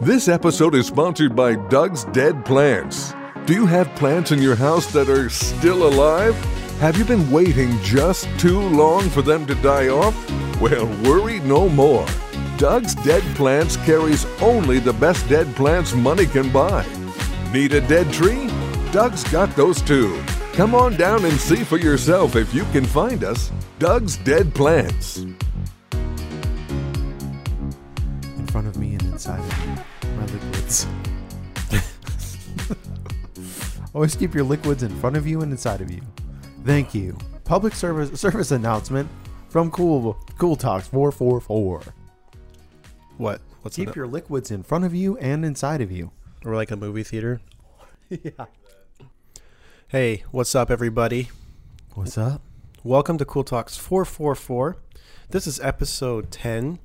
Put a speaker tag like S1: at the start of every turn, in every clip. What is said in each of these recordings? S1: This episode is sponsored by Doug's Dead Plants. Do you have plants in your house that are still alive? Have you been waiting just too long for them to die off? Well, worry no more. Doug's Dead Plants carries only the best dead plants money can buy. Need a dead tree? Doug's got those too. Come on down and see for yourself if you can find us. Doug's Dead Plants.
S2: in front of me and inside of me my liquids. Always keep your liquids in front of you and inside of you. Thank you. Public service service announcement from Cool Cool Talks 444.
S3: What? What's
S2: Keep
S3: it?
S2: your liquids in front of you and inside of you.
S3: We're like a movie theater.
S2: Yeah.
S3: Hey, what's up, everybody?
S2: What's up?
S3: Welcome to Cool Talks 444. This is episode 10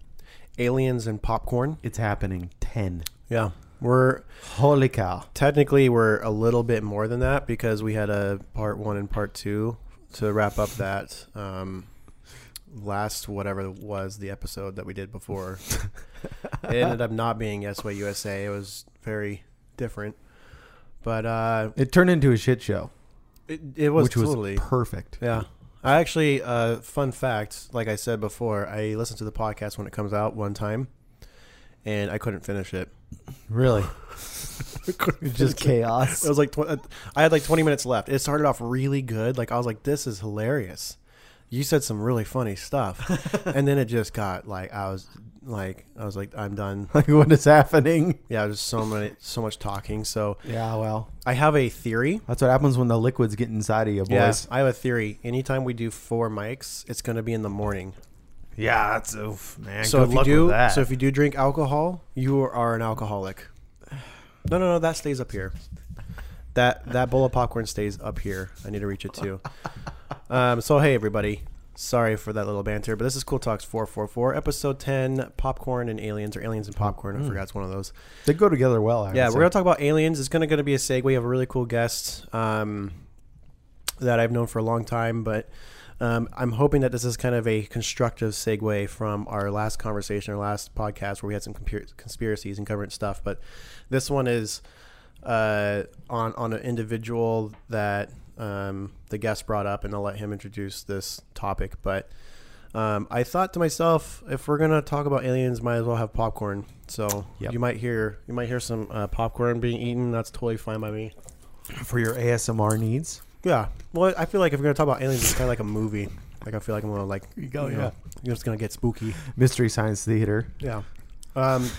S3: Aliens and Popcorn.
S2: It's happening 10.
S3: Yeah. We're
S2: Holy cow.
S3: technically we're a little bit more than that because we had a part one and part two to wrap up that um, last whatever was the episode that we did before. it ended up not being Yes Way USA. It was very different. But uh,
S2: It turned into a shit show,
S3: it, it was
S2: which was
S3: totally
S2: perfect.
S3: Yeah. I actually, uh, fun fact, like I said before, I listen to the podcast when it comes out one time and I couldn't finish it.
S2: Really.
S3: I couldn't
S2: It's just
S3: finish it.
S2: chaos.
S3: It was like, tw- uh, I had like 20 minutes left. It started off really good. Like, I was like, this is hilarious. You said some really funny stuff. and then it just got like, I was like, I was like, I'm done.
S2: like what is happening?
S3: Yeah, there's so many, so much talking. So
S2: Yeah, well.
S3: I have a theory.
S2: That's what happens when the liquids get inside of you, boys.
S3: Yes, I have a theory. Anytime we do four mics, it's going to be in the morning.
S2: Yeah, that's oof, man.
S3: So if you do, so if you do drink alcohol, you are an alcoholic. No, no, no, that stays up here. That that bowl of popcorn stays up here. I need to reach it too. Um, so hey, everybody. Sorry for that little banter, but this is Cool Talks 444, episode 10, Popcorn and Aliens, or Aliens and Popcorn. I forgot it's one of those.
S2: they go together well. I
S3: Yeah,
S2: would
S3: we're going
S2: say.
S3: to talk about aliens. It's going to be a segue. We have a really cool guest um, that I've known for a long time, but um, I'm hoping that this is kind of a constructive segue from our last conversation, our last podcast, where we had some compar- conspiracies and government stuff. But this one is uh, on on an individual that um, the guest brought up, and I'll let him introduce this topic. But um, I thought to myself, if we're gonna talk about aliens, might as well have popcorn. So
S2: Yep.
S3: you might hear you might hear some uh, popcorn being eaten. That's totally fine by me.
S2: for your ASMR needs.
S3: Yeah. Well, I feel like if we're gonna talk about aliens, it's kind of like a movie. Like I feel like I'm gonna like you
S2: go, yeah.
S3: know, you're just gonna get spooky.
S2: Mystery Science Theater.
S3: Yeah. Um,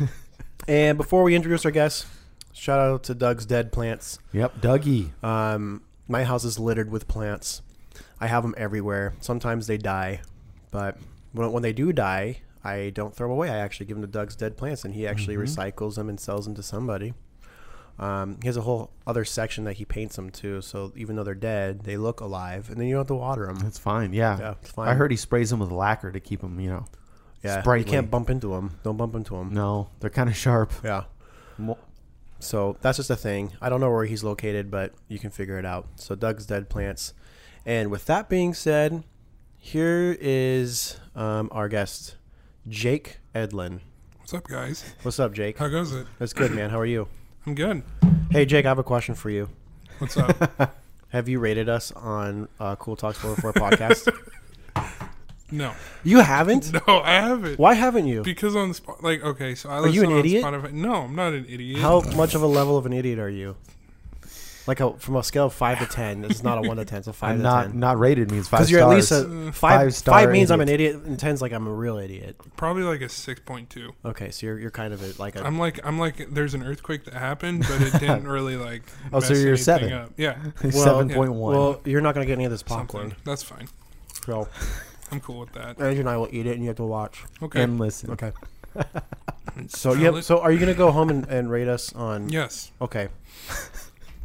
S3: and before we introduce our guests, shout out to Doug's Dead Plants.
S2: Yep, Dougie.
S3: Um, my house is littered with plants. I have them everywhere. Sometimes they die, but when, when they do die, I don't throw them away. I actually give them to Doug's Dead Plants, and he actually
S2: Mm-hmm.
S3: recycles them and sells them to somebody. Um, he has a whole other section that he paints them to, so even though they're dead, they look alive, and then you don't have to water them.
S2: That's fine. Yeah.
S3: Yeah, it's fine.
S2: I heard he sprays them with lacquer to keep them, you know.
S3: Yeah,
S2: sprightly.
S3: you can't bump into them. Don't bump into them.
S2: No, they're kind of sharp.
S3: Yeah.
S2: Mo-
S3: So that's just a thing. I don't know where he's located, but you can figure it out. So Doug's Dead Plants. And with that being said, here is um, our guest, Jake Edlin.
S4: What's up, guys?
S3: What's up, Jake?
S4: How goes it?
S3: That's good, man. How are you?
S4: I'm good.
S3: Hey, Jake, I have a question for you.
S4: What's up?
S3: Have you rated us on uh, Cool Talks 404 podcast?
S4: no,
S3: You haven't?
S4: no, I haven't.
S3: Why haven't you?
S4: Because on the spot, like, okay, so I
S3: Are
S4: listen
S3: you an
S4: on
S3: idiot?
S4: Spotify. No, I'm not an idiot.
S3: How much of a level of an idiot are you? Like a, from a scale of 5 to 10. This is not a 1 to 10, it's a 5
S2: I'm
S3: to
S2: not
S3: 10.
S2: not rated means five
S3: Because you're at
S2: stars.
S3: least a five. Five,
S2: Five-star
S3: means I'm an idiot, and ten's like I'm a real idiot.
S4: Probably like a six point two.
S3: Okay, so you're you're kind of a, like a
S4: I'm like, I'm like, there's an earthquake that happened, but it didn't really like.
S2: Oh, so
S4: mess
S2: you're a
S4: anything
S2: seven.
S4: Up. Yeah,
S2: seven point one.
S3: Well, you're not gonna get any of this popcorn,
S4: something. That's fine.
S3: so
S4: I'm cool with that.
S3: Andrew and I will eat it, and you have to watch.
S4: Okay.
S2: and listen.
S3: Okay. So
S4: Now
S3: you have,
S4: let-
S3: so are you gonna go home and, and rate us on?
S4: yes,
S3: Okay,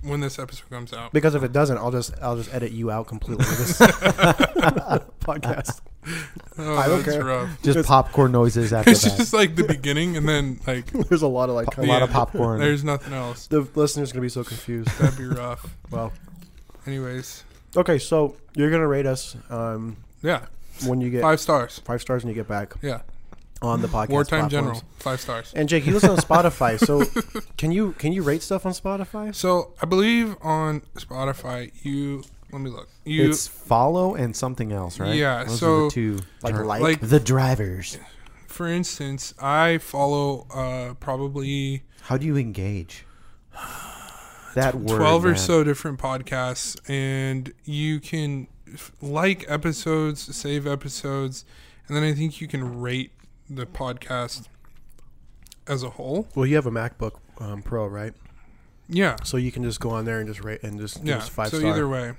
S4: when this episode comes out,
S3: because if it doesn't, I'll just I'll just edit you out completely with this podcast.
S4: oh,
S3: I don't
S4: that's
S3: care.
S4: rough.
S2: Just popcorn noises after
S4: It's
S2: that.
S4: just like the beginning, and then like
S3: There's a lot of like
S2: A lot of
S4: Yeah.
S2: popcorn.
S4: there's nothing else.
S3: the listeners gonna be so confused.
S4: That'd be rough.
S3: Well,
S4: Anyways,
S3: okay, so you're gonna rate us um,
S4: yeah,
S3: when you get five,
S4: five stars.
S3: stars and you get back.
S4: Yeah.
S3: on the podcast.
S4: Wartime
S3: platforms.
S4: General, five stars.
S3: And Jake, you listen on Spotify, so can you can you rate stuff on Spotify?
S4: So I believe on Spotify, you let me look. You
S2: It's follow and something else, right?
S4: Yeah,
S2: Those are
S4: so-
S2: the two
S3: Like
S2: terms.
S3: like,
S4: like
S2: the drivers.
S4: for instance, I follow uh, probably
S2: How do you engage? That word.
S4: twelve or
S2: man.
S4: so different podcasts, and you can f- like episodes, save episodes, and then I think you can rate the podcast as a whole.
S3: well, you have a MacBook um, Pro, right?
S4: Yeah,
S3: So you can just go on there and just rate and just
S4: yeah.
S3: yeah. five
S4: so
S3: star.
S4: either way,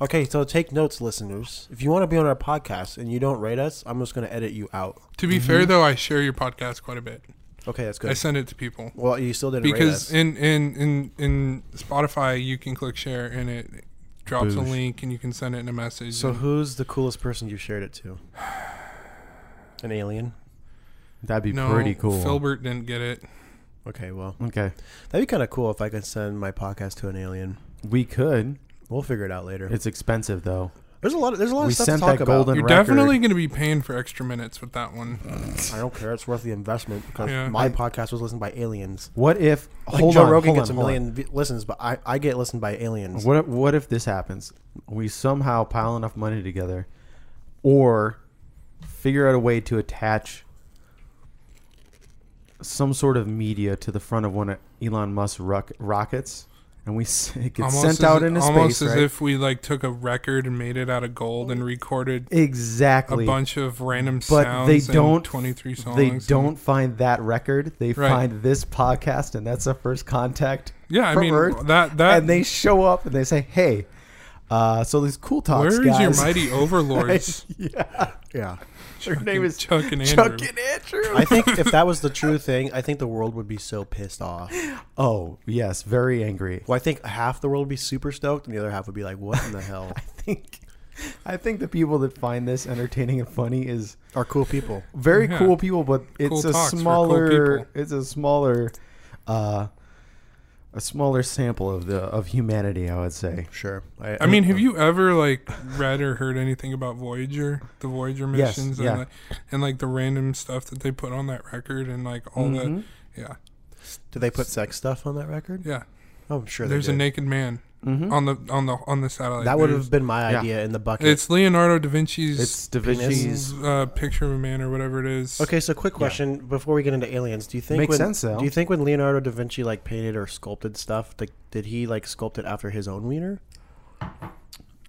S3: Okay, so take notes, listeners. If you want to be on our podcast and you don't rate us, I'm just going to edit you out.
S4: to be fair though, I share your podcast quite a bit.
S3: Okay, that's
S4: I
S3: good.
S4: send it to people.
S3: Well, you still didn't rate
S4: because
S3: us.
S4: in, in in in Spotify you can click share and it drops a
S2: Boosh.
S4: link and you can send it in a message.
S3: so
S4: and-
S3: who's the coolest person you shared it to? An alien.
S2: That'd be
S4: no,
S2: pretty cool.
S4: Filbert didn't get it.
S3: Okay, well,
S2: okay,
S3: that'd be kind of cool if I could send my podcast to an alien.
S2: we could.
S3: We'll figure it out later.
S2: It's expensive though.
S3: there's a lot. Of, there's a lot
S2: we
S3: of stuff
S2: sent
S3: to talk
S2: that
S3: about.
S2: golden
S4: You're
S2: record.
S4: definitely going to be paying for extra minutes with that one.
S3: I don't care. It's worth the investment because
S4: Yeah.
S3: my podcast was listened by aliens.
S2: What if?
S3: Like
S2: hold
S3: Joe
S2: on,
S3: Rogan
S2: hold
S3: gets
S2: on,
S3: a
S2: hold on.
S3: million v- listens, but I, I get listened by aliens.
S2: What if, what if this happens? We somehow pile enough money together, or figure out a way to attach some sort of media to the front of one of Elon Musk's rock, rockets, and we s- it gets sent
S4: as-
S2: out into
S4: almost
S2: space.
S4: as
S2: Right?
S4: if we like took a record and made it out of gold and recorded a
S2: exactly.
S4: bunch of random
S2: But
S4: sounds.
S2: they
S4: and
S2: don't-
S4: 23 songs.
S2: They
S4: and-
S2: don't find that record. They
S4: Right.
S2: find this podcast, and that's the first contact.
S4: yeah, I
S2: from
S4: mean
S2: Earth,
S4: that that.
S2: and they show up and they say, "Hey, uh, so these cool talks
S4: where is
S2: guys."
S4: your mighty overlords?
S2: yeah,
S3: Yeah.
S2: their name is
S4: Chuck and Andrew.
S2: Chuck and Andrew.
S3: I think if that was the true thing, I think the world would be so pissed off.
S2: Oh, yes, very angry.
S3: Well, I think half the world would be super stoked, and the other half would be like, "What in the hell?"
S2: I think I think the people that find this entertaining and funny is
S3: Are cool people.
S2: very
S4: Yeah.
S2: cool people, but
S4: Cool
S2: it's a
S4: talks for cool
S2: smaller
S4: people.
S2: it's a smaller uh a smaller sample of the of humanity, I would say.
S3: Sure.
S4: I mean, have you ever like read or heard anything about Voyager, the Voyager
S2: Yes,
S4: missions,
S2: yeah.
S4: and, like, and like the random stuff that they put on that record, and like all
S2: Mhm.
S4: the, yeah,
S3: do they put sex stuff on that record?
S4: yeah.
S3: Oh, I'm sure.
S4: There's
S3: they
S4: a
S3: did.
S4: naked man
S2: Mm-hmm.
S4: on the on the on the satellite.
S3: that would
S4: There's-
S3: have been my
S2: Yeah.
S3: idea in the bucket.
S4: It's Leonardo da Vinci's
S2: It's Da
S3: Penis.
S2: Vinci's
S4: uh, picture of a man or whatever it is.
S3: okay, so quick question before we get into aliens: Do you think
S2: Makes
S3: when,
S2: sense, though.
S3: Do you think when Leonardo da Vinci like painted or sculpted stuff, like did he like sculpt it after his own wiener?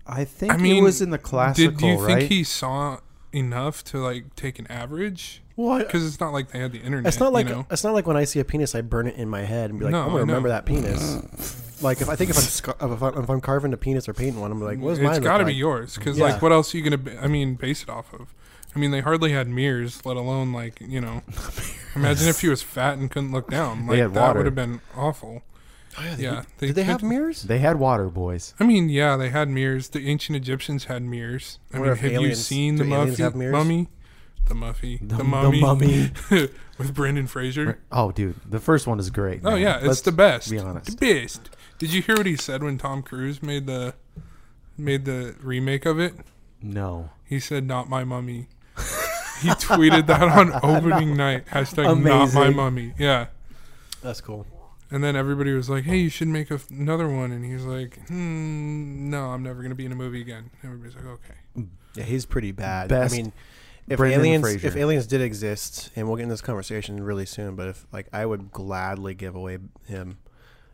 S2: I think
S4: I mean,
S2: it was in the classical,
S4: Did do you think
S2: right?
S4: he saw enough to like take an average?
S3: Well, I,
S4: Because it's not like they had the internet.
S3: it's not like
S4: you know?
S3: it's not like when I see a penis, I burn it in my head and be like,
S4: No,
S3: "I'm gonna
S4: I
S3: remember
S4: know.
S3: that penis." like if I think if I'm scar- if I'm, if I'm carving a penis or painting one, I'm like, "What's mine?"
S4: it's
S3: look
S4: got to
S3: like?
S4: be yours because
S3: Yeah.
S4: like what else are you gonna ba- i mean base it off of i mean they hardly had mirrors let alone like you know imagine if he was fat and couldn't look down like
S2: had
S4: that
S2: water.
S4: would have been awful
S3: Oh,
S4: yeah they,
S3: Did they have
S4: could-
S3: mirrors?
S2: They had water boys.
S4: i mean yeah they had mirrors the ancient egyptians had mirrors
S3: I
S4: i, mean
S3: wonder
S4: have
S3: if
S4: you
S3: aliens-
S4: seen
S3: do
S4: the
S3: aliens
S4: muffy,
S3: have mirrors?
S4: mummy the muffy the,
S2: the
S4: mummy,
S2: Mummy.
S4: with brendan fraser
S2: Oh, dude, the first one is great.
S4: oh
S2: man.
S4: yeah it's
S2: Let's
S4: the best
S2: Be
S4: the
S2: honest.
S4: best did you hear what he said when tom cruise made the made the remake of it
S2: No.
S4: He said, "Not my mummy." he tweeted that on opening night. Hashtag not my
S2: Amazing.
S4: mummy. Yeah.
S3: That's cool.
S4: And then everybody was like, "Hey, you should make a f- another one." And he's like, hmm, "No, I'm never gonna be in a movie again." Everybody's like, "Okay."
S3: Yeah, he's pretty bad.
S2: Best
S3: I mean, if
S2: Brendan
S3: aliens
S2: Fraser.
S3: if aliens did exist, and we'll get in this conversation really soon, but if like I would gladly give away him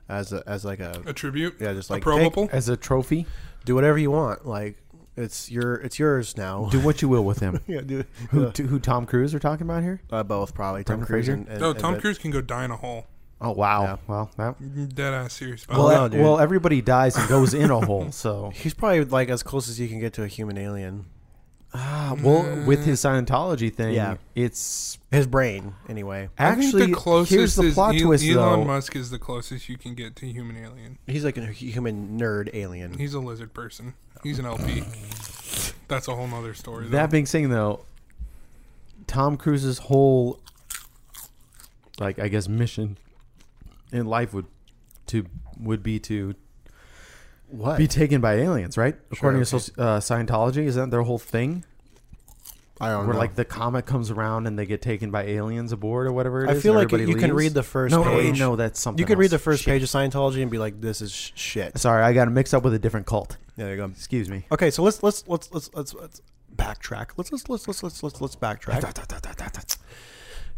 S3: as a, as like a
S4: A tribute.
S3: yeah, just
S4: a
S3: like
S4: Pro
S3: take-
S4: Bowl.
S2: As a trophy,
S3: do whatever you want. Like it's your it's yours now.
S2: do what you will with him.
S3: yeah, do
S2: Who, to, who Tom Cruise are talking about here?
S3: uh, both probably Tom
S2: Brendan
S3: Cruise
S2: Fraser?
S3: and, and
S4: No,
S3: and
S4: Tom
S3: the-
S4: Cruise can go die in a hole.
S2: Oh wow!
S3: Yeah.
S2: Well, that
S4: Dead ass serious. about
S2: well,
S4: it.
S3: no,
S2: e-
S3: dude.
S2: well, everybody dies and goes in a hole. So,
S3: He's probably like as close as you can get to a human alien.
S2: ah, well, with his
S4: Mm.
S2: Scientology thing,
S3: Yeah.
S2: it's
S3: His brain, anyway.
S2: actually
S4: I think the closest
S2: here's the
S4: is
S2: plot
S4: El-
S2: twist
S4: Elon
S2: though.
S4: Musk is the closest you can get to human alien.
S3: He's like a human nerd alien.
S4: He's a lizard person. He's an LP. That's a whole nother story.
S2: That being said, though, Tom Cruise's whole, like I guess, mission in life would to would be to
S3: What?
S2: be taken by aliens, right? According
S3: okay.
S2: to soci- uh, Scientology, is that their whole thing?
S3: I don't
S2: where
S3: know.
S2: like the comet comes around and they get taken by aliens aboard or whatever. it
S3: I
S2: is,
S3: feel
S2: and
S3: like
S2: everybody
S3: you can
S2: leaves.
S3: read the first
S2: No, wait,
S3: page.
S2: no, that's something.
S3: you could read
S2: else.
S3: the first
S2: Shit.
S3: page of Scientology and be like, "This is sh- shit."
S2: Sorry, I got mixed up with a different cult.
S3: There you go.
S2: Excuse me.
S3: Okay, so let's let's let's let's let's, let's backtrack. Let's let's let's let's let's let's, let's backtrack.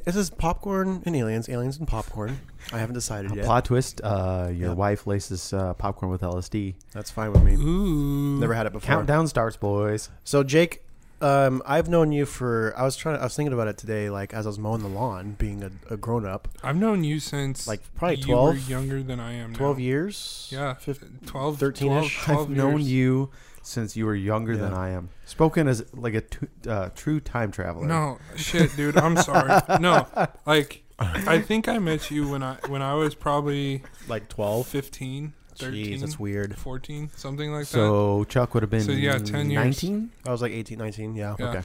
S3: This is popcorn and aliens, aliens and popcorn. I haven't decided yet.
S2: Plot twist: uh, Your wife laces uh, popcorn with LSD.
S3: That's fine with me.
S4: Ooh.
S3: Never had it before.
S2: Countdown starts, boys.
S3: So Jake, um, I've known you for. I was trying. I was thinking about it today, like as I was mowing the lawn, being a, a grown up.
S4: I've known you since
S3: Like, probably
S4: you
S3: 12?
S4: were younger than I am.
S3: Twelve
S4: now.
S3: years.
S4: Yeah,
S3: Fif-
S4: 12,
S3: 13-ish.
S4: 12, 12
S2: I've known
S4: years.
S2: you since you were younger than
S3: Yeah.
S2: I am. Spoken as like a tu- uh, true time traveler.
S4: No shit, dude. I'm sorry. No, like I think I met you when I when I was probably
S3: Like twelve.
S4: 15, 13,
S3: Jeez, that's weird.
S4: 14, something like
S2: So Chuck would have been
S4: So, yeah, 10 years.
S2: 19?
S3: I was like 18, 19, yeah.
S4: that. Yeah.
S2: okay.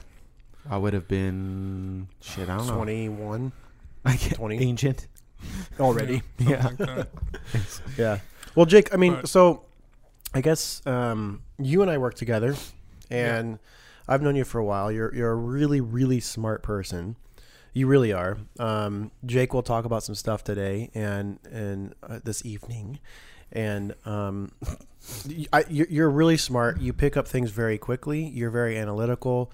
S2: I would have been shit. I don't know.
S3: 21
S2: I can't,
S3: 20.
S2: Ancient.
S3: already.
S4: something
S2: Yeah.
S4: like that.
S3: yeah. Well, Jake, I mean,
S4: But-
S3: so I guess um, you and I work together, and I've known you for a while. You're you're a really really smart person. You really are. Um, Jake will talk about some stuff today and and uh, this evening, and um, y- I, you're, you're really smart. You pick up things very quickly. You're very analytical,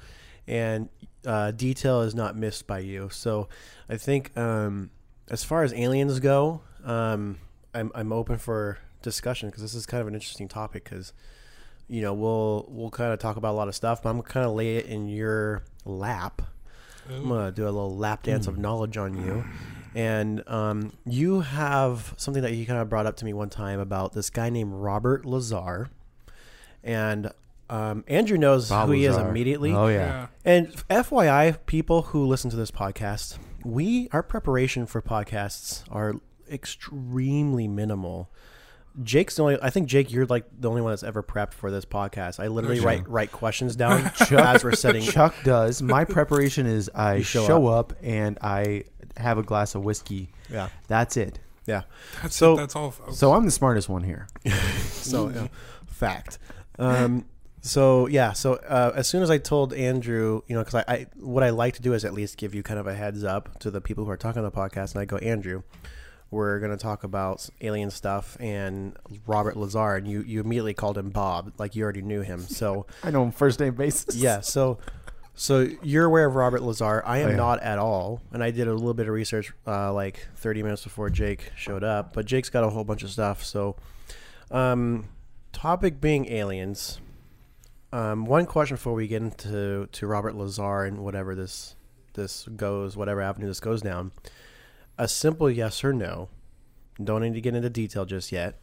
S3: and uh, detail is not missed by you. So I think um, as far as aliens go, um, I'm I'm open for discussion because this is kind of an interesting topic because you know we'll we'll kind of talk about a lot of stuff, but I'm gonna kind of lay it in your lap. I'm gonna do a little lap dance
S2: Mm.
S3: of knowledge on you. And um, you have something that you kind of brought up to me one time about this guy named Robert Lazar, and um, Andrew knows
S2: Bob
S3: who he is
S2: Lazar.
S3: immediately.
S2: Oh,
S4: Yeah.
S2: yeah.
S3: And FYI, people who listen to this podcast, we our preparation for podcasts are extremely minimal. Jake's the only. I think Jake, you're like the only one that's ever prepped for this podcast. I literally
S4: shit.
S3: write write questions down as we're setting.
S2: Chuck does. My preparation is I
S3: show
S2: show, up. and I have a glass of whiskey.
S3: Yeah.
S2: That's it.
S3: Yeah.
S4: That's
S3: So-
S4: it. That's all. oh, Folks.
S2: So I'm the smartest one here.
S3: So yeah, fact. Um, so yeah. So uh, as soon as I told Andrew, you know, because I, I what I like to do is at least give you kind of a heads up to the people who are talking on the podcast, and I go, Andrew, we're gonna talk about alien stuff and Robert Lazar, and you you immediately called him Bob, like you already knew him. So
S2: I know him first name basis.
S3: yeah. So. So you're aware of Robert Lazar? I am
S2: yeah.
S3: not at all, and I did a little bit of research, uh, like 30 minutes before Jake showed up. But Jake's got a whole bunch of stuff. So, um, topic being aliens. Um, one question before we get into to Robert Lazar and whatever this this goes, whatever avenue this goes down. A simple yes or no. Don't need to get into detail just yet.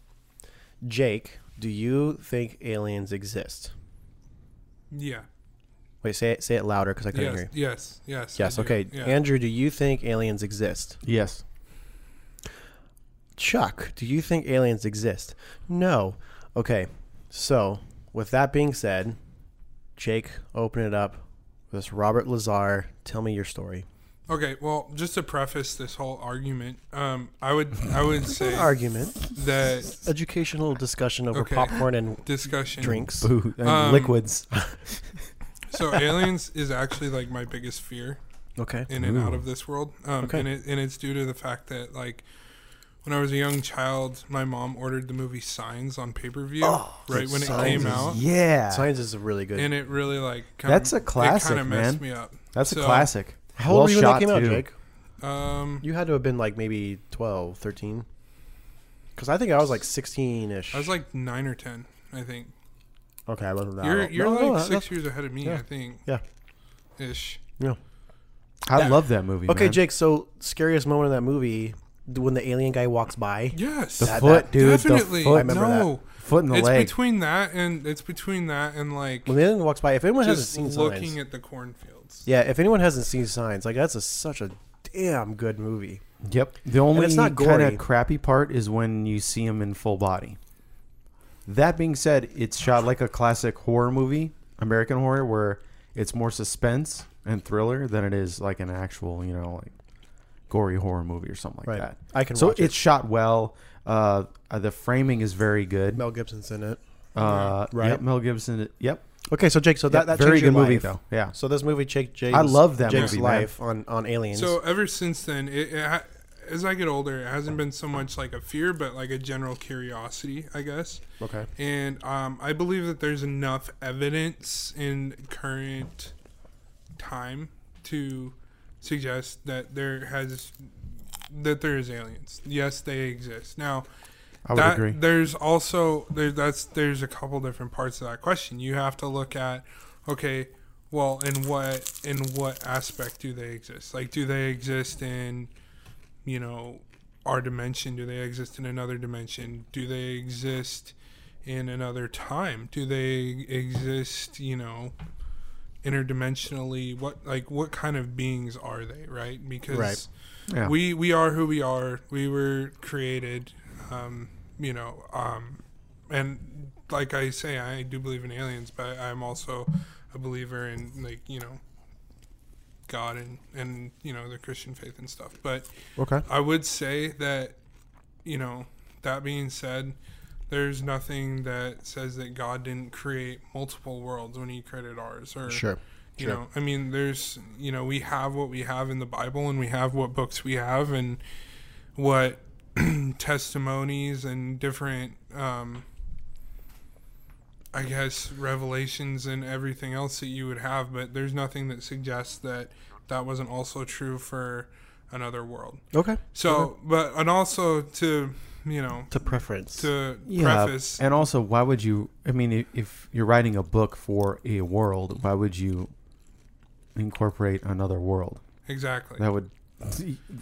S3: Jake, do you think aliens exist?
S4: yeah.
S3: Wait, say it, say it louder because I couldn't
S4: Yes.
S3: hear you.
S4: Yes. Yes.
S3: Yes.
S4: I do.
S3: Okay.
S4: Yeah.
S3: Andrew, do you think aliens exist?
S2: Yes.
S3: Chuck, do you think aliens exist? No. Okay. So, with that being said, Jake, open it up. This Robert Lazar, tell me your story.
S4: okay. Well, just to preface this whole argument, um, I would I would say
S3: Argument,
S4: that
S3: educational discussion over
S4: Okay.
S3: popcorn and
S4: discussion
S3: drinks.
S2: Boo. And
S4: Um,
S2: liquids.
S4: So aliens is actually like my biggest fear.
S3: Okay.
S4: in and out of this world. Um,
S3: Okay.
S4: and, it, and it's due to the fact that, like, when I was a young child, my mom ordered the movie Signs on pay per view
S2: Oh,
S4: right when it
S3: Signs
S4: came
S3: is-
S4: out.
S2: yeah.
S3: Science is a really good.
S4: And it really, like, kinda,
S2: That's a
S4: It
S2: classic,
S4: kind of messed
S2: man.
S4: me up.
S2: That's
S4: So,
S2: a classic.
S3: How old
S2: Well
S3: were you when that
S2: shot,
S3: came out,
S2: too.
S3: Jake?
S4: Um,
S3: You had to have been like maybe 12, 13. Because I think I was like 16 ish.
S4: I was like nine or 10, I think.
S3: okay, I wasn't that
S4: You're,
S3: old.
S4: you're
S3: No,
S4: like
S3: no, that-
S4: six years ahead of me,
S3: yeah.
S4: I think.
S3: Yeah.
S4: Ish.
S3: Yeah.
S2: I
S4: Yeah.
S2: love that movie.
S3: Okay,
S2: man.
S3: Jake. So scariest moment in that movie when the alien guy walks by.
S4: Yes.
S2: The foot, dude.
S4: Definitely.
S2: The foot,
S3: I remember that.
S4: no.
S2: foot in the
S4: It's
S2: leg.
S4: between that and it's between that and like
S3: When the alien walks by, if anyone
S4: just
S3: hasn't seen
S4: looking
S3: signs,
S4: at the cornfields.
S3: yeah, if anyone hasn't seen signs, like that's a, such a damn good movie.
S2: Yep. The only
S3: it's
S2: kind
S3: not gory.
S2: of crappy part is when you see him in full body. That being said, it's shot like a classic horror movie, American horror, where it's more suspense and thriller than it is like an actual, you know, like gory horror movie or something like
S3: Right.
S2: that.
S3: I can
S2: So
S3: watch it.
S2: it's shot well. Uh, uh, the framing is very good.
S3: Mel Gibson's in it.
S2: Uh,
S3: Right.
S2: Yep, Mel Gibson. Yep.
S3: Okay, so Jake, so that,
S2: Yeah,
S3: that changed your
S2: movie
S3: life.
S2: though. Yeah.
S3: So this movie Jake Jake's,
S2: I love that
S3: Jake's
S2: movie, man.
S3: life on on aliens.
S4: So ever since then, it, it ha- as I get older, it hasn't been so much like a fear, but like a general curiosity, I guess.
S3: okay.
S4: And um, I believe that there's enough evidence in current time to suggest that there has that there is aliens. Yes, they exist. Now,
S2: I would
S4: that,
S2: agree.
S4: There's also there, that's there's a couple different parts of that question. You have to look at okay, well, in what in what aspect do they exist? Like, do they exist in you know our dimension? Do they exist in another dimension? Do they exist in another time? Do they exist? You know interdimensionally what like what kind of beings are they right because
S3: Right.
S2: Yeah.
S4: we we are who we are. We were created, um, you know, um, and like I say, I do believe in aliens, but I'm also a believer in like you know, God and and you know the Christian faith and stuff. But
S3: Okay.
S4: I would say that, you know, that being said, there's nothing that says that God didn't create multiple worlds when He created ours,
S2: uh,
S4: or
S3: Sure.
S4: you
S3: Sure.
S4: know i mean there's you know we have what we have in the bible and we have what books we have and what testimonies and different um i guess revelations and everything else that you would have but there's nothing that suggests that that wasn't also true for another world
S3: Okay.
S4: so but and also to you know
S3: To preference.
S4: to
S2: Yeah,
S4: preface
S2: and also, why would you? I mean, i- if you're writing a book for a world, why would you incorporate another world?
S4: exactly
S2: That would,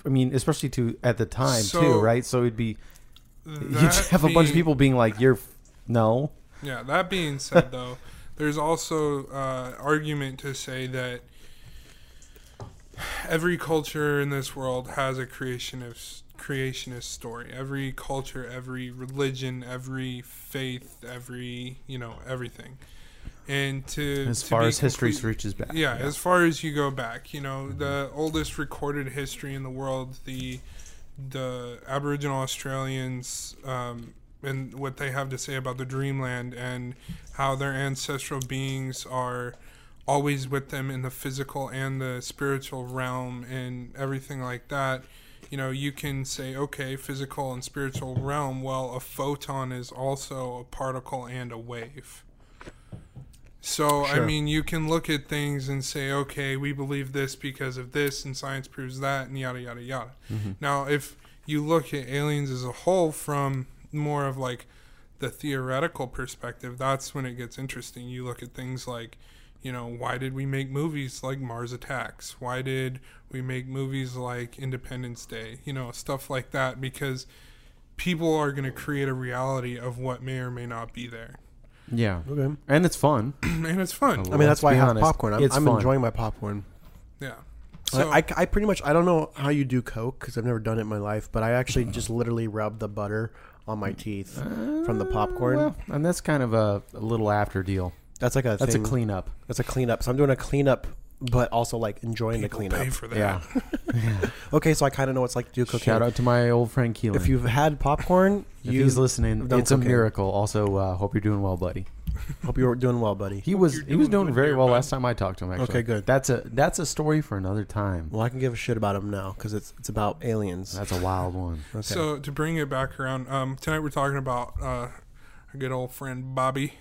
S2: I mean, especially to at the time too,
S4: So,
S2: right? So it'd be you
S4: That
S2: just have a bunch of
S4: being-
S2: people being like, "You're f- no,
S4: Yeah, that being said, though, there's also uh, argument to say that every culture in this world has a creationist creationist story. Every culture, every religion, every faith, every you know everything. And to
S2: as
S4: to
S2: far
S4: be
S2: as history
S4: complete-
S2: reaches back."
S4: yeah, as far as you go back, you know, the oldest recorded history in the world, the the Aboriginal Australians um, and what they have to say about the dreamland and how their ancestral beings are always with them in the physical and the spiritual realm and everything like that. You know, you can say, okay, physical and spiritual realm. Well, a photon is also a particle and a wave. So I mean, you can look at things and say, okay, we believe this because of this, and science proves that, and yada yada yada. Now, if you look at aliens as a whole from more of like the theoretical perspective, that's when it gets interesting. You look at things like, you know, why did we make movies like Mars Attacks? Why did we make movies like Independence Day? You know, stuff like that because people are going to create a reality of what may or may not be there.
S2: yeah,
S3: okay.
S2: and it's fun.
S4: and it's fun.
S3: I mean, that's why I
S2: be
S3: have
S2: honest,
S3: popcorn. I'm,
S2: it's
S3: I'm
S2: fun.
S3: enjoying my popcorn.
S4: Yeah. So,
S3: I, I, I pretty much I don't know how you do Coke because I've never done it in my life, but I actually just literally rub the butter on my teeth from the popcorn.
S2: Well, and that's kind of a, a little after deal.
S3: that's like a
S2: That's
S3: thing.
S2: a cleanup.
S3: That's a cleanup. So I'm doing a cleanup, but also like enjoying the
S4: people pay
S3: cleanup.
S4: for that.
S2: Yeah.
S3: Okay, so I kind of know what's like to do cocaine.
S2: Shout out to my old friend Keelan.
S3: If you've had popcorn,
S2: If
S3: you
S2: he's listening,
S3: done
S2: it's a
S3: cocaine.
S2: miracle. Also, uh, hope you're doing well, buddy.
S3: hope you're doing well, buddy.
S2: He was
S4: you're
S2: he was
S4: doing
S2: doing
S4: good
S2: very
S4: there,
S2: well
S4: bud.
S2: last time I talked to him. Actually,
S3: Okay, good.
S2: That's a that's a story for another time.
S3: Well, I can give a shit about him now because it's it's about aliens.
S2: That's a wild one.
S3: Okay.
S4: So to bring it back around, um, tonight we're talking about uh, our good old friend Bobby.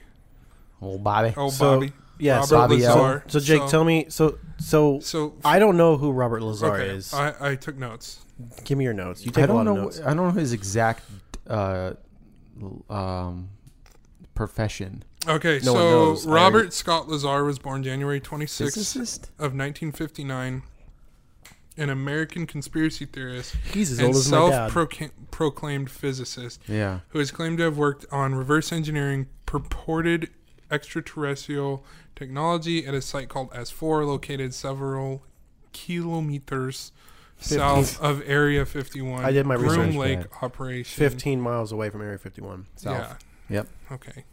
S2: Old Bobby.
S4: Oh,
S3: So-
S4: Bobby.
S3: yeah,
S4: Robert
S3: so,
S2: Bobby
S3: so-
S4: Lazar.
S3: so Jake, tell me. So so
S4: So
S3: I don't know who Robert Lazar
S4: okay,
S3: is.
S4: I, I took notes.
S3: Give me your notes. You take
S2: I
S3: a lot
S2: don't
S3: of
S2: know.
S3: notes.
S2: I don't know his exact uh, l- um, profession.
S4: Okay,
S3: No one
S4: so
S3: knows. I
S4: Robert
S3: already-
S4: Scott Lazar was born January 26th
S2: Physicist.
S4: of 1959, an American conspiracy theorist
S3: He's as
S4: and
S3: old as my dad.
S4: self-proclaimed physicist.
S2: Yeah.
S4: who is claimed to have worked on reverse engineering purported extraterrestrial technology at a site called S4, located several kilometers south of Area 51.
S3: I did my
S4: Groom
S2: research,
S4: Lake
S2: man.
S4: operation.
S3: 15 miles away from Area 51.
S2: South.
S4: Yeah.
S2: Yep.
S4: Okay.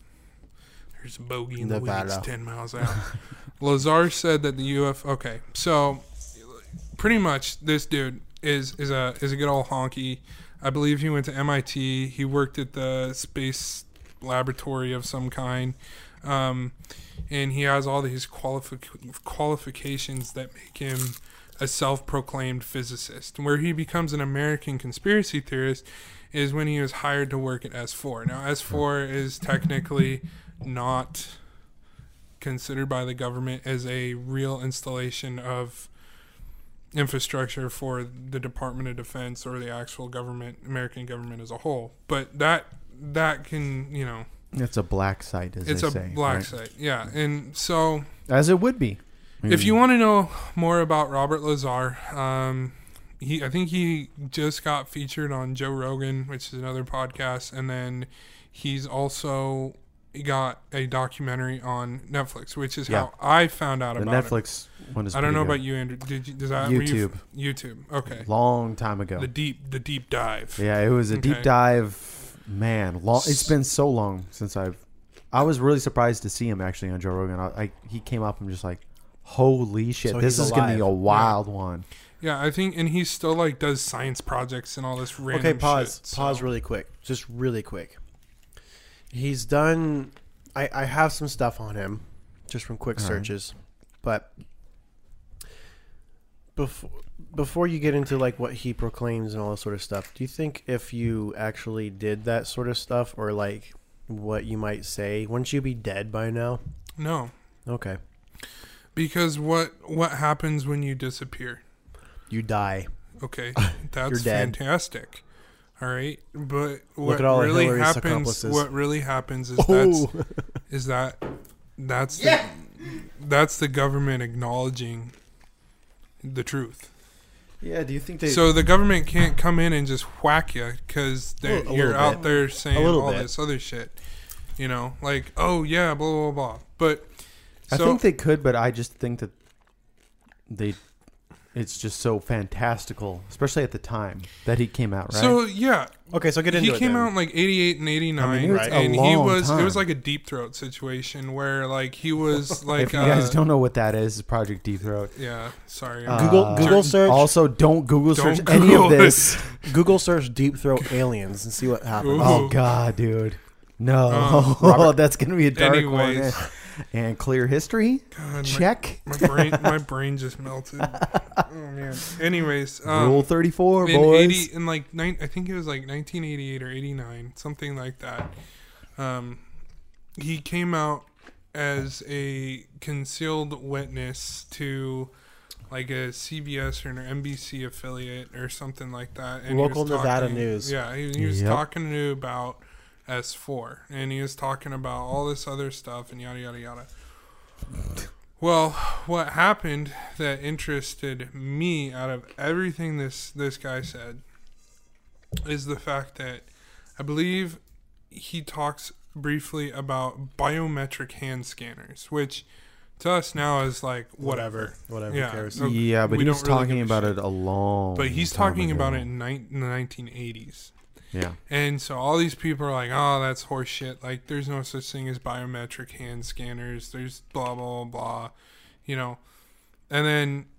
S4: There's a bogey in the
S3: Nevada.
S4: weeds 10 miles out. Lazar said that the UFO. Okay, so pretty much this dude is is a is a good old honky. I believe he went to MIT. He worked at the space laboratory of some kind, um, and he has all these qualific- qualifications that make him a self-proclaimed physicist. Where he becomes an American conspiracy theorist is when he was hired to work at S4. Now, S4 is technically not considered by the government as a real installation of infrastructure for the Department of Defense or the actual government, American government as a whole. But that that can, you know,
S2: It's a black site, as
S4: it's
S2: they
S4: a
S2: say,
S4: black
S2: right?
S4: site. Yeah, and so
S2: as it would be.
S4: if
S2: Hmm.
S4: you want to know more about Robert Lazar, um, he I think he just got featured on Joe Rogan, which is another podcast, and then he's also got a documentary on Netflix, which is
S2: Yeah.
S4: how I found out
S2: the
S4: about him.
S2: Netflix one is.
S4: I don't know
S2: pretty good.
S4: about you, Andrew. Did you? Does that were you- YouTube. Okay.
S2: Long time ago.
S4: The deep, the deep dive.
S2: yeah, it was a
S4: Okay.
S2: deep dive. Man, long, it's been so long since I've. I was really surprised to see him actually on Joe Rogan. I, I he came up and just like, holy shit,
S3: So
S2: this
S3: he's
S2: is gonna be a
S3: alive.
S2: wild one.
S4: Yeah, I think, and he still like does science projects and all this random.
S3: okay pause
S4: shit, so-
S3: pause really quick just really quick he's done i i have some stuff on him just from quick
S2: All right.
S3: searches but before before you get into like what he proclaims and all this sort of stuff do you think if you actually did that sort of stuff or like what you might say wouldn't you be dead by now
S4: No,
S3: okay
S4: because what what happens when you disappear?
S3: you die
S4: Okay, that's
S3: dead.
S4: fantastic. All right, but what
S3: at all of
S4: really
S3: Hillary's
S4: happens?
S3: accomplices.
S4: What really happens is
S3: oh
S4: that's is that that's the, that's the government acknowledging the truth.
S2: Yeah, do you think they?
S4: So the government can't come in and just whack you because
S3: A little
S4: you're out
S3: bit.
S4: there saying
S3: A little
S4: all
S3: bit.
S4: this other shit. You know, like oh yeah, blah blah blah. But
S2: I
S4: so
S2: think they could, but I just think that they. It's just so fantastical, especially at the time that he came out. Right.
S4: so yeah,
S3: okay so get into
S4: he
S3: it
S4: came
S3: then.
S4: out in like '88 and '89,
S2: I mean, it was a
S4: and he
S2: long
S4: was it
S2: time.
S4: was like a deep throat situation where like he was like
S2: if you
S4: uh,
S2: guys don't know what that is, it's Project Deep Throat.
S4: yeah, sorry,
S2: Uh,
S3: google google search
S2: Also, don't Google
S4: Don't
S2: search any
S4: Google
S2: of this.
S3: google search deep throat aliens and see what happens
S4: Ooh.
S2: Oh God, dude. No,
S4: Um,
S2: that's gonna be a dark
S4: Anyways.
S2: one. eh? And clear history
S4: God,
S2: check.
S4: Oh, my, my brain my brain just melted. oh man. Anyways, um,
S2: Rule thirty four,
S4: in
S2: boys.
S4: eighty in like nine, I think it was like 1988 or 89, something like that. Um, he came out as a concealed witness to like a CBS or an NBC affiliate or something like that. he
S3: Local
S4: was
S3: Nevada
S4: talking-
S3: news.
S4: Yeah, he, he was
S2: Yep.
S4: talking to about S4, and he was talking about all this other stuff and yada yada yada. Well, what happened that interested me out of everything this this guy said is the fact that I believe he talks briefly about biometric hand scanners, which to us now is like whatever.
S3: whatever
S4: Yeah.
S3: cares
S4: so
S2: yeah, but he
S4: we don't
S2: was
S4: really
S2: talking
S4: give a
S2: about it
S4: shit.
S2: a
S3: Oh,
S2: long.
S4: But he's
S2: time
S4: talking
S2: ago.
S4: about it in, nine in the 1980s.
S2: Yeah,
S4: And so all these people are like, oh, that's horse shit. Like, there's no such thing as biometric hand scanners. There's blah, blah, blah, blah. You know? And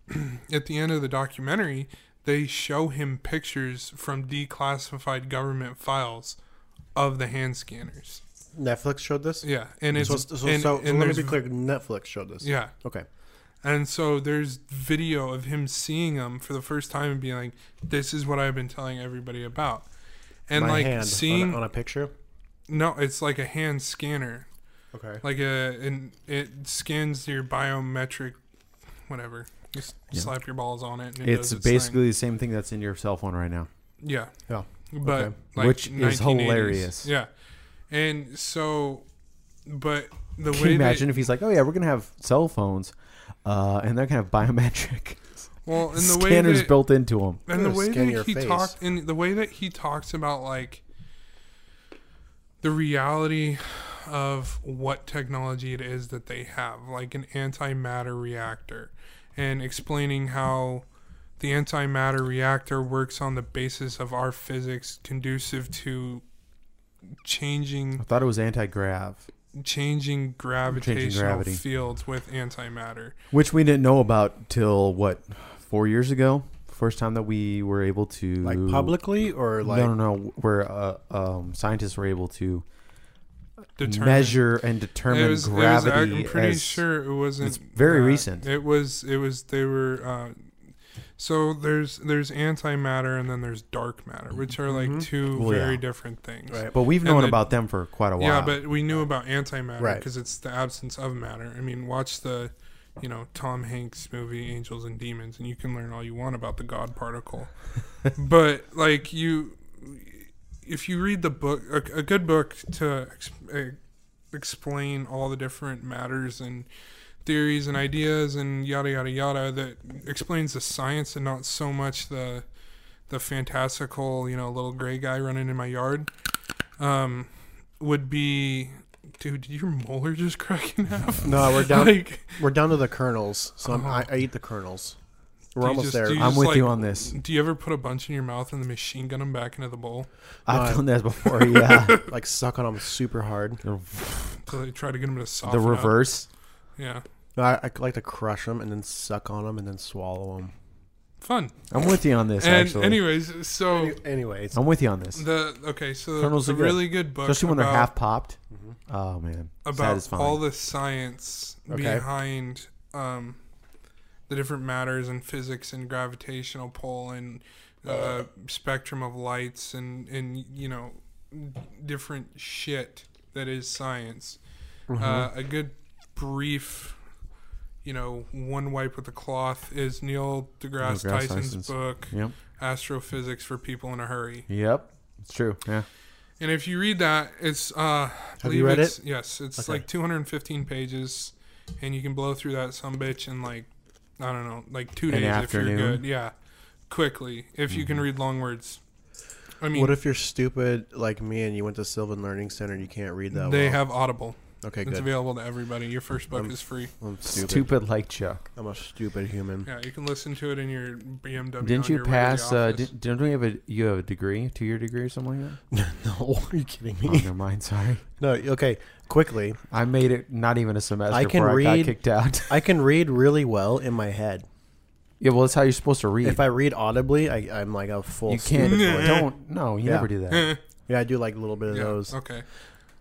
S4: then at the end of the documentary, they show him pictures from declassified government files of the hand scanners.
S3: Netflix showed this.
S4: Yeah. And it's.
S3: so, so, so,
S4: and,
S3: so
S4: and
S3: let me
S4: there's-
S3: be clear. Netflix showed this.
S4: Yeah.
S3: Okay.
S4: And so there's video of him seeing them for the first time and being like, this is what I've been telling everybody about. And
S3: My
S4: like
S3: hand
S4: seeing,
S3: on a, on a picture.
S4: no, it's like a hand scanner.
S3: Okay.
S4: like a and it scans your biometric whatever just
S2: Yeah.
S4: slap your balls on it and it
S2: it's
S4: does its
S2: basically the same thing that's in your cell phone right now.
S4: thing. yeah
S3: Yeah.
S4: but
S3: Okay.
S4: like
S2: Which is
S4: 1980s.
S2: hilarious.
S4: yeah and so but the
S2: Can
S4: way
S2: you
S4: they-
S2: imagine if he's like, "Oh yeah, we're gonna have cell phones, uh, and they're gonna have biometric
S4: well and the way
S2: scanners
S4: that,
S2: built into them."
S4: and the
S3: Yeah,
S4: way
S3: scan your
S4: that he
S3: face.
S4: talked and the way that he talks about like the reality of what technology it is that they have like an antimatter reactor and explaining how the antimatter reactor works on the basis of our physics conducive to
S2: I
S4: changing
S2: thought it was anti-grav,
S4: changing gravitational
S2: gravity.
S4: fields with antimatter
S2: which we didn't know about till what four years ago. First time that we were able to
S3: Like publicly or like
S2: no, no, no. Where uh, um, scientists were able to
S4: determine.
S2: measure and
S4: It
S2: determine
S4: was, it was-
S2: gravity.
S4: I'm pretty
S2: as-
S4: sure it wasn't.
S2: it's very
S4: that.
S2: recent.
S4: It was. It was. They were. Uh, so there's there's antimatter and then there's dark matter, which are like two
S2: Mm-hmm. Well,
S4: very
S2: yeah.
S4: different things.
S3: Right.
S2: But we've
S4: and
S2: known
S4: the-
S2: about them for quite a while.
S4: Yeah, but we knew about antimatter
S3: Right.
S4: because it's the absence of matter. I mean, watch the, you know, Tom Hanks movie Angels and Demons, and you can learn all you want about the God particle. but like you, if you read the book, a, a good book to ex- eh, explain all the different matters and theories and ideas and yada yada yada that explains the science and not so much the the fantastical, you know, little gray guy running in my yard. Um, would be, dude. Did your molar just crack in half?
S3: No, we're down.
S4: like,
S3: we're down to the kernels. So I'm,
S4: Oh.
S3: I, I eat the kernels.
S4: Do
S3: We're
S4: you
S3: almost
S4: just-
S3: there.
S4: do you-
S2: I'm
S4: just
S2: with
S4: like-
S2: you on this.
S4: do you ever put a bunch in your mouth and the machine gun them back into the bowl
S2: I've done that before. Yeah,
S3: like suck on them super hard.
S4: to like, try to get them to soften
S2: the
S4: up?
S2: reverse.
S4: Yeah,
S3: No, I, I like to crush them and then suck on them and then swallow them.
S4: fun.
S2: I'm with you on this.
S4: and
S2: actually,
S4: anyways, so
S3: Anyways,
S2: I'm with you on this.
S4: the okay, so
S2: Kernels
S4: a
S2: are good.
S4: really good book,
S2: Especially when they're
S4: about-
S2: half popped.
S3: Mm-hmm.
S2: Oh man,
S4: about
S2: satisfying.
S4: all the science
S3: Okay.
S4: behind um, the different matters and physics and gravitational pull and uh, spectrum of lights and and you know different shit that is science.
S2: Mm-hmm.
S4: Uh, a good brief, you know, one wipe with a cloth is Neil deGrasse,
S2: deGrasse
S4: Tyson's,
S2: Tyson's.
S4: book,
S2: Yep.
S4: Astrophysics for People in a Hurry.
S2: Yep. It's true. Yeah.
S4: And if you read that, it's uh
S3: you
S4: believe
S3: read
S4: it's, Yes, it's
S3: Okay.
S4: like 215 pages and you can blow through that some bitch in like I don't know, like 2
S2: An
S4: days if you're
S2: afternoon?
S4: good. Yeah. Quickly if you can read long words. I mean,
S3: Mm-hmm. what if you're stupid like me and you went to Sylvan Learning Center and you can't read that?
S4: they
S3: well?
S4: have Audible.
S3: Okay,
S4: It's
S3: good.
S4: available to everybody. Your first book
S3: Um,
S4: is free.
S3: I'm
S2: Stupid.
S3: stupid.
S2: like Chuck.
S3: I'm a stupid human.
S4: Yeah, you can listen to it in your BMW.
S2: Didn't
S4: on
S2: you
S4: your way to the
S2: pass? Uh,
S4: office.
S2: didn't, didn't we have a you have a degree, two year degree or something like that?
S3: no, are you kidding
S2: oh,
S3: me?
S2: never mind. Sorry,
S3: no. Okay, quickly.
S2: I made it not even a semester.
S3: I can
S2: before I got
S3: read-
S2: kicked out.
S3: I can read really well in my head.
S2: yeah, well, that's how you're supposed to read.
S3: If I read audibly, I, I'm like a full.
S2: you can't.
S3: stupid boy.
S2: don't. No, you
S3: Yeah.
S2: never do that.
S3: Yeah, I do like a little bit of
S4: yeah,
S3: those.
S4: okay.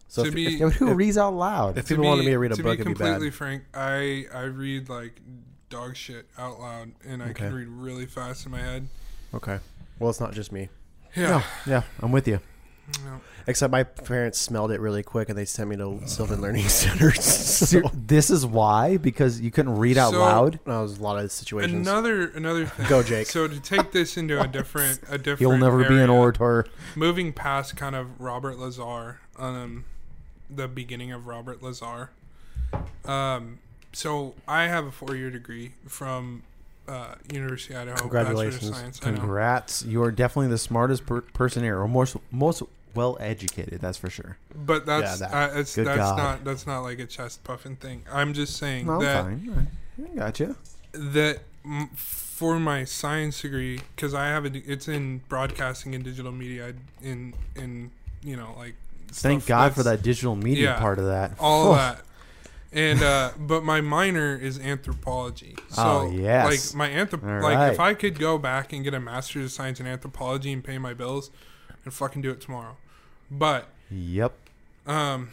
S3: So
S4: to
S3: if,
S4: be-
S3: if-
S2: Yeah, but who
S3: if-
S2: reads out loud?
S3: if people wanted me to read a book,
S4: be
S3: it'd be
S4: completely
S3: bad.
S4: frank, I I read like dog shit out loud, and I can
S3: Okay.
S4: read really fast in my head.
S3: Okay. Well, it's not just me.
S4: Yeah,
S2: yeah, I'm with you.
S4: No.
S3: Except my parents smelled it really quick and they sent me to Sylvan Learning Center. So
S2: Ser- this is why because you couldn't read out
S4: So-
S2: loud.
S3: that was a lot of situations.
S4: another another thing.
S3: Go, Jake.
S4: So to take this into a different a different
S2: You'll never be
S4: area,
S2: an orator.
S4: Moving past kind of Robert Lazar, um, the beginning of Robert Lazar. Um, so I have a four year degree from uh, University of Idaho. Bachelor
S3: Congratulations.
S4: of Science. I know.
S2: Congrats! You are definitely the smartest per- person here, or most most well educated. That's for sure.
S4: But that's
S3: that-
S4: uh, it's,
S2: good
S4: that's
S2: God.
S4: not that's not like a chest puffing thing. I'm just saying
S2: No, I'm
S4: that
S2: fine. I gotcha.
S4: that m- for my science degree because I have a d- it's in broadcasting and digital media in in you know like
S2: Thank
S4: stuff
S2: God for
S4: that's-
S2: that digital media
S4: yeah,
S2: part of that.
S4: all
S2: Oh,
S4: that and uh but my minor is anthropology so
S2: Oh, yes.
S4: like my anthrop
S2: All
S4: like if
S2: right.
S4: I could go back and get a master's of science in anthropology and pay my bills and fucking do it tomorrow but
S2: Yep.
S4: um,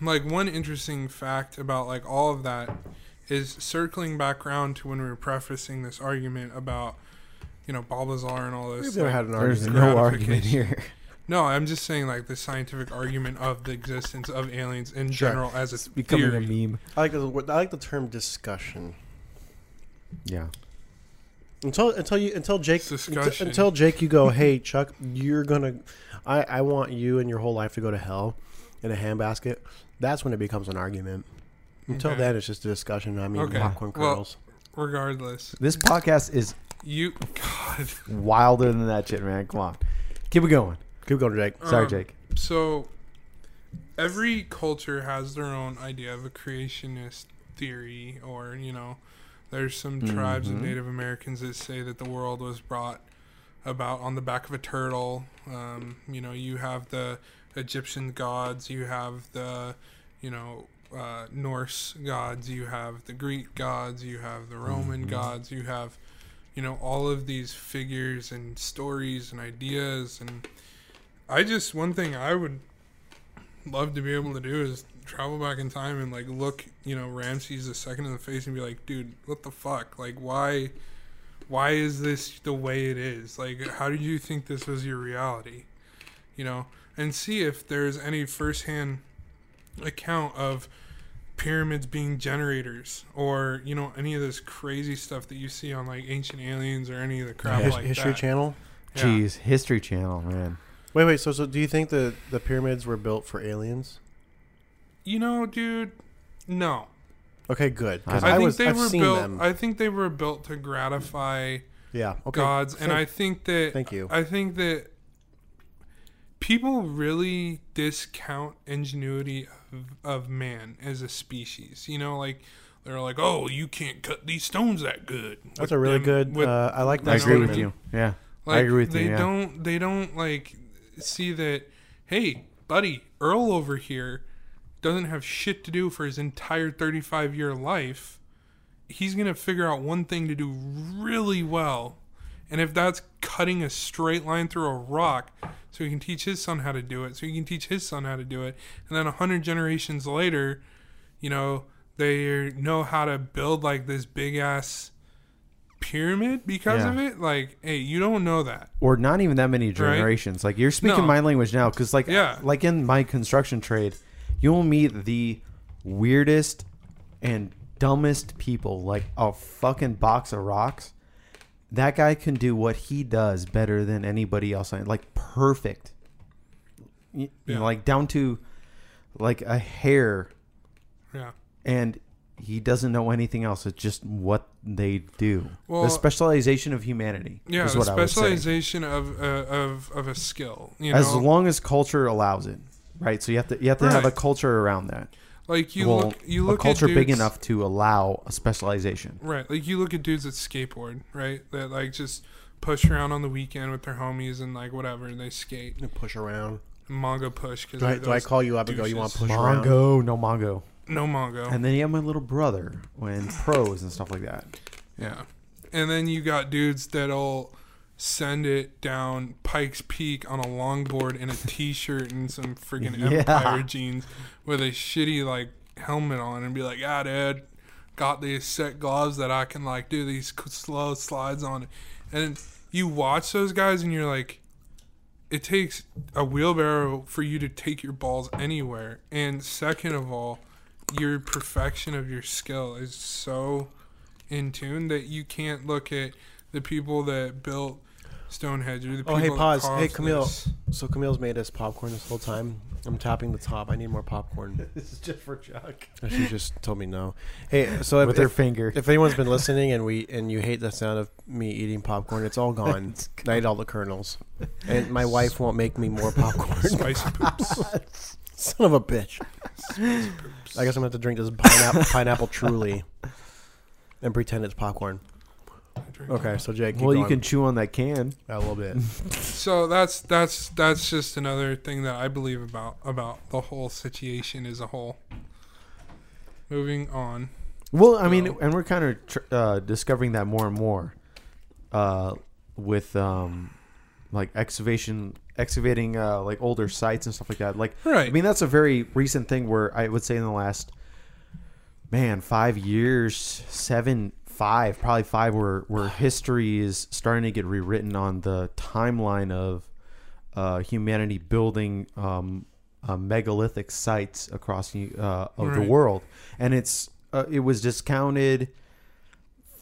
S4: like one interesting fact about like all of that is circling back around to when we were prefacing this argument about you know Balbazar and all this.
S3: We've never
S4: like-
S3: had an
S2: There's
S3: argument.
S2: no
S4: gratification.
S2: argument here.
S4: no, I'm just saying like the scientific argument of the existence of aliens in
S3: Sure.
S4: general as a
S2: Becoming
S4: theory.
S2: a meme.
S3: I like, the, I like the term discussion.
S2: Yeah.
S3: Until until you until Jake
S4: It's discussion.
S3: until Jake you go, hey Chuck, you're gonna, I I want you and your whole life to go to hell in a handbasket. That's when it becomes an argument. Until
S4: Okay.
S3: then, it's just a discussion. I mean,
S4: Okay.
S3: popcorn
S4: Well-
S3: kernels.
S4: Regardless,
S2: This podcast is
S4: you God.
S2: wilder than that shit, man. Come on. Keep it going.
S3: Keep going, Jake.
S2: Sorry,
S4: Um,
S2: Jake.
S4: So every culture has their own idea of a creationist theory or, you know, there's some tribes of
S2: Mhm.
S4: Native Americans that say that the world was brought about on the back of a turtle. Um, you know, you have the Egyptian gods, you have the, you know, uh, Norse gods, you have the Greek gods, you have the Roman gods, you have, you know, all of these figures and stories and ideas. And I just, one thing I would love to be able to do is travel back in time and like look, you know, Ramses the second in the face and be like, dude, what the fuck? Like, why, why is this the way it is? Like, how did you think this was your reality? You know, and see if there's any firsthand account of pyramids being generators or you know any of this crazy stuff that you see on like ancient aliens or any of the crap
S3: His-
S4: like
S3: History
S4: that.
S3: Channel.
S4: Yeah.
S2: Jeez, History Channel, man.
S3: Wait, wait. So, so do you think the the pyramids were built for aliens?
S4: You know, dude, no.
S3: Okay, good. 'cause
S2: I
S4: I, think
S3: was.
S4: they
S3: I've
S4: were
S3: seen
S4: built.
S3: them.
S4: I think they were built to gratify
S3: yeah. Okay.
S4: gods, and I
S3: Thank-
S4: think that.
S3: Thank you.
S4: I think that people really discount ingenuity of, of man as a species. You know, like they're like, "Oh, you can't cut these stones that good."
S3: That's
S4: with
S3: a really
S4: them-
S3: good.
S4: with-
S3: uh, I like that.
S2: I agree
S4: Gentlemen.
S2: with you. Yeah.
S4: like,
S2: I agree with you,
S4: they
S2: yeah.
S4: don't. They don't like see that. Hey, buddy, Earl over here doesn't have shit to do for his entire thirty-five year life. He's gonna figure out one thing to do really well, and if that's cutting a straight line through a rock, so he can teach his son how to do it, so he can teach his son how to do it, and then a hundred generations later, you know, they know how to build like this big ass pyramid because
S2: Yeah.
S4: of it. Like, hey, you don't know that.
S2: Or not even that many generations. Like you're speaking
S4: No.
S2: my language now, because like
S4: Yeah.
S2: like in my construction trade, you'll meet the weirdest and dumbest people. Like a fucking box of rocks. That guy can do what he does better than anybody else. Like perfect. Y- you know,
S4: Yeah.
S2: like down to like a hair
S4: Yeah.
S2: and he doesn't know anything else. It's just what they do.
S4: Well-
S2: the specialization of humanity.
S4: Yeah,
S2: is
S4: the
S2: what I would say.
S4: specialization of, uh, of of a skill. You know,
S2: As long as culture allows it, right? So you have to you have to have a
S4: Right.
S2: culture around that.
S4: like you
S2: well,
S4: look, you look
S2: a culture
S4: at
S2: big
S4: dudes-
S2: enough to allow a specialization.
S4: Right. Like you look at dudes that skateboard, right? That like just push around on the weekend with their homies and like whatever, and they skate.
S3: push around.
S4: Manga push because
S3: Do I, do I call you up and go? You want to push around?
S2: Mongo, no Mongo,
S4: no mongo.
S2: and then you have my little brother and pros and stuff like that.
S4: yeah. And then you got dudes that'll send it down Pike's Peak on a longboard in a t-shirt and some friggin'
S2: Yeah.
S4: Empire jeans with a shitty like helmet on and be like, ah, dude, got these set gloves that I can like do these c- slow slides on. And you watch those guys and you're like, it takes a wheelbarrow for you to take your balls anywhere. And second of all, your perfection of your skill is so in tune that you can't look at the people that built Stonehenge or the people
S3: Oh, hey,
S4: that
S3: pause. Hey,
S4: carved
S3: Camille.
S4: this.
S3: So Camille's made us popcorn this whole time. I'm tapping the top. I need more popcorn.
S2: This is just for Chuck
S3: And she just told me no. Hey, so if,
S2: with her
S3: if,
S2: finger.
S3: if anyone's been listening and we and you hate the sound of me eating popcorn, it's all gone. I ate all the kernels, and my wife won't make me more popcorn.
S4: Spicy poops.
S3: Son of a bitch.
S4: Spicy poops.
S3: I guess I'm gonna have to drink this pineapple, pineapple truly, and pretend it's popcorn. Okay, so Jake, keep
S2: well, you
S3: going.
S2: can chew on that can.
S3: a little bit.
S4: So that's that's that's just another thing that I believe about about the whole situation as a whole. Moving on.
S2: Well, I mean,
S4: No.
S2: and we're kind of tr- uh, discovering that more and more uh, with um, like excavation, excavating uh, like older sites and stuff like that. Like,
S4: Right.
S2: I mean, that's a very recent thing where I would say in the last man five years, seven, five, probably five, where where history is starting to get rewritten on the timeline of uh, humanity building um, uh, megalithic sites across the, uh, of the
S4: Right.
S2: world, and it's uh, it was discounted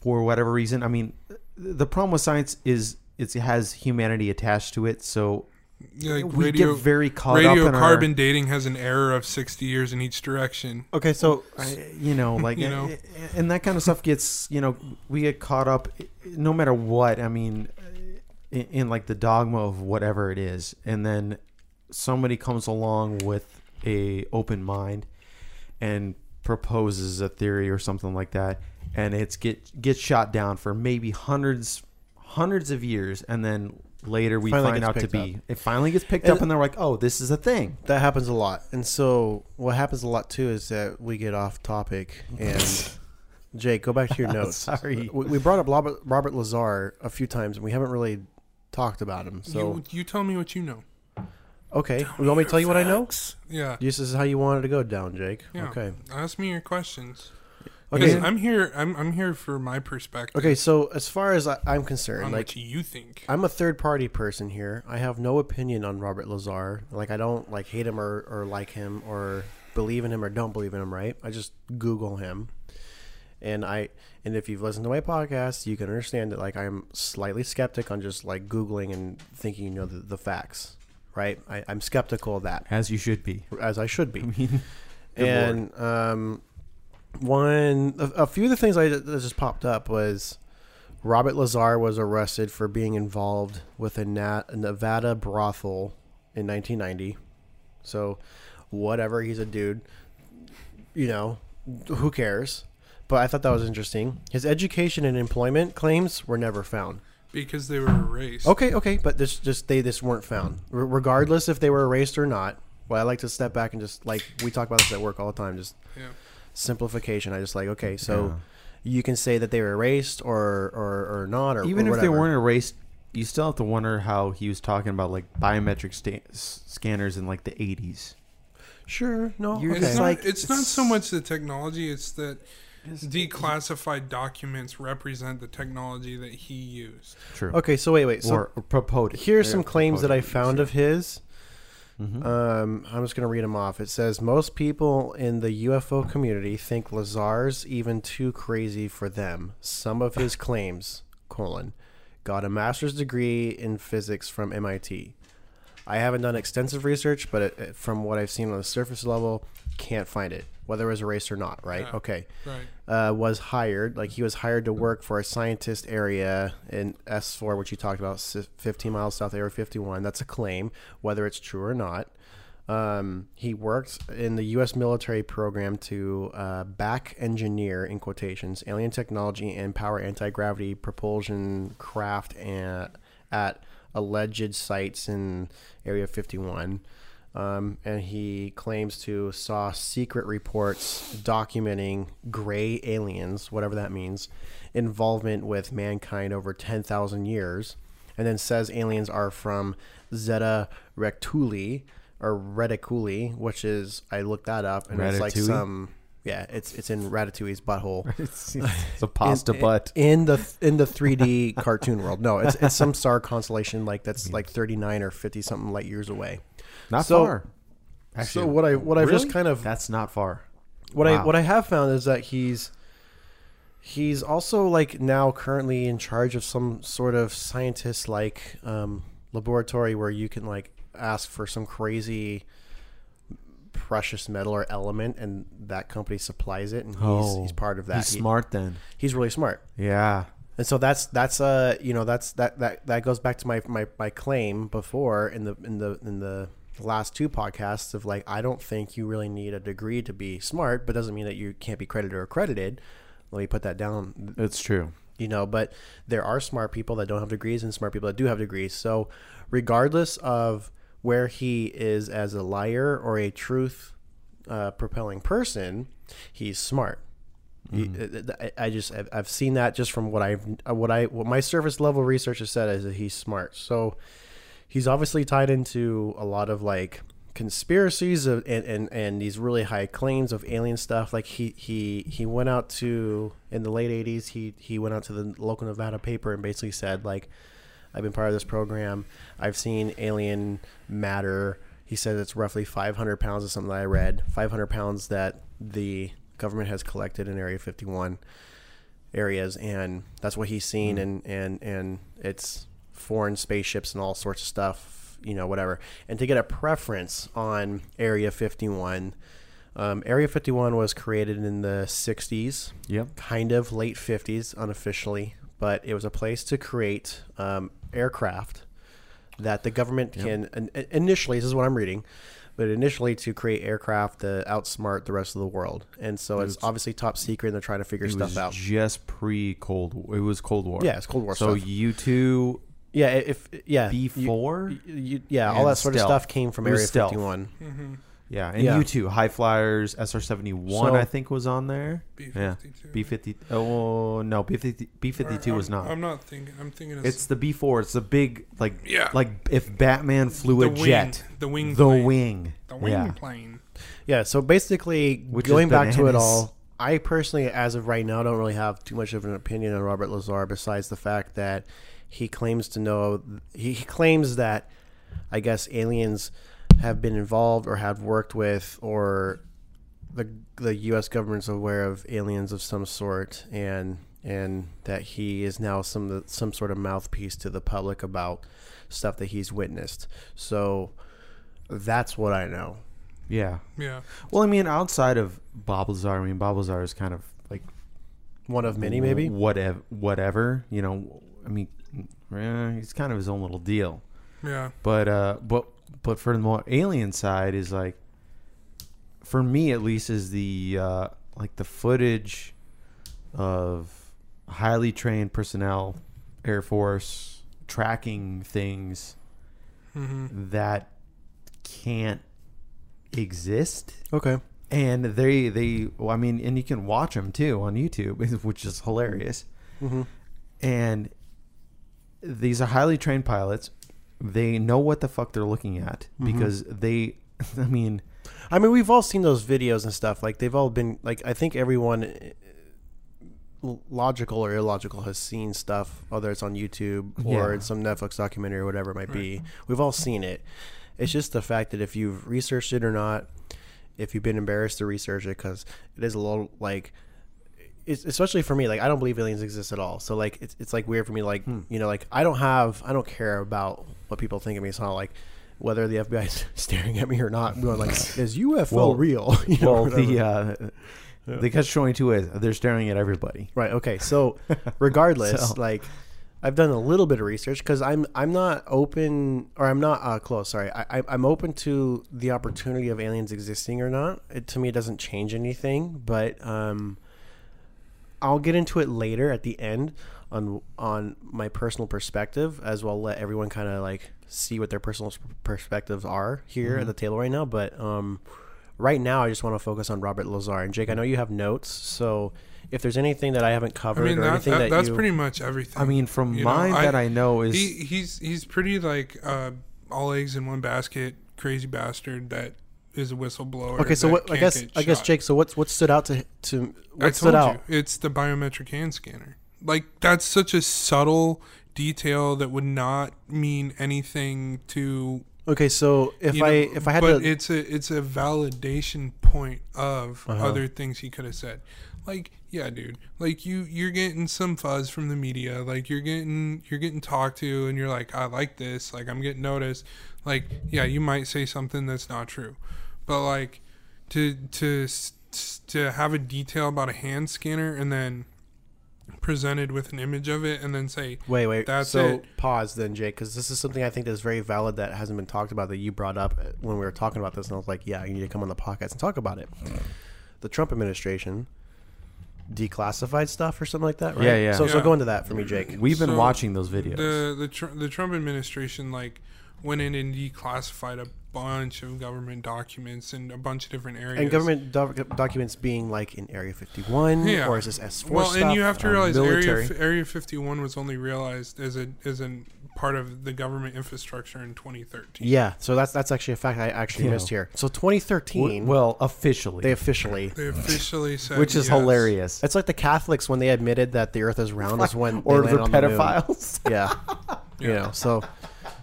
S2: for whatever reason. I mean, th- the problem with science is it's, it has humanity attached to it, so
S4: Yeah, like
S2: we
S4: radio
S2: get very caught up in
S4: radiocarbon
S2: our,
S4: dating has an error of 60 years in each direction.
S3: Okay, so
S2: I- Eh, you know, like, eh,
S4: You know?
S2: and that kind of stuff gets, you know, we get caught up, eh, no matter what. I mean, eh, in, in like the dogma of whatever it is, and then somebody comes along with a open mind and proposes a theory or something like that, and it's get gets shot down for maybe hundreds, hundreds of years, and then later we
S3: Finally
S2: find
S3: gets
S2: out to
S3: picked
S2: be it finally gets picked
S3: And-
S2: up, and they're like, oh, this is a thing.
S3: that happens a lot, and so what happens a lot too is that we get off topic and. Jake, go back to your notes.
S2: Sorry.
S3: we, we brought up Robert, Robert Lazar a few times, and we haven't really talked about him. So
S4: you, you tell me what you know.
S3: Okay. you want me to tell you what I know?
S4: Yeah.
S3: This is how you wanted to go down, Jake.
S4: Yeah.
S3: Okay.
S4: Ask me your questions. 'Cause
S3: Okay.
S4: I'm here. I'm I'm here for my perspective.
S3: Okay. So as far as I, I'm concerned,
S4: On
S3: like
S4: what you think.
S3: I'm a third party person here. I have no opinion on Robert Lazar. Like I don't like hate him or, or like him or believe in him or don't believe in him, right? I just Google him. And I and if you've listened to my podcast, you can understand that like I'm slightly skeptic on just like Googling and thinking you know the, the facts. Right? I, I'm skeptical of that.
S2: as you should be.
S3: As I should be.
S2: mean,
S3: and um one a, a few of the things I that just popped up was Robert Lazar was arrested for being involved with a Nat, a Nevada brothel in 1990. So, whatever, he's a dude. You know, who cares? But I thought that was interesting. His education and employment claims were never found.
S4: Because they were erased.
S3: Okay, okay, but this just they just weren't found, R- regardless if they were erased or not. Well, I like to step back and just like we talk about this at work all the time. Just
S4: Yeah.
S3: simplification. I just like okay, so you can say that they were erased or or, or not, or
S2: even
S3: or
S2: if they
S3: whatever.
S2: weren't erased, you still have to wonder how he was talking about like biometric sta- s- scanners in like the 80s.
S3: Sure, no,
S2: You're
S3: okay.
S4: It's,
S2: It's
S4: not,
S2: like-
S4: it's, not so
S2: it's-
S4: much the technology, it's that declassified documents represent the technology that he used.
S2: True.
S3: okay. So wait, wait. So
S2: or, or promoted.
S3: here's
S2: Yeah,
S3: some claims that I
S2: promoted.
S3: found of his.
S2: Mhm.
S3: Um, I'm just gonna read them off. It says most people in the UFO community think Lazar's even too crazy for them. Some of his claims: colon, got a master's degree in physics from MIT. I haven't done extensive research, but it, it- from what I've seen on the surface level, can't find it, whether it was erased or not. Right?
S4: Yeah.
S3: Okay.
S4: Right.
S3: uh, was hired. Like he was hired to work for a scientist area in S4, which you talked about, si- 15 miles south of Area 51. That's a claim, whether it's true or not. Um, he worked in the U.S. military program to uh, back engineer, in quotations, alien technology and power anti gravity propulsion craft and, at alleged sites in Area 51. Um, and he claims to saw secret reports documenting gray aliens, whatever that means, involvement with mankind over 10,000 years, and then says aliens are from Zeta Rectuli or Reticuli, which is I looked that up and it's like
S2: Ratatouille?
S3: some yeah, it's it's in Ratatouille's butthole
S2: it's, it's a pasta
S3: in,
S2: butt.
S3: in the in the 3D cartoon world. No, it's, it's some star constellation like that's like 39 or 50 something light years away.
S2: Hmm. Not
S3: so-
S2: far.
S3: so what I what I've just
S2: Really?
S3: kind of
S2: That's not far.
S3: what I
S2: Wow.
S3: what I have found is that he's he's also like now currently in charge of some sort of scientist like um, laboratory where you can like ask for some crazy precious metal or element and that company supplies it and he's,
S2: Oh,
S3: he's part of that
S2: He's
S3: He-
S2: smart then.
S3: he's really smart
S2: Yeah.
S3: and so that's that's uh you know that's that that that goes back to my my, my claim before in the in the in the last two podcasts of like I don't think you really need a degree to be smart, but doesn't mean that you can't be credited or accredited. Let me put that down,
S2: It's true.
S3: you know. But there are smart people that don't have degrees and smart people that do have degrees. So regardless of where he is as a liar or a truth uh, propelling person, he's smart. You- uh, th- I I just I've- I've seen that just from what I what I what my surface level research has said is that he's smart. So he's obviously tied into a lot of like conspiracies of, and, and and these really high claims of alien stuff. Like he he he went out to in the late '80s. He he went out to the local Nevada paper and basically said like, I've been part of this program. I've seen alien matter. He says it's roughly 500 pounds of something that I read. 500 pounds that the government has collected in Area 51 areas, and that's what he's seen. And and and it's foreign spaceships and all sorts of stuff, you know, whatever. And to get a preference on Area 51, um, Area 51 was created in the 60s
S2: Yep.
S3: kind of late 50s unofficially, but it was a place to create um, aircraft that the government can in- in- initially, this is what I'm reading, but initially to create aircraft to outsmart the rest of the world. And so it's obviously top secret and they're trying to figure
S2: It
S3: stuff
S2: was
S3: out.
S2: just pre Cold War. It was Cold War.
S3: Yeah, it's Cold War
S2: So
S3: stuff.
S2: U two
S3: yeah, if yeah, you-
S2: B four.
S3: you- yeah, all
S2: and
S3: that sort
S2: stealth.
S3: of stuff came from
S2: It was
S3: Area
S2: stealth.
S3: 51.
S2: Yeah, and
S3: Yeah.
S2: you too. High Flyers, SR seventy one,
S3: So-
S2: I think was on there. Yeah,
S4: B52.
S2: B fifty. Oh no, B fifty. B fifty two
S4: Or
S2: was
S4: I'm-
S2: not.
S4: I'm not thinking. I'm thinking of
S2: it's the B four. It's the big like
S4: Yeah.
S2: like if Batman flew
S4: the
S2: a jet,
S4: wing. The wing.
S2: the
S4: plane.
S2: wing.
S4: The wing
S2: Yeah.
S4: plane.
S3: Yeah, so basically,
S2: Which is
S3: going back to it
S2: bananas.
S3: all, I personally, as of right now, don't really have too much of an opinion on Robert Lazar besides the fact that he claims to know, he, he claims that, I guess, aliens have been involved or have worked with, or the the U.S. government's aware of aliens of some sort, and and that he is now some some sort of mouthpiece to the public about stuff that he's witnessed. So that's what I know.
S2: Yeah.
S4: Yeah.
S2: Well, I mean, outside of Bob Lazar, I mean, Bob Lazar is kind of like
S3: One of many, maybe.
S2: whatever. Whatever you know. I mean, eh, he's kind of his own little deal.
S4: Yeah.
S2: But uh, but but for the more alien side is like, for me at least, is the uh, like the footage of highly trained personnel, Air Force tracking things
S4: Mm-hmm.
S2: that can't exist
S3: Okay.
S2: and they they well, i mean and you can watch them too on youtube which is hilarious
S3: Mm-hmm.
S2: and these are highly trained pilots they know what the fuck they're looking at
S3: Mm-hmm.
S2: because they i mean
S3: I mean, we've all seen those videos and stuff. Like they've all been like I think everyone eh, logical or illogical has seen stuff whether it's on YouTube or
S2: Yeah.
S3: in some Netflix documentary or whatever it might be. We've all seen it. It's just the fact that if you've researched it or not, if you've been embarrassed to research it cuz it is a little like it's, especially for me like I don't believe aliens exist at all. So like it's it's like weird for me like
S2: Hmm.
S3: you know like I don't have I don't care about what people think of me. It's not like whether the FBI is staring at me or not, I'm going like, is UFO
S2: Well-
S3: real? You know, or
S2: well
S3: whatever.
S2: the uh the catch 22 is they're staring at everybody
S3: Right. Okay. So, regardless,
S2: So-
S3: like, I've done a little bit of research because I'm I'm not open or I'm not uh, close. Sorry, I, I, I'm open to the opportunity of aliens existing or not. It, to me, it doesn't change anything. But um, I'll get into it later at the end on on my personal perspective as well. Let everyone kind of like see what their personal s- perspectives are here
S4: Mm-hmm.
S3: at the table right now. But um, right now, I just want to focus on Robert Lazar and Jake. I know you have notes, so if there's anything that I haven't
S4: I
S3: covered
S4: mean
S3: or
S4: that,
S3: anything
S4: that,
S3: that,
S4: that's
S3: you,
S4: pretty much everything.
S2: i mean from
S4: You know,
S2: mine
S4: I-
S2: that i know is
S4: he he's he's pretty like uh, all eggs in one basket, crazy bastard that is a whistleblower.
S3: Okay, so
S4: that
S3: what, I
S4: can't
S3: guess
S4: get
S3: I guess
S4: shot.
S3: Jake. So what's what stood out to to what
S4: I
S3: stood
S4: told
S3: out?
S4: you, it's the biometric hand scanner. Like that's such a subtle detail that would not mean anything to
S3: Okay, so if
S4: you
S3: I
S4: know,
S3: if I had
S4: but
S3: to,
S4: it's a it's a validation point of
S3: Uh-huh.
S4: other things he could have said like yeah dude like you you're getting some fuzz from the media like you're getting you're getting talked to and you're like i like this like i'm getting noticed like yeah you might say something that's not true but like to to s- s- to have a detail about a hand scanner and then presented with an image of it and then say
S3: wait, wait.
S4: that's
S3: so
S4: it.
S3: pause then, Jake, because this is something I think that's very valid that hasn't been talked about that you brought up when we were talking about this, and I was like, yeah, you need to come on the podcast and talk about it. The Trump administration declassified stuff or something like that, right?
S2: Yeah, yeah.
S3: So, so
S4: Yeah.
S3: go into that for me, Jake.
S2: we've been
S4: so
S2: watching those videos
S4: the the, tr- the Trump administration like went in and declassified a bunch of government documents in a bunch of different areas.
S3: and government doc- documents being like in Area 51,
S4: Yeah.
S3: or is this S4
S4: Well,
S3: stuff?
S4: and you have to
S3: um,
S4: realize
S3: military?
S4: area area fifty one was only realized as a as a part of the government infrastructure in twenty thirteen.
S3: Yeah, so that's that's actually a fact I actually
S2: Yeah.
S3: missed here. So
S2: W-
S3: 2013,
S2: well officially
S3: they officially.
S4: They officially said,
S2: which is
S4: yes.
S2: hilarious
S3: It's like the Catholics when they admitted that the Earth is round. Is when
S2: or
S3: they
S2: they're
S3: landed on the moon.
S2: pedophiles
S3: Yeah, you know. So,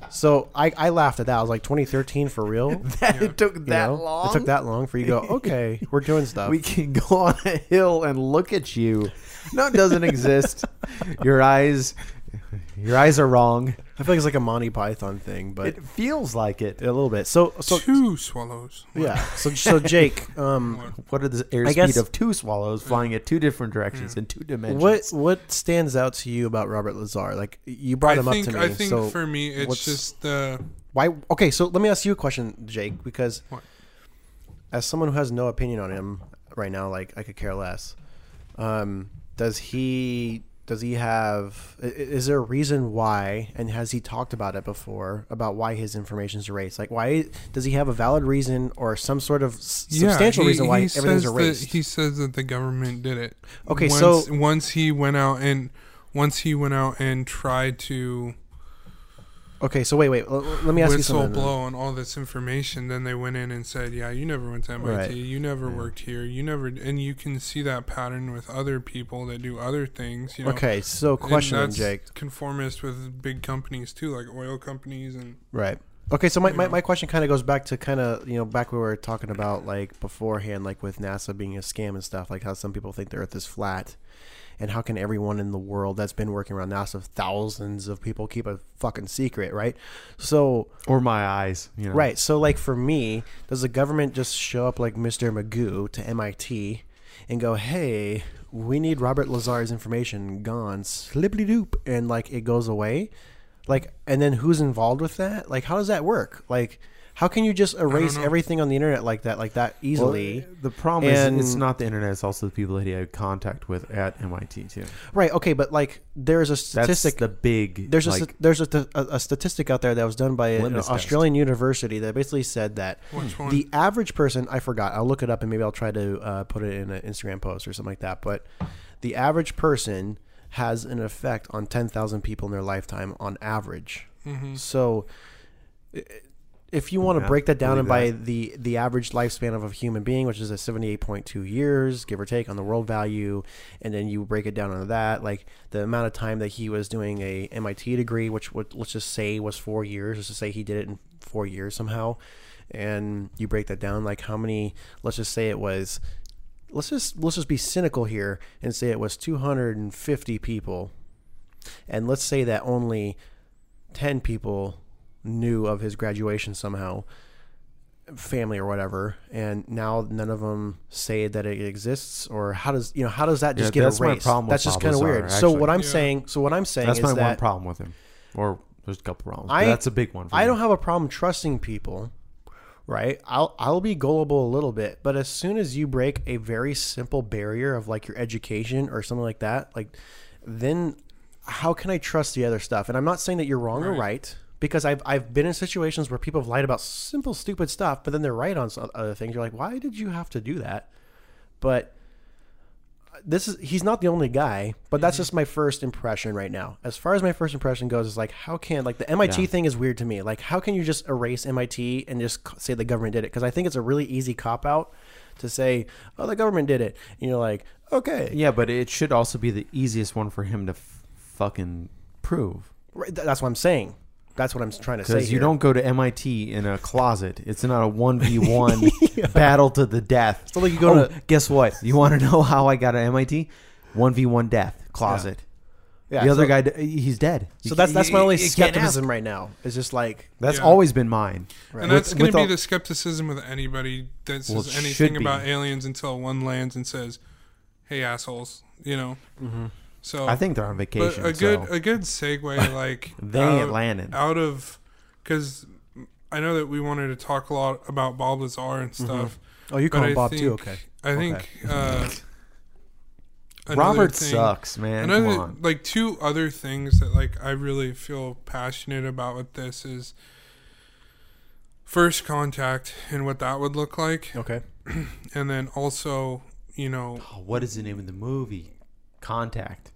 S3: so I, I laughed at that. I was like, 2013 for real?
S2: that it took that
S3: You know?
S2: long
S3: It took that long for you to go. Okay, we're doing stuff.
S2: We can go on a hill and look at you. No, it doesn't exist. Your eyes, your eyes are wrong.
S3: I feel like it's like a Monty Python thing, but
S2: It feels like it.
S3: a little bit. So so
S4: Two swallows.
S3: yeah. So so Jake, um,
S2: What are the
S3: I
S2: airspeed
S3: guess-
S2: of two swallows flying at two different directions in two dimensions?
S3: what what stands out to you about Robert Lazar? Like you brought
S4: I
S3: him
S4: think
S3: up to me.
S4: I think
S3: so
S4: for me it's
S3: what's-
S4: just the
S3: Why? Okay, so let me ask you a question, Jake, because
S4: What?
S3: as someone who has no opinion on him right now, like I could care less. Um, does he does he have? i- i- Is there a reason why? And has he talked about it before about why his information is erased? Like, why does he have a valid reason or some sort of s- substantial
S4: he-
S3: reason why
S4: he
S3: everything's
S4: says that-
S3: erased?
S4: he says that the government did it.
S3: Okay,
S4: once,
S3: so-
S4: once he went out and once he went out and tried to
S3: okay, so wait, wait. l- l- let me ask you
S4: whistle
S3: something.
S4: blow on all this information, then they went in and said, "Yeah, you never went to MIT.
S3: Right.
S4: You never worked here. You never." And you can see that pattern with other people that do other things. You know?
S3: Okay, so
S4: And
S3: question, then,
S4: that's
S3: Jake.
S4: Conformist with big companies too, like oil companies and
S3: Right. Okay, so my, my,
S4: Yeah.
S3: my question kind of goes back to kind of, you know, back we were talking about like beforehand, like with NASA being a scam and stuff, like how some people think the earth is flat. And how can everyone in the world that's been working around NASA, thousands of people, keep a fucking secret, right? So,
S2: or my eyes. You know,
S3: right. So, like for me, does the government just show up like Mr. Magoo to MIT and go, hey, we need Robert Lazar's information gone, slippity doop, and like it goes away? Like, and then who's involved with that? Like, how does that work? Like, how can you just erase
S4: know.
S3: everything on the internet like that, like that
S2: Well,
S3: easily?
S2: the problem is
S3: And-
S2: it's not the internet; it's also the people that he had contact with at MIT too.
S3: right. Okay. But like, there's a
S2: That's
S3: statistic.
S2: the big.
S3: there's a
S2: like,
S3: st- there's a, st- a, a statistic out there that was done by an
S2: Litmus test.
S3: Australian university that basically said that
S4: which one?
S3: the average person i forgot i'll look it up and maybe i'll try to uh, put it in an instagram post or something like that but the average person has an effect on 10000 people in their lifetime on average
S4: Mm-hmm.
S3: so i- if you want to
S2: Yeah,
S3: break that down and
S2: believe
S3: by the the average lifespan of a human being which is at 78.2 years give or take on the world value and then you break it down into that like the amount of time that he was doing a mit degree which would let's just say was four years let's just say he did it in four years somehow and you break that down like how many let's just say it was let's just let's just be cynical here and say it was 250 people and let's say that only 10 people knew of his graduation somehow family or whatever and now none of them say that it exists or how does you know how does that just
S2: Yeah,
S3: get
S2: that's my
S3: erased
S2: problem with
S3: that's just
S2: Bob
S3: kind of
S2: Lazar,
S3: weird so
S2: actually.
S3: what i'm
S4: Yeah.
S3: saying so what i'm saying
S2: that's
S3: is
S2: my
S3: that
S2: one problem with him, or there's a couple problems. but
S3: I-
S2: that's a big one. For
S3: I
S2: me.
S3: don't have a problem trusting people, right? I'll I'll be gullible a little bit, but as soon as you break a very simple barrier of like your education or something like that, like then how can I trust the other stuff? And I'm not saying that you're wrong or right because I've I've been in situations where people have lied about simple stupid stuff, but then they're right on some other things. You're like, why did you have to do that? But this is he's not the only guy, but
S2: Mm-hmm.
S3: that's just my first impression right now. As far as my first impression goes, is like how can like the MIT
S2: Yeah.
S3: thing is weird to me. Like how can you just erase MIT and just c- say the government did it? Because I think it's a really easy cop out to say, oh, the government did it, and you're like, okay,
S2: Yeah, but it should also be the easiest one for him to f- fucking prove
S3: right, th- that's what I'm saying. That's what I'm trying to say.
S2: because you
S3: here.
S2: don't go to MIT in a closet. It's not a one v one battle to the death.
S3: So, like, you go
S2: Oh,
S3: to-
S2: guess what? You want to know how I got an MIT? One v one death closet.
S3: Yeah,
S2: the other
S3: so-
S2: guy, d- he's dead.
S3: So that's that's my only
S2: You can't ask.
S3: skepticism right now. It's just like
S2: That's
S4: Yeah.
S2: always been mine.
S4: And
S2: With-
S4: that's going
S2: with
S4: to be
S2: all-
S4: the skepticism with anybody that says
S2: Well, it should
S4: anything
S2: be.
S4: about aliens until one lands and says, "Hey, assholes," you know. So
S2: I think they're on
S4: but
S2: vacation.
S4: a good
S2: so
S4: a good segue like
S2: they
S4: out,
S2: ain't landing.
S4: out of because I know that we wanted to talk a lot about Bob Lazar and stuff.
S3: oh, you
S4: but
S3: call him
S4: I
S3: Bob
S4: think,
S3: too. Okay,
S4: I think uh, another
S2: Robert
S4: thing-
S2: sucks, man. Come
S4: Another
S2: on.
S4: like two other things that like I really feel passionate about with this is first contact and what that would look like,
S3: okay.
S4: and then also you know
S2: Oh, what is the name of the movie? Contact.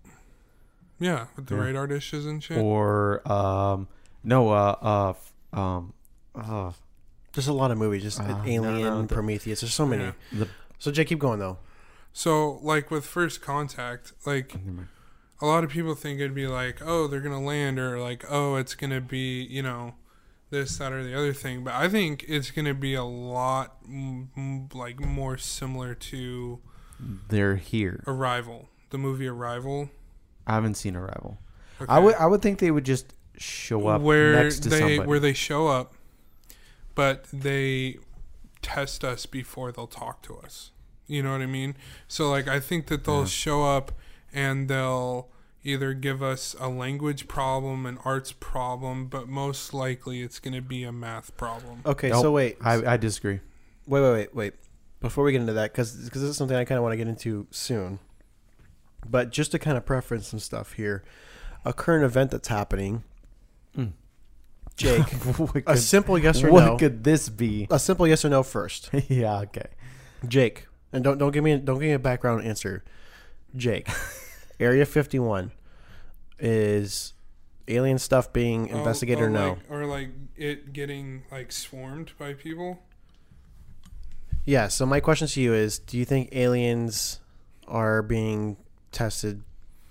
S4: yeah with the
S2: Yeah.
S4: radar dishes and shit.
S2: or um no uh uh f- um uh,
S3: There's a lot of movies, just
S2: no,
S3: Alien,
S2: no, the-
S3: Prometheus. There's so many.
S4: Yeah.
S2: the
S3: So Jake, keep going though.
S4: So like with first contact, like a lot of people think it'd be like oh they're gonna land or like oh it's gonna be you know this that or the other thing, but I think it's gonna be a lot m- m- like more similar to
S2: they're here.
S4: Arrival, the movie Arrival.
S2: I haven't seen Arrival.
S4: Okay.
S2: I would I would think they would just show up
S4: where
S2: next to
S4: they
S2: somebody.
S4: where they show up, but they test us before they'll talk to us. You know what I mean? So like I think that they'll show up and they'll either give us a language problem, an arts problem, but most likely it's going to be a math problem.
S3: Okay,
S2: Nope.
S3: so wait,
S2: I, I disagree.
S3: Wait, wait, wait, wait. Before we get into that, because this is something I kind of want to get into soon. But just to kind of preference some stuff here, a current event that's happening. Jake,
S2: Hmm. what
S3: a
S2: could,
S3: simple yes or
S2: what
S3: no.
S2: could this be?
S3: a simple yes or no first.
S2: yeah, okay.
S3: Jake, and don't don't give me don't give me a background answer. Jake, Area Fifty One is alien stuff being
S4: Oh,
S3: investigated
S4: oh,
S3: or no?
S4: like- or like it getting like swarmed by people.
S3: Yeah. So my question to you is: Do you think aliens are being tested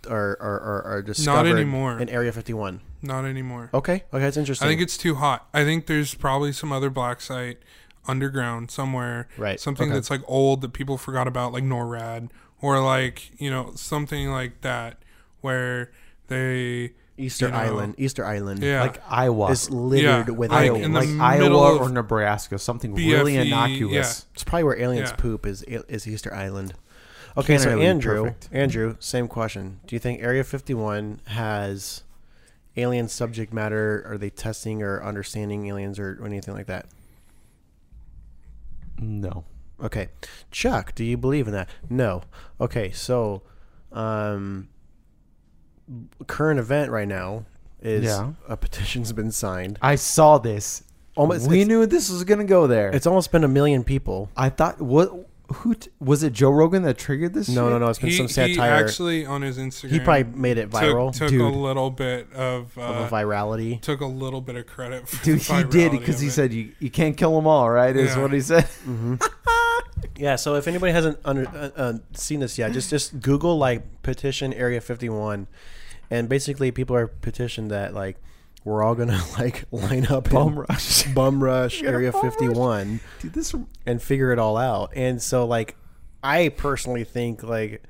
S3: or or, or, or discovered
S4: anymore.
S3: in Area Fifty One?
S4: Not anymore.
S3: Okay. Okay, that's interesting.
S4: I think it's too hot. I think there's probably some other black site underground somewhere.
S3: Right,
S4: Something
S3: okay.
S4: that's like old that people forgot about, like NORAD, or like, you know, something like that where they.
S3: Easter
S4: you know,
S3: Island. Easter Island.
S4: Yeah.
S2: Like Iowa.
S3: Is littered
S4: Yeah,
S3: with
S4: like
S3: aliens.
S4: in the
S2: like
S4: middle
S2: Iowa
S4: of E,
S2: or Nebraska, something really
S4: BFE,
S2: innocuous.
S3: It's probably where aliens
S4: Yeah.
S3: poop is is Easter Island. Okay,
S2: Canada
S3: so
S2: would be
S3: Andrew,
S2: perfect.
S3: Andrew, same question. Do you think Area 51 has alien subject matter? Are they testing or understanding aliens or anything like that?
S2: No.
S3: Okay. Chuck, do you believe in that? No. Okay, so um current event right now is
S2: Yeah.
S3: a petition's been signed.
S2: I saw this.
S3: Almost
S2: we
S3: it's,
S2: knew this was going to go there.
S3: it's almost been a million people.
S2: I thought what who t- was it Joe Rogan that triggered this?
S3: No,
S2: shit?
S3: no, no, it's been
S4: He,
S3: some
S4: he
S3: satire. He,
S4: actually on his Instagram.
S3: probably made it viral.
S4: Took, took a
S2: Dude.
S4: little bit of. Uh,
S3: of a virality.
S4: took a little bit of credit for
S2: Dude,
S4: the
S2: he did
S4: virality
S2: because
S4: of
S2: he
S4: it.
S2: said you, you can't kill them all, right? Is
S4: Yeah.
S2: what he said.
S3: Yeah, so if anybody hasn't under, uh, uh, seen this yet, just just Google like petition Area 51, and basically people are petitioned that like we're all gonna like line up
S2: Bum
S3: in
S2: rush.
S3: bum rush
S2: You're gonna
S3: Area
S2: bum rush?
S3: 51
S2: Dude, this
S3: and figure it all out. And so like I personally think like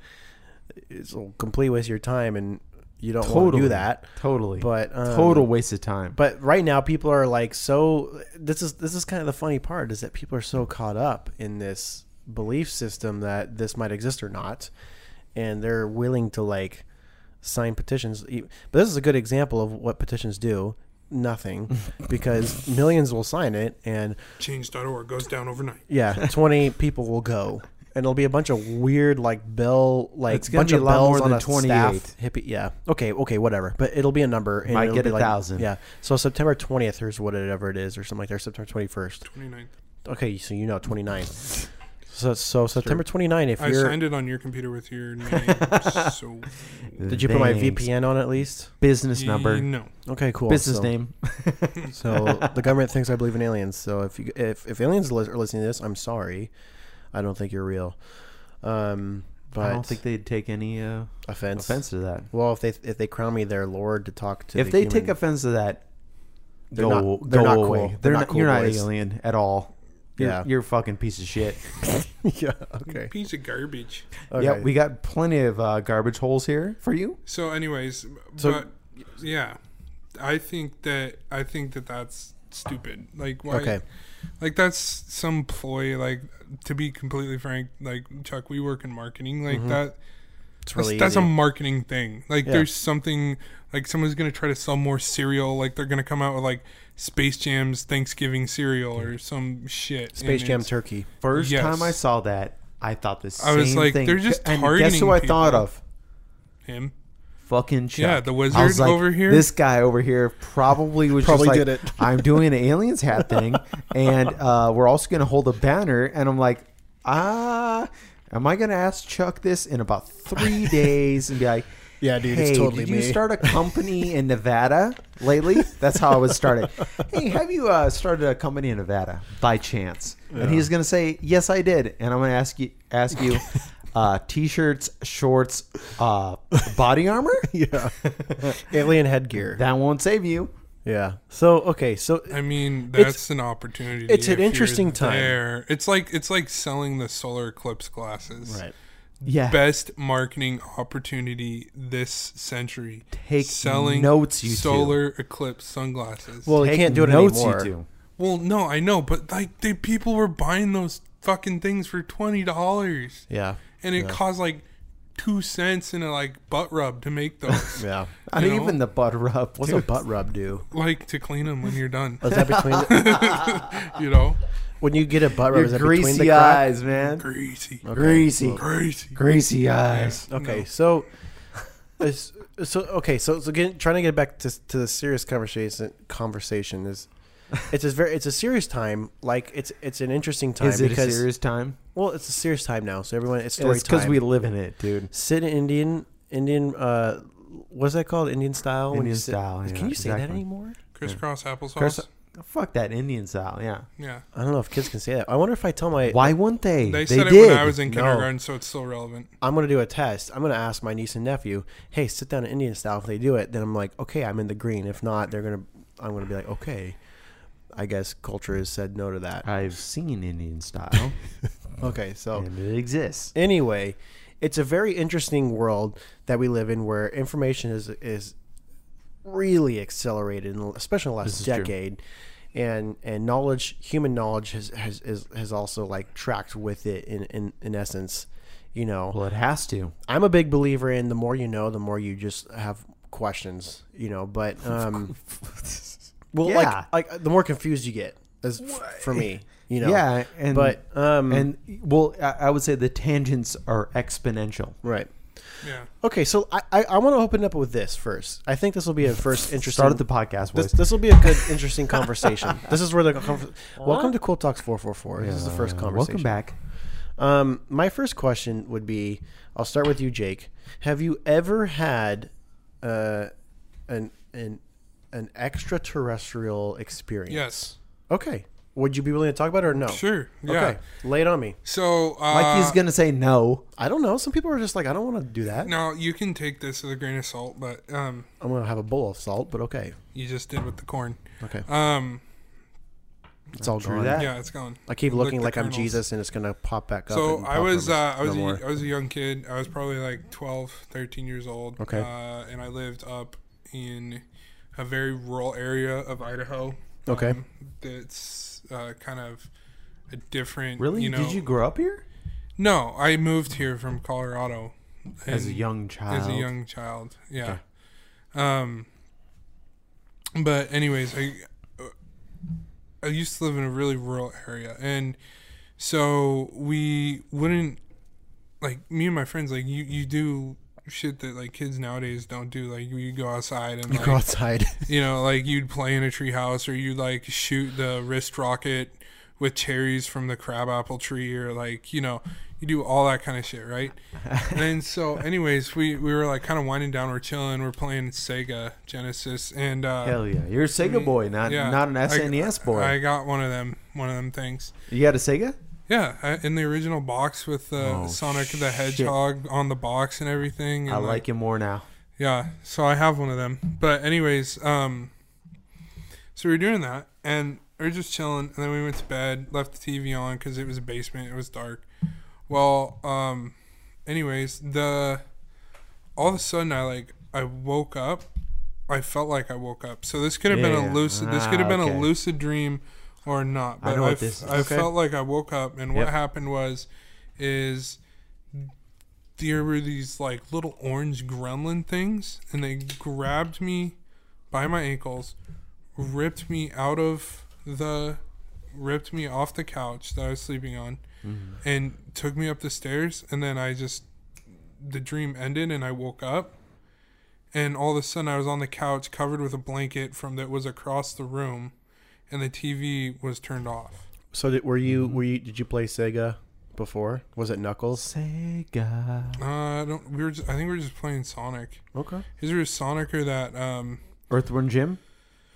S3: it's a complete waste of your time, and you don't want to
S2: Totally.
S3: do that.
S2: totally,
S3: But um,
S2: total waste of time.
S3: But right now, people are like so. This is this is kind of the funny part is that people are so caught up in this belief system that this might exist or not, and they're willing to like sign petitions. E- But this is a good example of what petitions do: nothing, because millions will sign it, and
S4: Change.org goes down overnight.
S3: yeah, twenty people will go, and it'll be a bunch of weird like bell like
S2: It's gonna
S3: bunch
S2: be a
S3: of
S2: lot
S3: bells
S2: more
S3: on
S2: than
S3: a
S2: 28.
S3: staff hippie. Yeah, okay, okay, whatever. But it'll be a number. And
S2: Might
S3: it'll
S2: get
S3: be
S2: a
S3: like-
S2: thousand.
S3: Yeah. So September twentieth or whatever it is, or something like that. or September twenty first.
S4: 29th.
S3: Okay, so you know twenty nine. So so September 29th, If
S4: I
S3: you're
S4: signed it on your computer with your name. so
S3: did you put my
S2: Thanks.
S3: VPN on at least?
S2: business number,
S4: No.
S3: Okay, cool.
S2: business
S3: So-
S2: name?
S3: So the government thinks I believe in aliens. So if you, if if aliens li- are listening to this, I'm sorry. I don't think you're real. Um, but
S2: I don't think they'd take any uh,
S3: offense.
S2: offense to that.
S3: Well, if they if they crown me their lord to talk to,
S2: If
S3: the
S2: they
S3: human-
S2: take offense to that,
S3: They're
S2: go
S3: not- they're
S2: go
S3: not cool.
S2: away.
S3: They're
S2: They're
S3: not
S2: not.
S3: cool
S2: you're
S3: boys.
S2: not alien at all. You're,
S3: Yeah.
S2: you're a fucking piece of shit.
S3: yeah, okay.
S4: Piece of garbage.
S2: Yeah,
S3: Okay.
S2: we got plenty of uh, garbage holes here for you.
S4: So, anyways,
S3: So-
S4: but yeah, I think that I think that that's stupid. Like, why?
S3: Okay.
S4: Like that's some ploy. Like to be completely frank, like Chuck, we work in marketing. Like that.
S3: Mm-hmm. it's
S4: That's,
S3: really
S4: that's a
S3: easy.
S4: marketing thing. Like
S3: Yeah.
S4: there's something like someone's gonna try to sell more cereal. Like they're gonna come out with like Space Jam's Thanksgiving cereal or some shit.
S3: Space
S4: and
S3: Jam
S4: it's-
S3: Turkey.
S2: First
S4: Yes.
S2: time I saw that, I thought the same
S4: I was like,
S2: thing.
S4: they're just
S2: and guess
S4: targeting
S2: who I thought
S4: people.
S2: of?
S4: him.
S2: Fucking Chuck.
S4: Yeah, the
S2: I was
S4: wizard
S2: like,
S4: over here.
S2: This guy over here probably was
S3: Probably
S2: just like,
S3: did it.
S2: I'm doing an aliens hat thing, and uh, we're also gonna hold a banner. And I'm like, ah, am I gonna ask Chuck this in about three days and be like,
S3: Yeah, dude,
S2: hey,
S3: it's totally
S2: did
S3: me.
S2: you start a company in Nevada lately? That's how I would start it. Hey, have you uh, started a company in Nevada by chance? And he's gonna say, yes, I did. And I'm gonna ask you, ask you. Uh, t-shirts, shorts, uh, body armor.
S3: Yeah, alien headgear.
S2: That won't save you.
S3: yeah. So okay, so
S4: I mean,
S3: It's-
S4: that's an opportunity.
S3: it's an
S4: if you're
S3: interesting time.
S4: There, it's like it's like selling the solar eclipse glasses.
S3: right.
S2: Yeah.
S4: Best marketing opportunity this century.
S2: Take
S4: selling
S2: notes, you two.
S4: solar eclipse sunglasses. Well,
S3: Well, you
S2: Take
S3: can't do it
S2: notes,
S3: anymore.
S2: You two.
S4: no, I know, but like the people were buying those fucking things for twenty dollars,
S3: Yeah,
S4: and it cost like two cents in a like butt rub to make those.
S3: yeah.
S2: Not
S4: You know?
S2: even the butt rub.
S3: What's a
S2: dude.
S3: butt rub do?
S4: Like to clean them when you're done,
S3: Is that between?
S4: you know.
S3: When you get a butt rub,
S2: Your
S3: is it between the
S2: greasy
S3: crack?
S2: eyes, man.
S4: Greasy.
S2: Greasy,
S4: Greasy.
S2: greasy eyes.
S3: Okay,
S4: No.
S3: so, it's- so okay, so so getting, trying to get back to to the serious conversation conversation is, it's a very it's a serious time. Like it's it's an interesting time
S2: Is it a
S3: because
S2: serious time?
S3: well, it's a serious time now. So everyone, it's story
S2: It's because
S3: time.
S2: we live in it, dude.
S3: sit in Indian Indian. uh What's that called? Indian style. when you
S2: Indian
S3: sit-
S2: style, yeah,
S3: Can you say that
S2: exactly.
S3: anymore?
S4: Crisscross applesauce.
S2: Chris- fuck that Indian style. Yeah.
S4: yeah.
S3: I don't know if kids can say that. I wonder if I tell my
S2: Why wouldn't they?
S4: They,
S2: They,
S4: said
S2: did.
S4: it when I was in
S3: No.
S4: kindergarten, so it's still relevant.
S3: I'm gonna do a test. I'm gonna ask my niece and nephew, "Hey, sit down in Indian style." If they do it, then I'm like, "Okay, I'm in the green." If not, they're gonna, I'm gonna be like, "Okay, I guess culture has said no to that."
S2: I've seen Indian style,
S3: Okay, so
S2: and it exists.
S3: anyway, it's a very interesting world that we live in, where information is is really accelerated, in the- especially in the
S2: This
S3: last
S2: is true.
S3: decade, and and knowledge, human knowledge has has is, has also like tracked with it in in, in essence. You know,
S2: Well, it has to.
S3: I'm a big believer in the more you know, the more you just have questions, you know. But um, well,
S2: Yeah.
S3: like like the more confused you get, as f- for me, you know.
S2: Yeah, and
S3: but um,
S2: and well, I, I would say the tangents are exponential.
S3: right.
S4: Yeah.
S3: Okay, so I I, I want to open up with this first. I think this will be a first interesting.
S2: Started the podcast
S3: This,
S2: with
S3: this will be a good, interesting conversation. this is where the conver- welcome to Cool Talks four four four. This is the first
S2: Uh,
S3: conversation.
S2: Welcome back.
S3: Um, my first question would be, I'll start with you, Jake. Have you ever had uh, an an an extraterrestrial experience?
S4: Yes.
S3: Okay. Would you be willing to talk about it or no?
S4: Sure. Yeah.
S3: Okay. Lay it on me.
S4: So, uh,
S2: Like he's gonna say no.
S3: I don't know. Some people are just like, I don't want to do that.
S4: now you can take this with a grain of salt, but um,
S3: I'm gonna have a bowl of salt, but okay.
S4: you just did with the corn.
S3: Okay.
S4: Um,
S3: It's all
S2: True
S3: gone.
S2: that.
S4: yeah, it's gone.
S3: I keep
S4: Lick
S3: looking
S4: the
S3: like I'm
S4: kernels.
S3: Jesus, and it's gonna pop back up.
S4: So
S3: and
S4: I
S3: pop
S4: was
S3: up.
S4: uh, I was
S3: No
S4: a,
S3: more.
S4: I was a young kid. I was probably like 12, 13 years old.
S3: Okay.
S4: Uh, and I lived up in a very rural area of Idaho.
S3: Okay.
S4: um, that's uh, kind of a different.
S2: Really?
S4: You know,
S2: Did you grow up here
S4: No, I moved here from Colorado.
S2: as a
S4: and-
S2: young child?
S4: as a young child. Yeah. Um. But anyways, I uh, I used to live in a really rural area, and so we wouldn't like me and my friends like you you do shit that like kids nowadays don't do like you go outside and
S3: You
S4: like,
S3: go outside.
S4: you know, like you'd play in a treehouse or you'd like shoot the wrist rocket with cherries from the crabapple tree or like, you know, you do all that kind of shit, right? and so anyways, we, we were like kind of winding down, we're chilling, we're playing Sega Genesis and uh
S2: Hell yeah! You're a Sega boy, not
S4: yeah,
S2: not an
S4: I-
S2: SNES boy.
S4: I got one of them one of them things.
S2: you got a Sega?
S4: Yeah, I- in the original box with the
S2: Oh,
S4: Sonic the
S2: shit.
S4: Hedgehog on the box and everything.
S2: I
S4: and,
S2: like him more now.
S4: yeah, so I have one of them. But anyways, um so we were doing that and we were just chilling and then we went to bed, left the TV on cuz it was a basement, it was dark. Well, um anyways, the all of a sudden I like I woke up. I felt like I woke up. So this could have been
S2: Yeah.
S4: a lucid this
S2: Ah,
S4: could have been
S2: okay.
S4: a lucid dream or not.
S2: I
S4: But I,
S2: know what
S4: f-
S2: this is.
S4: I
S2: Okay.
S4: felt like I woke up and what
S2: Yep.
S4: happened was is there were these like little orange gremlin things and they grabbed me by my ankles ripped me out of the ripped me off the couch that i was sleeping on
S2: Mm-hmm.
S4: and took me up the stairs and then i just the dream ended and i woke up and all of a sudden i was on the couch covered with a blanket from that was across the room and the tv was turned off
S3: so did, were you?
S4: Mm-hmm.
S3: Were you? Did you play Sega before? Was it Knuckles?
S2: Sega.
S4: uh, i don't we were just, i think we were just playing sonic
S3: Okay.
S4: is there a sonic or that um
S2: Earthworm Jim.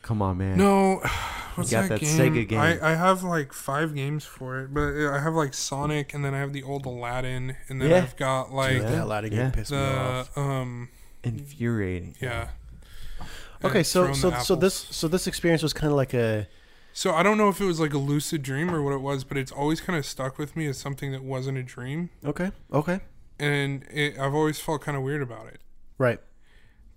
S2: Come on, man.
S4: No, what's
S2: got that
S4: that, game?
S2: Sega game.
S4: I, I have like five games for it, but uh, I have like Sonic, and then I have the old Aladdin, and then
S2: Yeah.
S4: I've got like
S2: Yeah.
S3: That Aladdin game
S2: Yeah.
S3: pissed me
S4: the
S3: off.
S4: um
S2: Infuriating.
S4: yeah.
S3: Okay,
S4: And
S3: so
S4: thrown
S3: so
S4: the
S3: so
S4: apples.
S3: this so this experience was kind of like a
S4: So I don't know if it was like a lucid dream or what it was, but it's always kind of stuck with me as something that wasn't a dream,
S3: okay okay
S4: and it, I've always felt kind of weird about it.
S3: right.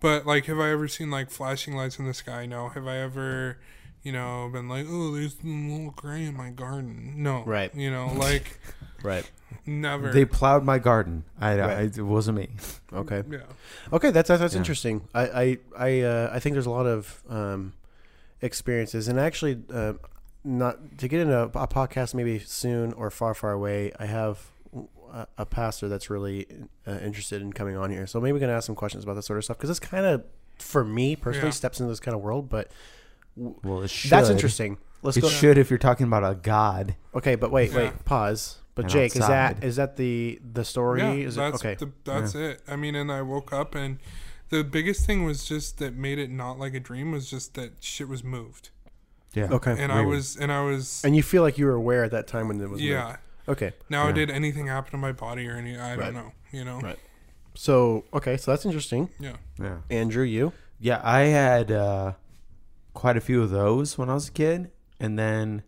S4: But like, have I ever seen like flashing lights in the sky? No. Have I ever, you know, been like, oh, there's a little gray in my garden? No.
S3: Right.
S4: You know, like
S3: Right.
S4: never.
S2: They plowed my garden. I, I
S3: Right.
S2: it wasn't me.
S3: Okay.
S4: yeah.
S3: Okay. That's that's, that's
S2: Yeah.
S3: interesting. I I I, uh, I think there's a lot of um, experiences, and actually, uh, not to get into a, a podcast maybe soon or far far away. I have a, a pastor that's really uh, interested in coming on here, so maybe we can ask some questions about this sort of stuff because it's kind of for me personally
S4: Yeah.
S3: steps into this kind of world, but
S2: Well, it should.
S3: that's interesting. Let's
S2: It
S3: go.
S2: should if you're talking about a god.
S3: Okay, but wait,
S4: Yeah.
S3: wait, pause. But
S2: And
S3: Jake, is
S2: outside.
S3: that is that the the story?
S4: Yeah,
S3: is it,
S4: that's
S3: okay?
S4: the, that's it. I mean, and I woke up, and the biggest thing was just that made it not like a dream was just that shit was moved,
S2: Yeah.
S3: okay.
S4: and
S3: And,
S4: I
S2: Weird.
S4: was, and I was,
S3: you feel like you were aware at that time when it was
S4: yeah.
S3: moved. Okay.
S4: Now,
S2: Yeah.
S4: did anything happen to my body or any? I
S3: Right.
S4: don't know. You know.
S3: Right. So okay, so that's interesting.
S4: Yeah.
S2: Yeah.
S3: Andrew, you
S2: Yeah, I had uh, quite a few of those when I was a kid, and then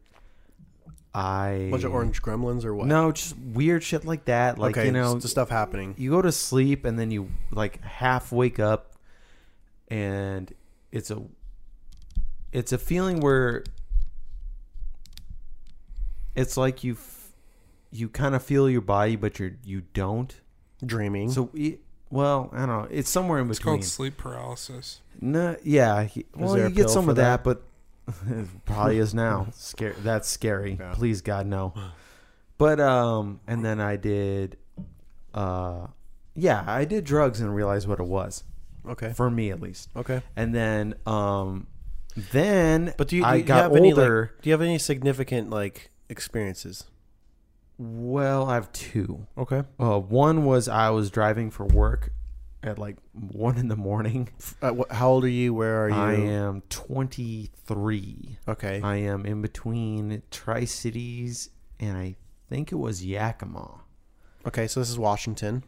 S2: I
S3: bunch of orange gremlins or what?
S2: No, just weird shit like that. Like
S3: okay,
S2: you know,
S3: just the stuff happening.
S2: you go to sleep and then you like half wake up, and it's a it's a feeling where it's like you f- you kind of feel your body, but you you don't.
S3: Dreaming.
S2: So. e well, I don't know. It's somewhere in
S4: It's
S2: between.
S4: called sleep paralysis.
S2: No, yeah. He, well,
S3: there
S2: you
S3: a
S2: get
S3: pill
S2: some
S3: for
S2: of that, but it probably is now. Scary. That's scary.
S3: Yeah.
S2: Please, God, no. But um, and then I did, uh, yeah, I did drugs and realized what it was
S3: okay.
S2: for me at least.
S3: Okay.
S2: And then um, then
S3: But do you, do
S2: I
S3: you
S2: got
S3: have
S2: older.
S3: any like, do you have any significant like experiences?
S2: well, I have two.
S3: Okay.
S2: Uh, one was I was driving for work at like one in the morning.
S3: Uh, wh- how old are you? Where are you?
S2: I am twenty three.
S3: Okay.
S2: I am in between Tri Cities and I think it was Yakima.
S3: okay. So this is Washington.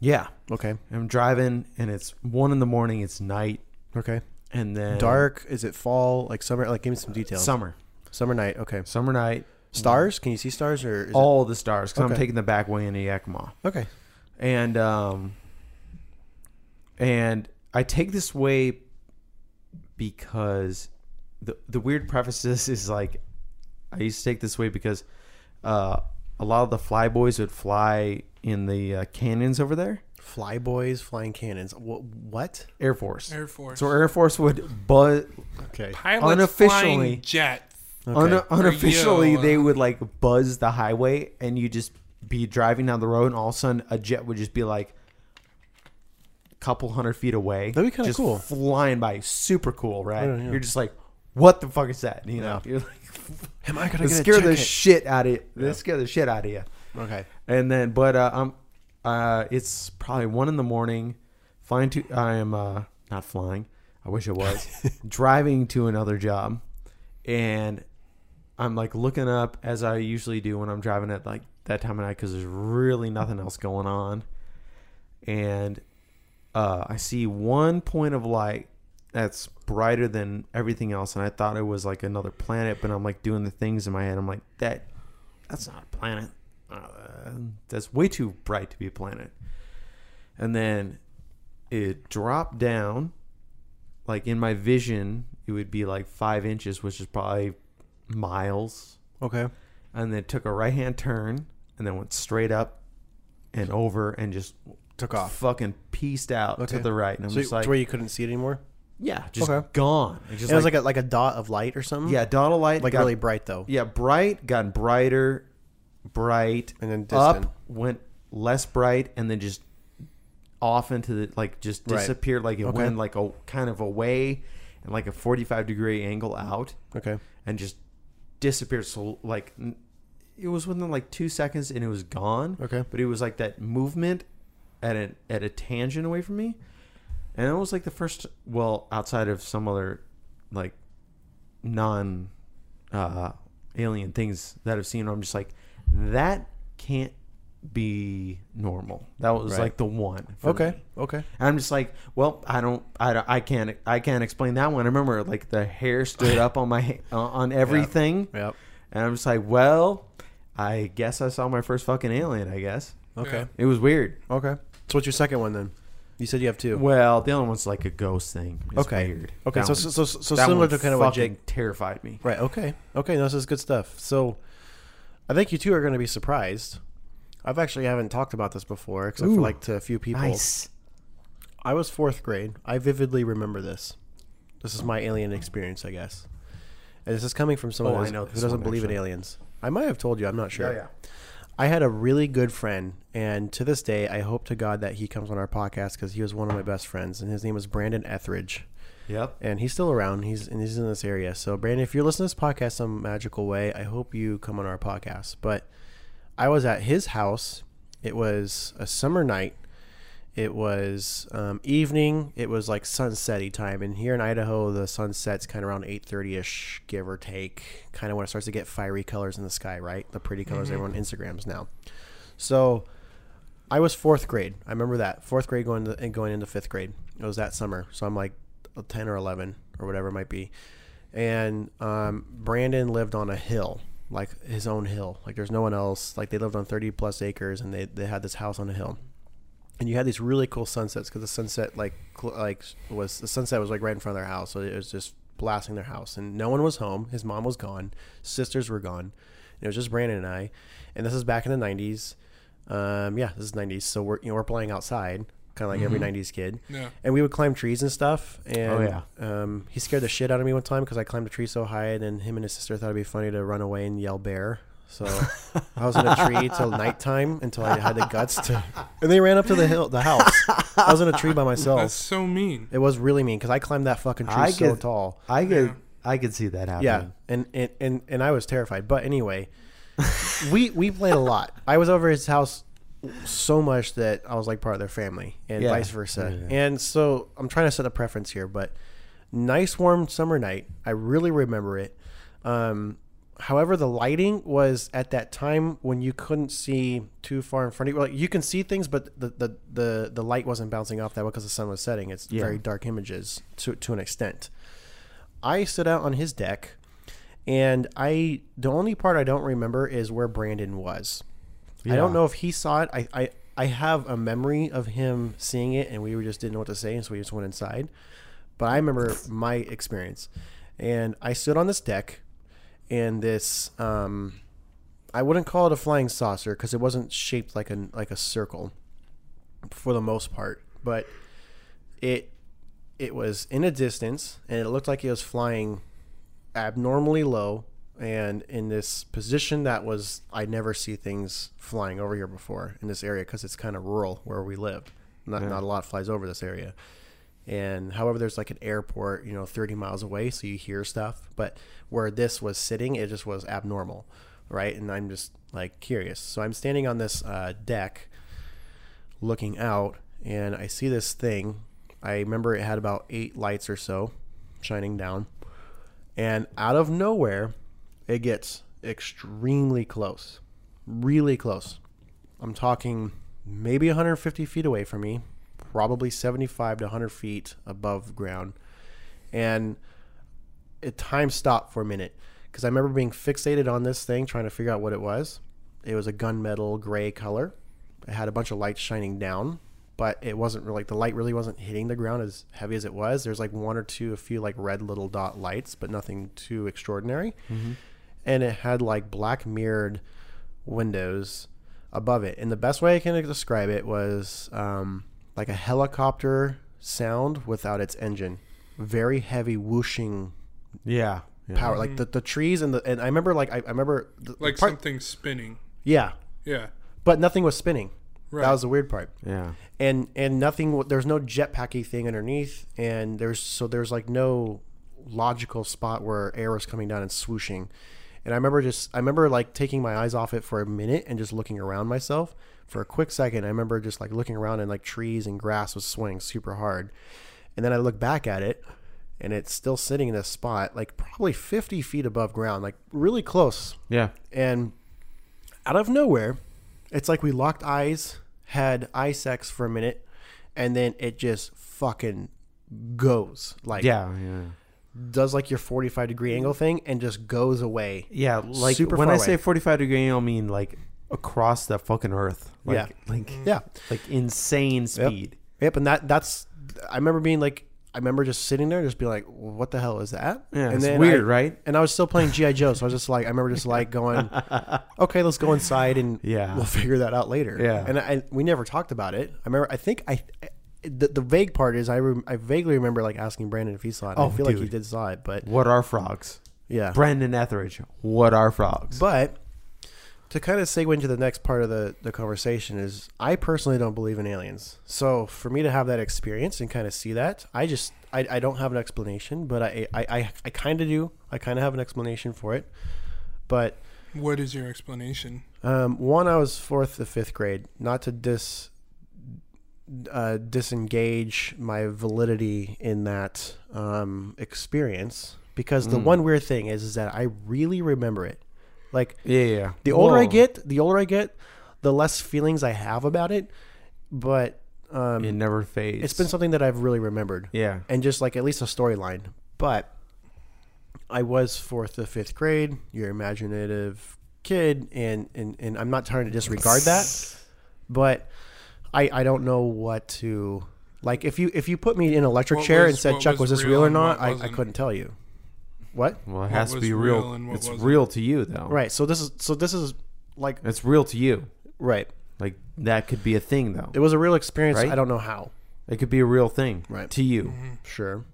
S2: Yeah.
S3: Okay.
S2: I'm driving and it's one in the morning, it's night,
S3: Okay.
S2: and then
S3: Dark. Is it fall? Like summer? Like give me some details.
S2: summer.
S3: Summer night. Okay.
S2: Summer night,
S3: Stars? Can you see stars or? Is it-
S2: all the stars, 'cause I'm
S3: Okay.
S2: taking the back way into Yakima.
S3: okay.
S2: and um and I take this way because the the weird preface to this is like I used to take this way because uh a lot of the flyboys would fly in the uh, canyons over there,
S3: Fly boys, flying cannons. Wh- what?
S2: Air Force.
S4: Air Force.
S2: so Air Force would but
S3: Okay.
S4: Pilots
S2: unofficially-
S4: flying jets.
S2: un- unofficially
S4: you, uh,
S2: they would like buzz the highway and you just be driving down the road and all of a sudden a jet would just be like couple hundred feet away
S3: That'd be kinda
S2: just
S3: cool.
S2: flying by super cool right
S3: Yeah, yeah.
S2: you're just like what the fuck is that you know you're like
S3: Am I gonna
S2: they
S3: get a
S2: scare the
S3: ticket?
S2: shit out of you they scare the shit out of you
S3: okay.
S2: and then but uh, I'm uh it's probably one in the morning flying to I am uh not flying I wish it was driving to another job and I'm like looking up as I usually do when I'm driving at like that time of night because there's really nothing else going on and uh I see one point of light that's brighter than everything else and I thought it was like another planet but I'm like doing the things in my head I'm like that that's not a planet. Uh, that's way too bright to be a planet. And then it dropped down, like in my vision, it would be like five inches, which is probably miles.
S3: Okay.
S2: And then it took a right hand turn and then went straight up and over and just
S3: Took off.
S2: fucking pieced out
S3: Okay.
S2: to the right. And I'm
S3: So
S2: just
S3: to
S2: like,
S3: where you couldn't see it anymore.
S2: yeah, just
S3: Okay.
S2: gone. It's just
S3: it was like a like a dot of light or something.
S2: yeah, Donald Light
S3: Like
S2: got
S3: really bright though.
S2: Yeah, bright got brighter, bright,
S3: And then distant.
S2: up went less bright, and then just off into the like just
S3: Right.
S2: disappeared. Like it
S3: Okay.
S2: went like a kind of away and like a forty-five degree angle out,
S3: Okay.
S2: and just disappeared. So like n- it was within like two seconds, and it was gone.
S3: Okay.
S2: but it was like that movement at an at a tangent away from me, and it was like the first. Well, outside of some other like non uh, alien things that I've seen, where I'm just like, that can't be normal. That was
S3: Right.
S2: like the one. for
S3: Okay.
S2: me.
S3: Okay.
S2: And I'm just like, well, I don't, I, don't, I can't, I can't explain that one. I remember like the hair stood up on my, ha- uh, on everything,
S3: Yep.
S2: and I'm just like, well, I guess I saw my first fucking alien. I guess
S3: Okay.
S2: it was weird.
S3: Okay. So what's your second one then? You said you have two.
S2: Well, the other one's like a ghost thing. It's
S3: okay.
S2: weird.
S3: Okay.
S2: That
S3: So,
S2: one-
S3: so so so
S2: that
S3: similar
S2: one
S3: to kind of what
S2: fucking
S3: Jake.
S2: terrified me.
S3: Right. Okay. Okay. No, this is good stuff. So, I think you two are going to be surprised. I've actually haven't talked about this before, except for
S2: Ooh.
S3: like to a few people.
S2: Nice.
S3: I was fourth grade. I vividly remember this. This is my alien experience, I guess. And this is coming from someone
S2: Oh, I
S3: who's-
S2: know
S3: who
S2: this
S3: doesn't
S2: one,
S3: believe
S2: actually.
S3: in aliens. I might have told you. I'm not sure.
S2: yeah.
S3: I had a really good friend, and to this day, I hope to God that he comes on our podcast because he was one of my best friends, and his name was Brandon Etheridge,
S2: Yep.
S3: and he's still around. He's and he's in this area. So, Brandon, if you're listening to this podcast some magical way, I hope you come on our podcast. But I was at his house. It was a summer night. It was um, evening. It was like sunsetty time, and here in Idaho, the sun sets kind of around eight thirty ish, give or take. Kind of when it starts to get fiery colors in the sky, right? The pretty colors everyone Instagrams now. So, I was fourth grade. I remember that fourth grade going to, and going into fifth grade. It was that summer, so I'm like ten or eleven or whatever it might be. And um, Brandon lived on a hill, like his own hill. Like there's no one else. Like they lived on thirty plus acres, and they they had this house on a hill and you had these really cool sunsets because the sunset like cl- like was the sunset was like right in front of their house, so it was just blasting their house, and no one was home. His mom was gone, sisters were gone, and it was just Brandon and I. And this is back in the '90s. Um, yeah, this is '90s, so we're you know we're playing outside, kind of like every '90s kid.
S4: Yeah.
S3: And we would climb trees and stuff. And
S2: Oh, yeah.
S3: um, he scared the shit out of me one time because I climbed a tree so high, and then him and his sister thought it'd be funny to run away and yell bear. So I was in a tree till nighttime until I had the guts to, and they ran up to the hill, the house. I was in a tree by
S4: That's
S3: myself.
S4: so mean.
S3: It was really mean because I climbed that fucking tree
S2: I
S3: so
S2: get-
S3: tall.
S2: I could I could see that happening.
S3: Yeah, and and and, and I was terrified. But anyway, we we played a lot. I was over his house so much that I was like part of their family, and
S2: Yeah.
S3: vice versa. And so I'm trying to set a preference here, but nice warm summer night. I really remember it. Um, however, the lighting was at that time when you couldn't see too far in front of you. Like you can see things, but the the the, the light wasn't bouncing off that well because the sun was setting. It's very dark images to to an extent. I stood out on his deck, and I the only part I don't remember is where Brandon was. I don't
S2: Yeah.
S3: know if he saw it. I, I I have a memory of him seeing it, and we were just didn't know what to say, and so we just went inside. But I remember my experience, and I stood on this deck, and this um, I wouldn't call it a flying saucer because it wasn't shaped like a like a circle, for the most part, but it it was in a distance and it looked like it was flying abnormally low and in this position that was I never see things flying over here before in this area because it's kind of rural where we live. Not not a lot flies over this area. And however, there's like an airport, you know, 30 miles away, so you hear stuff. But where this was sitting, it just was abnormal, right? And I'm just like curious. So I'm standing on this uh, deck looking out and I see this thing. I remember it had about eight lights or so shining down. And out of nowhere, it gets extremely close. Really close. I'm talking maybe 150 feet away from me, probably 75 to 100 feet above ground. And it time stopped for a minute because I remember being fixated on this thing, trying to figure out what it was. It was a gunmetal gray color. It had a bunch of lights shining down, but it wasn't really like the light really wasn't hitting the ground as heavy as it was. There's like one or two, a few like red little dot lights, but nothing too extraordinary. And it had like black mirrored windows above it. And the best way I can describe it was um, like a helicopter sound without its engine. Very heavy whooshing
S2: Yeah. yeah.
S3: power like the, the trees and the and i remember like i, I remember the,
S4: Mm-hmm. Like
S3: the part,
S4: something spinning.
S3: yeah
S4: Yeah.
S3: but nothing was spinning
S4: Right.
S3: that was the weird part
S2: Yeah.
S3: and and nothing w- there's no jetpacky thing underneath and there's so there's like no logical spot where air was coming down and swooshing and i remember just i remember like taking my eyes off it for a minute and just looking around myself for a quick second i remember just like looking around and like trees and grass was swaying super hard and then i look back at it and it's still sitting in this spot like probably 50 feet above ground like really close
S2: Yeah.
S3: and out of nowhere, it's like we locked eyes, had eye sex for a minute, and then it just fucking goes. Like
S2: Yeah. Yeah.
S3: does like your 45 degree angle thing and just goes away.
S2: Yeah. Like
S3: Super
S2: when
S3: far
S2: I
S3: away.
S2: say forty-five degree, I mean like across the fucking earth. Like,
S3: Yeah.
S2: Like
S3: Yeah.
S2: like insane speed.
S3: Yep, and that that's I remember being like I remember just sitting there and just being like, what the hell is that?
S2: Yeah,
S3: and
S2: it's weird,
S3: I-
S2: right?
S3: And I was still playing G.I. Joe, so I was just like I remember just like going, Okay, let's go inside and
S2: Yeah.
S3: we'll figure that out later.
S2: Yeah.
S3: And I, we never talked about it. I remember I think I the, the vague part is I rem, I vaguely remember like asking Brandon if he saw it. and
S2: Oh,
S3: I feel like he
S2: dude.
S3: did saw it, but
S2: What are frogs?
S3: Yeah.
S2: Brandon Etheridge. What are frogs?
S3: But to kind of segue into the next part of the, the conversation is I personally don't believe in aliens. So for me to have that experience and kind of see that, I just I, I don't have an explanation, but I I, I, I kind of do. I kind of have an explanation for it. But
S4: What is your explanation?
S3: um, one, I was fourth to fifth grade. Not to dis uh, disengage my validity in that um, experience, because the one weird thing is is that I really remember it. Like
S2: yeah, yeah, yeah.
S3: the older I
S2: Whoa.
S3: get, the older I get, the less feelings I have about it. But um,
S2: it never fades.
S3: it's been something that I've really remembered,
S2: yeah.
S3: and just like at least a storyline. But I was fourth to fifth grade. You're imaginative kid, and and and I'm not trying to disregard that, but I I don't know what to like. If you if you put me in an electric
S4: What
S3: chair
S4: was-
S3: and said,
S4: what
S3: Chuck,
S4: was
S3: was, this
S4: real
S3: real or
S4: and what
S3: not? I, I
S4: wasn't?
S3: couldn't tell you. What?
S2: Well, it has to
S4: was
S2: be
S4: real
S2: real.
S4: and what
S2: it's
S4: wasn't.
S2: real to you though.
S3: Right. So this is so this is like
S2: It's real to you.
S3: right.
S2: Like that could be a thing though.
S3: It was a real experience.
S2: Right?
S3: I don't know how.
S2: It could be a real thing.
S3: Right.
S2: To you.
S3: Sure.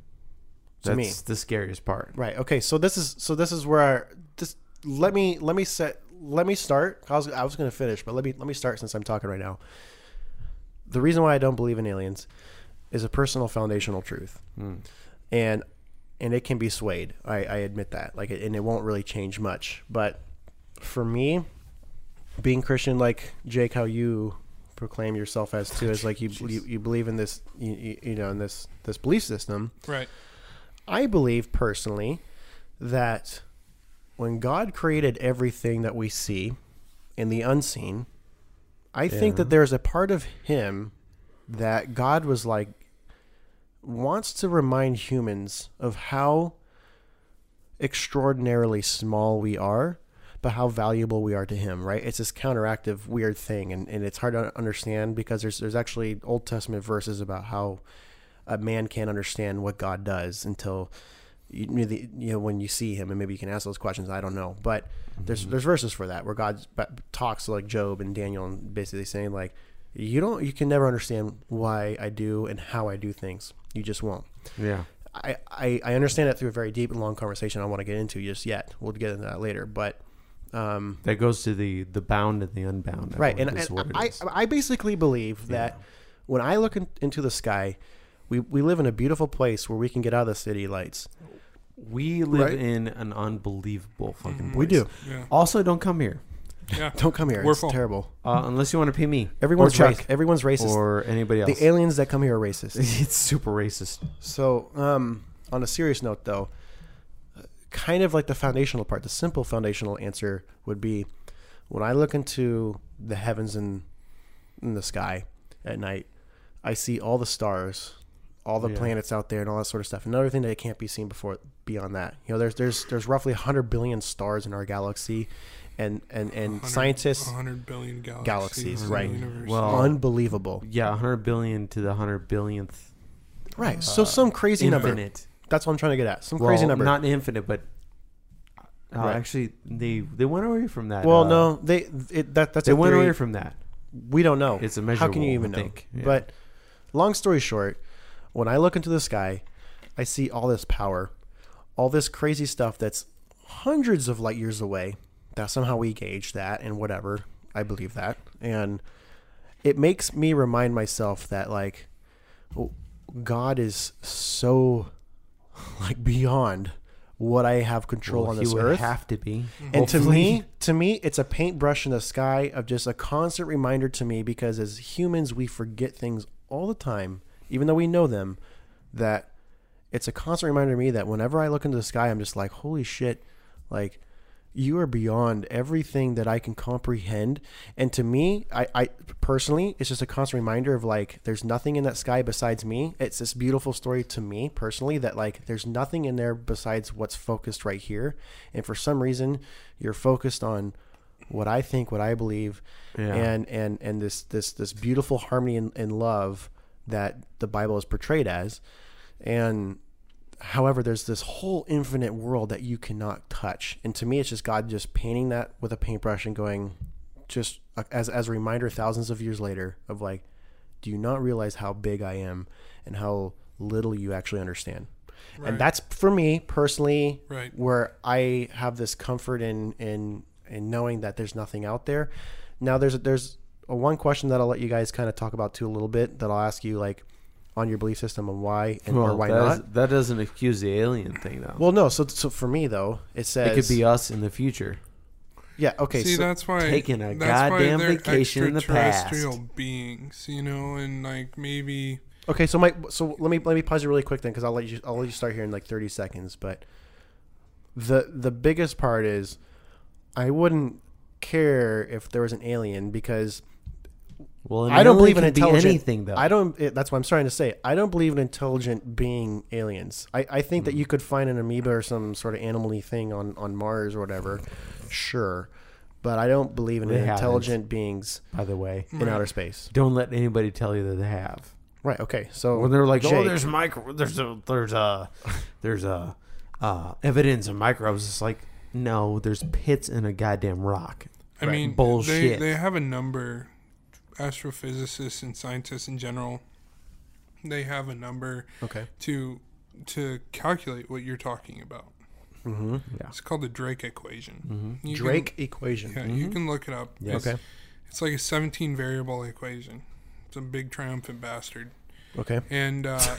S2: That's
S3: me.
S2: the scariest part.
S3: Right. Okay. So this is so this is where I, this let me let me set let me start. I was I was going to finish, but let me let me start since I'm talking right now. The reason why I don't believe in aliens is a personal foundational truth, and and it can be swayed. I, I admit that. Like, it, and it won't really change much. But for me, being Christian, like Jake, how you proclaim yourself as too, is like you you, you believe in this you, you, you know in this this belief system.
S4: Right.
S3: I believe personally that when God created everything that we see in the unseen, I think that there's a part of Him that God was like, wants to remind humans of how extraordinarily small we are, but how valuable we are to Him, right? It's this counteractive, weird thing, and, and it's hard to understand because there's there's actually Old Testament verses about how a man can't understand what God does until you, you know, the- you know when you see Him, and maybe you can ask those questions. I don't know, but there's there's verses for that where God talks to like Job and Daniel, and basically saying like you don't you can never understand why I do and how I do things. You just won't.
S2: Yeah.
S3: I, I, I understand that through a very deep and long conversation I want to get into just yet. We'll get into that later. But um,
S2: That goes to the the bound and the unbound. I
S3: right, and,
S2: believe is
S3: and
S2: what it
S3: I,
S2: is.
S3: I basically believe that when I look in, into the sky, we, we live in a beautiful place where we can get out of the city lights.
S2: we live
S3: Right?
S2: in an unbelievable fucking. Place.
S3: We do.
S4: Yeah.
S2: Also, don't come here
S4: Yeah.
S3: Don't come here.
S4: We're
S3: it's
S4: full.
S3: terrible.
S2: uh, unless you want to pay me.
S3: Everyone's
S2: or
S3: rac-
S2: Chuck
S3: everyone's racist.
S2: or anybody else.
S3: the aliens that come here are racist.
S2: it's super racist.
S3: So, um, on a serious note, though, kind of like the foundational part, the simple foundational answer would be when I look into the heavens and in the sky at night, I see all the stars, all the
S2: Yeah.
S3: planets out there, and all that sort of stuff. Another thing that can't be seen before beyond that, you know, there's there's there's roughly 100 billion stars in our galaxy, and and and
S4: 100
S3: scientists,
S4: 100 billion galaxies.
S3: Galaxies,
S4: in the
S3: right.
S4: universe.
S2: Well-
S3: unbelievable,
S2: Yeah, hundred billion to the hundred billionth
S3: right? So some crazy number.
S2: uh, infinite.
S3: That's what I'm trying to get at. Some crazy
S2: Well,
S3: number.
S2: Not infinite, but uh,
S3: Right.
S2: actually, they they went away from that.
S3: well,
S2: uh,
S3: no, they it, that that's
S2: they
S3: a
S2: went
S3: theory.
S2: away from that.
S3: we don't know.
S2: It's a
S3: How can
S2: measurable,
S3: you even
S2: I
S3: know?
S2: think. Yeah.
S3: But long story short, when I look into the sky, I see all this power, all this crazy stuff that's hundreds of light years away. That somehow we gauge that and whatever. I believe that, and it makes me remind myself that like w- God is so like beyond what I have control
S2: Well,
S3: on
S2: he
S3: this
S2: would
S3: earth. Hmm.
S2: have to be.
S3: And to
S2: Hopefully.
S3: me, to me, it's a paintbrush in the sky of just a constant reminder to me because as humans, we forget things all the time, even though we know them. That it's a constant reminder to me that whenever I look into the sky, I'm just like, holy shit, like you are beyond everything that I can comprehend. And to me, I, I personally, it's just a constant reminder of like, there's nothing in that sky besides me. It's this beautiful story to me personally that like, there's nothing in there besides what's focused right here. And for some reason, you're focused on what I think, what I believe,
S2: Yeah.
S3: and and and this this this beautiful harmony and, and love that the Bible is portrayed as, and however there's this whole infinite world that you cannot touch and to me it's just god just painting that with a paintbrush and going just uh, as as a reminder thousands of years later of like do you not realize how big i am and how little you actually understand
S4: Right.
S3: and that's for me personally
S4: Right.
S3: where I have this comfort in in in knowing that there's nothing out there. Now there's there's a one question that I'll let you guys kind of talk about too a little bit that I'll ask you like on your belief system and why and or why
S2: that
S3: not.
S2: is- that doesn't excuse the alien thing though.
S3: well, no. So so for me though, it says
S2: it could be us in the future.
S3: yeah. Okay.
S4: See,
S3: so,
S4: that's why
S2: taking a
S4: that's why
S2: goddamn
S4: they're
S2: vacation in the past.
S4: extraterrestrial beings, you know, and like maybe
S3: Okay, so Mike, so let me let me pause you really quick then, because I'll let you I'll let you start here in like thirty seconds. But the the biggest part is, I wouldn't care if there was an alien because
S2: Well, an
S3: I don't
S2: alien
S3: believe in
S2: could be
S3: intelligent
S2: anything though.
S3: I don't. It, that's what I'm trying to say. I don't believe in intelligent being aliens. I, I think
S2: Hmm.
S3: that you could find an amoeba or some sort of animal-y thing on on Mars or whatever. Sure, but I don't believe in
S2: They haven't.
S3: intelligent beings
S2: by the way,
S3: in outer space.
S2: don't let anybody tell you that they have.
S3: Right. Okay. So
S2: When they're like, oh,
S3: Jake.
S2: there's micro, there's a, there's a, there's a, uh, evidence of microbes. It's like, no, there's pits in a goddamn rock.
S4: I mean
S2: bullshit.
S4: They, they have a number. Astrophysicists and scientists in general, they have a number
S3: okay.
S4: to to calculate what you're talking about.
S3: Mm-hmm.
S4: It's called the Drake equation. You can-
S3: Drake equation.
S4: yeah, you can look it up.
S2: Mm-hmm. Yes.
S4: It's, it's like a 17 variable equation. It's a big triumphant bastard,
S3: Okay.
S4: and uh,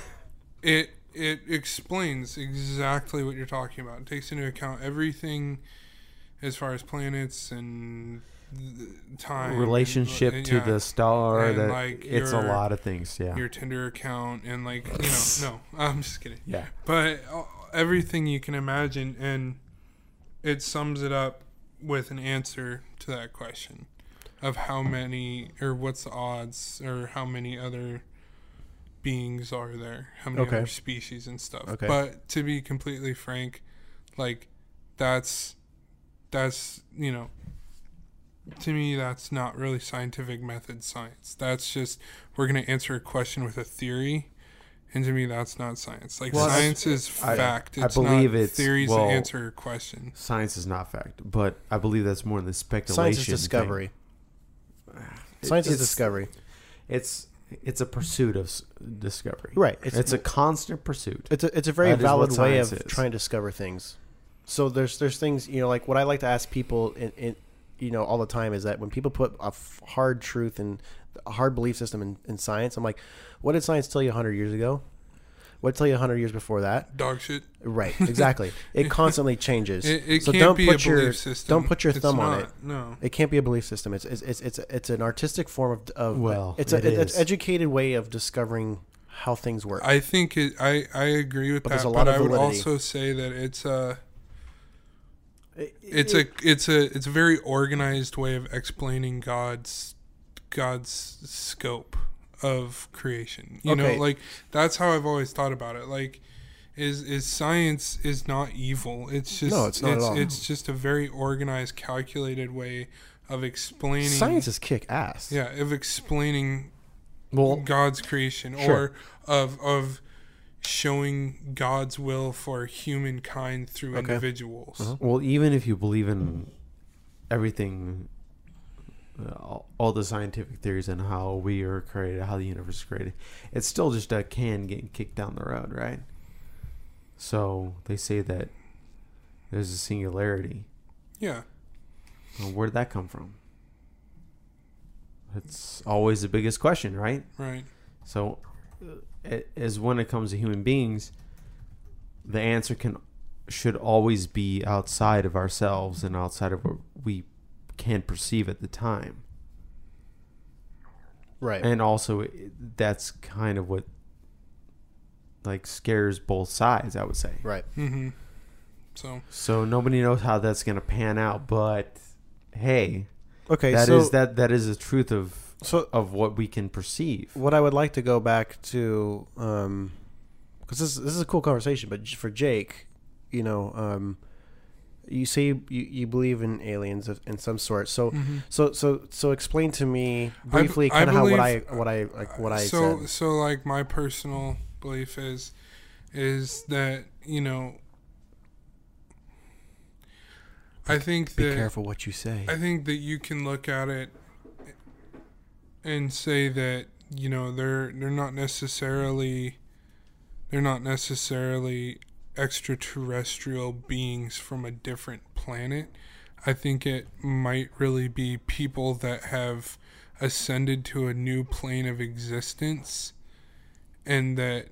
S4: it it explains exactly what you're talking about. It takes into account everything as far as planets and th- time,
S2: Relationship
S4: and,
S2: to
S4: yeah,
S2: the star.
S4: And,
S2: that
S4: like,
S2: it's a
S4: your-
S2: lot of things. Yeah.
S4: your Tinder account and like you know no I'm just kidding
S2: Yeah.
S4: but uh, everything you can imagine and it sums it up with an answer to that question of how many or what's the odds or how many other beings are there how many
S3: Okay.
S4: other species and stuff
S3: Okay.
S4: but to be completely frank like that's that's you know to me that's not really scientific method science that's just we're going to answer a question with a theory and to me that's not science like
S2: Well,
S4: science is
S2: I-
S4: fact
S2: I
S4: it's
S2: believe
S4: not
S2: it's-
S4: theories
S2: well-
S4: that answer a question
S2: Science is not fact, but I believe that's more the speculation.
S3: Science is
S2: thing.
S3: discovery. Science is
S2: It's-
S3: discovery.
S2: It's it's a pursuit of s- discovery.
S3: Right.
S2: It's,
S3: It's-
S2: a constant pursuit.
S3: It's a, it's a very
S2: That is what
S3: valid way of
S2: science is.
S3: trying to discover things. So there's there's things you know like what I like to ask people in, in you know all the time is that when people put a f- hard truth and a hard belief system in, in science, I'm like, what did science tell you 100 years ago? What did it tell you 100 years before that?
S4: dog shit
S3: Right. Exactly. it constantly changes.
S4: it, it
S3: so
S4: can't
S3: don't
S4: be
S3: put
S4: a
S3: your
S4: belief system
S3: don't put your
S4: It's
S3: thumb on
S4: not,
S3: it.
S4: no
S3: It can't be a belief system. It's it's it's it's, it's an artistic form of, of
S2: Well,
S3: it's a,
S2: it
S3: it's
S2: is.
S3: an educated way of discovering how things work.
S4: I think it, I I agree with
S3: But
S4: that,
S3: there's a lot of
S4: but I would
S3: validity.
S4: also say that it's a it's a it's a it's a very organized way of explaining God's God's scope of creation. You
S3: Okay.
S4: know, like that's how I've always thought about it. Like is is science is not evil. It's just
S3: No, it's not at all.
S4: it's just a very organized, calculated way of explaining
S3: Science is kick ass.
S4: yeah, of explaining
S2: well,
S4: God's creation
S2: Sure.
S4: or of of showing God's will for humankind through individuals.
S3: Uh-huh.
S2: well, even if you believe in everything, uh, all- all the scientific theories and how we are created, how the universe is created, it's still just a can getting kicked down the road, right? So they say that there's a singularity.
S4: Yeah.
S2: Well, where did that come from? That's always the biggest question, right?
S4: Right.
S2: So, uh, as when it comes to human beings, the answer can should always be outside of ourselves and outside of what we can perceive at the time.
S3: Right.
S2: And also, it- that's kind of what like scares both sides. I would say.
S3: right.
S4: Mm-hmm. So
S2: So nobody knows how that's going to pan out, but hey,
S3: Okay.
S2: that is
S3: so
S2: that that is the truth of
S3: so
S2: of what we can perceive.
S3: what I would like to go back to um because this this is a cool conversation, but j- for Jake, you know, um, you say you, you, you believe in aliens of, in some sort. So so so so explain to me briefly
S4: Mm-hmm. I
S3: kind of how what I
S4: believe-
S3: what I like what I
S4: so
S3: said.
S4: so like my personal belief is is that, you know, I think
S3: Be
S4: that
S3: careful what you say.
S4: I think that you can look at it and say that you know they're they're not necessarily they're not necessarily extraterrestrial beings from a different planet. I think it might really be people that have ascended to a new plane of existence and that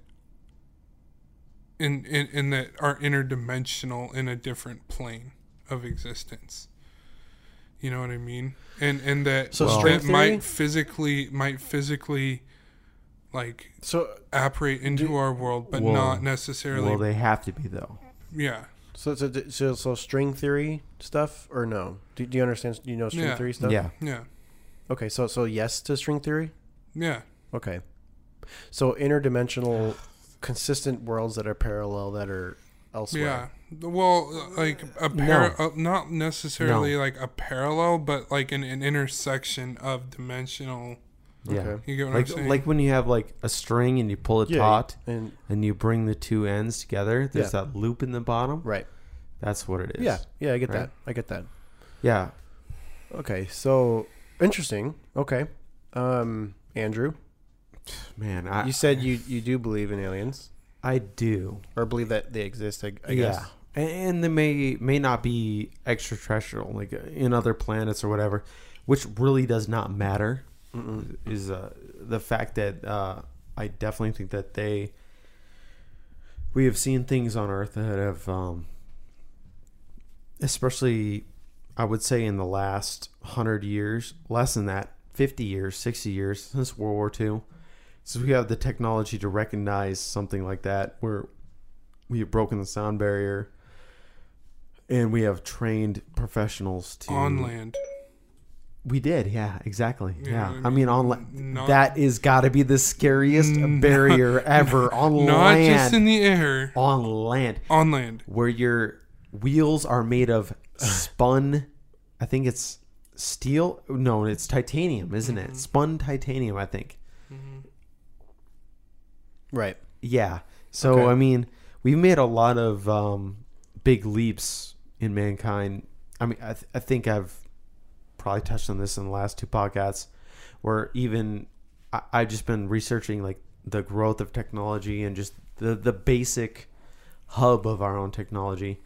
S4: and, and, and that are interdimensional in a different plane of existence. You know what I mean? And and that
S3: So
S4: that
S3: string theory?
S4: might physically might physically like
S3: So
S4: apparate into our world, but
S2: Well-
S4: not necessarily.
S2: Well, they have to be though.
S4: yeah,
S3: so so so, so string theory stuff or no? Do, do you understand? Do you know string
S4: Yeah.
S3: theory stuff?
S2: Yeah,
S4: yeah,
S3: Okay. So so yes to string theory.
S4: yeah,
S3: Okay. So interdimensional, consistent worlds that are parallel that are
S4: yeah.
S3: elsewhere.
S4: Well, like a par- uh, not necessarily like a parallel, but like an, an intersection of dimensional.
S2: yeah.
S3: Okay.
S4: You get what I'm
S2: Like
S4: saying?
S2: like when you have like a string and you pull it
S3: Yeah,
S2: taut
S3: And
S2: and you bring the two ends together. There's
S3: Yeah.
S2: that loop in the bottom.
S3: right.
S2: That's what it is.
S3: Yeah. Yeah. I get
S2: Right.
S3: that. I get that.
S2: yeah.
S3: Okay. So interesting. Okay. Um, Andrew,
S2: Man, I
S3: you said you you do believe in aliens
S2: I do.
S3: or believe that they exist. I, I
S2: yeah.
S3: guess.
S2: And, and they may may not be extraterrestrial, like uh, in other planets or whatever, which really does not matter. Is uh, the fact that uh, I definitely think that they we have seen things on Earth that have, um, especially, I would say in the last hundred years, less than that, fifty years, sixty years since World War II. So we have the technology to recognize something like that, where we have broken the sound barrier and we have trained professionals to
S4: On land,
S2: we did yeah exactly yeah,
S4: Yeah,
S2: i
S4: I
S2: mean on la-
S4: not-
S2: that is got to be the scariest barrier ever on
S4: not
S2: land
S4: just in the air.
S2: on land
S4: On land,
S2: where your wheels are made of spun i think it's steel no it's titanium isn't it spun titanium i think
S3: Right.
S2: Yeah. So
S3: Okay.
S2: I mean, we've made a lot of um, big leaps in mankind. I mean, I, th- I think I've probably touched on this in the last two podcasts, where even I- I've just been researching like the growth of technology and just the the basic hub of our own technology,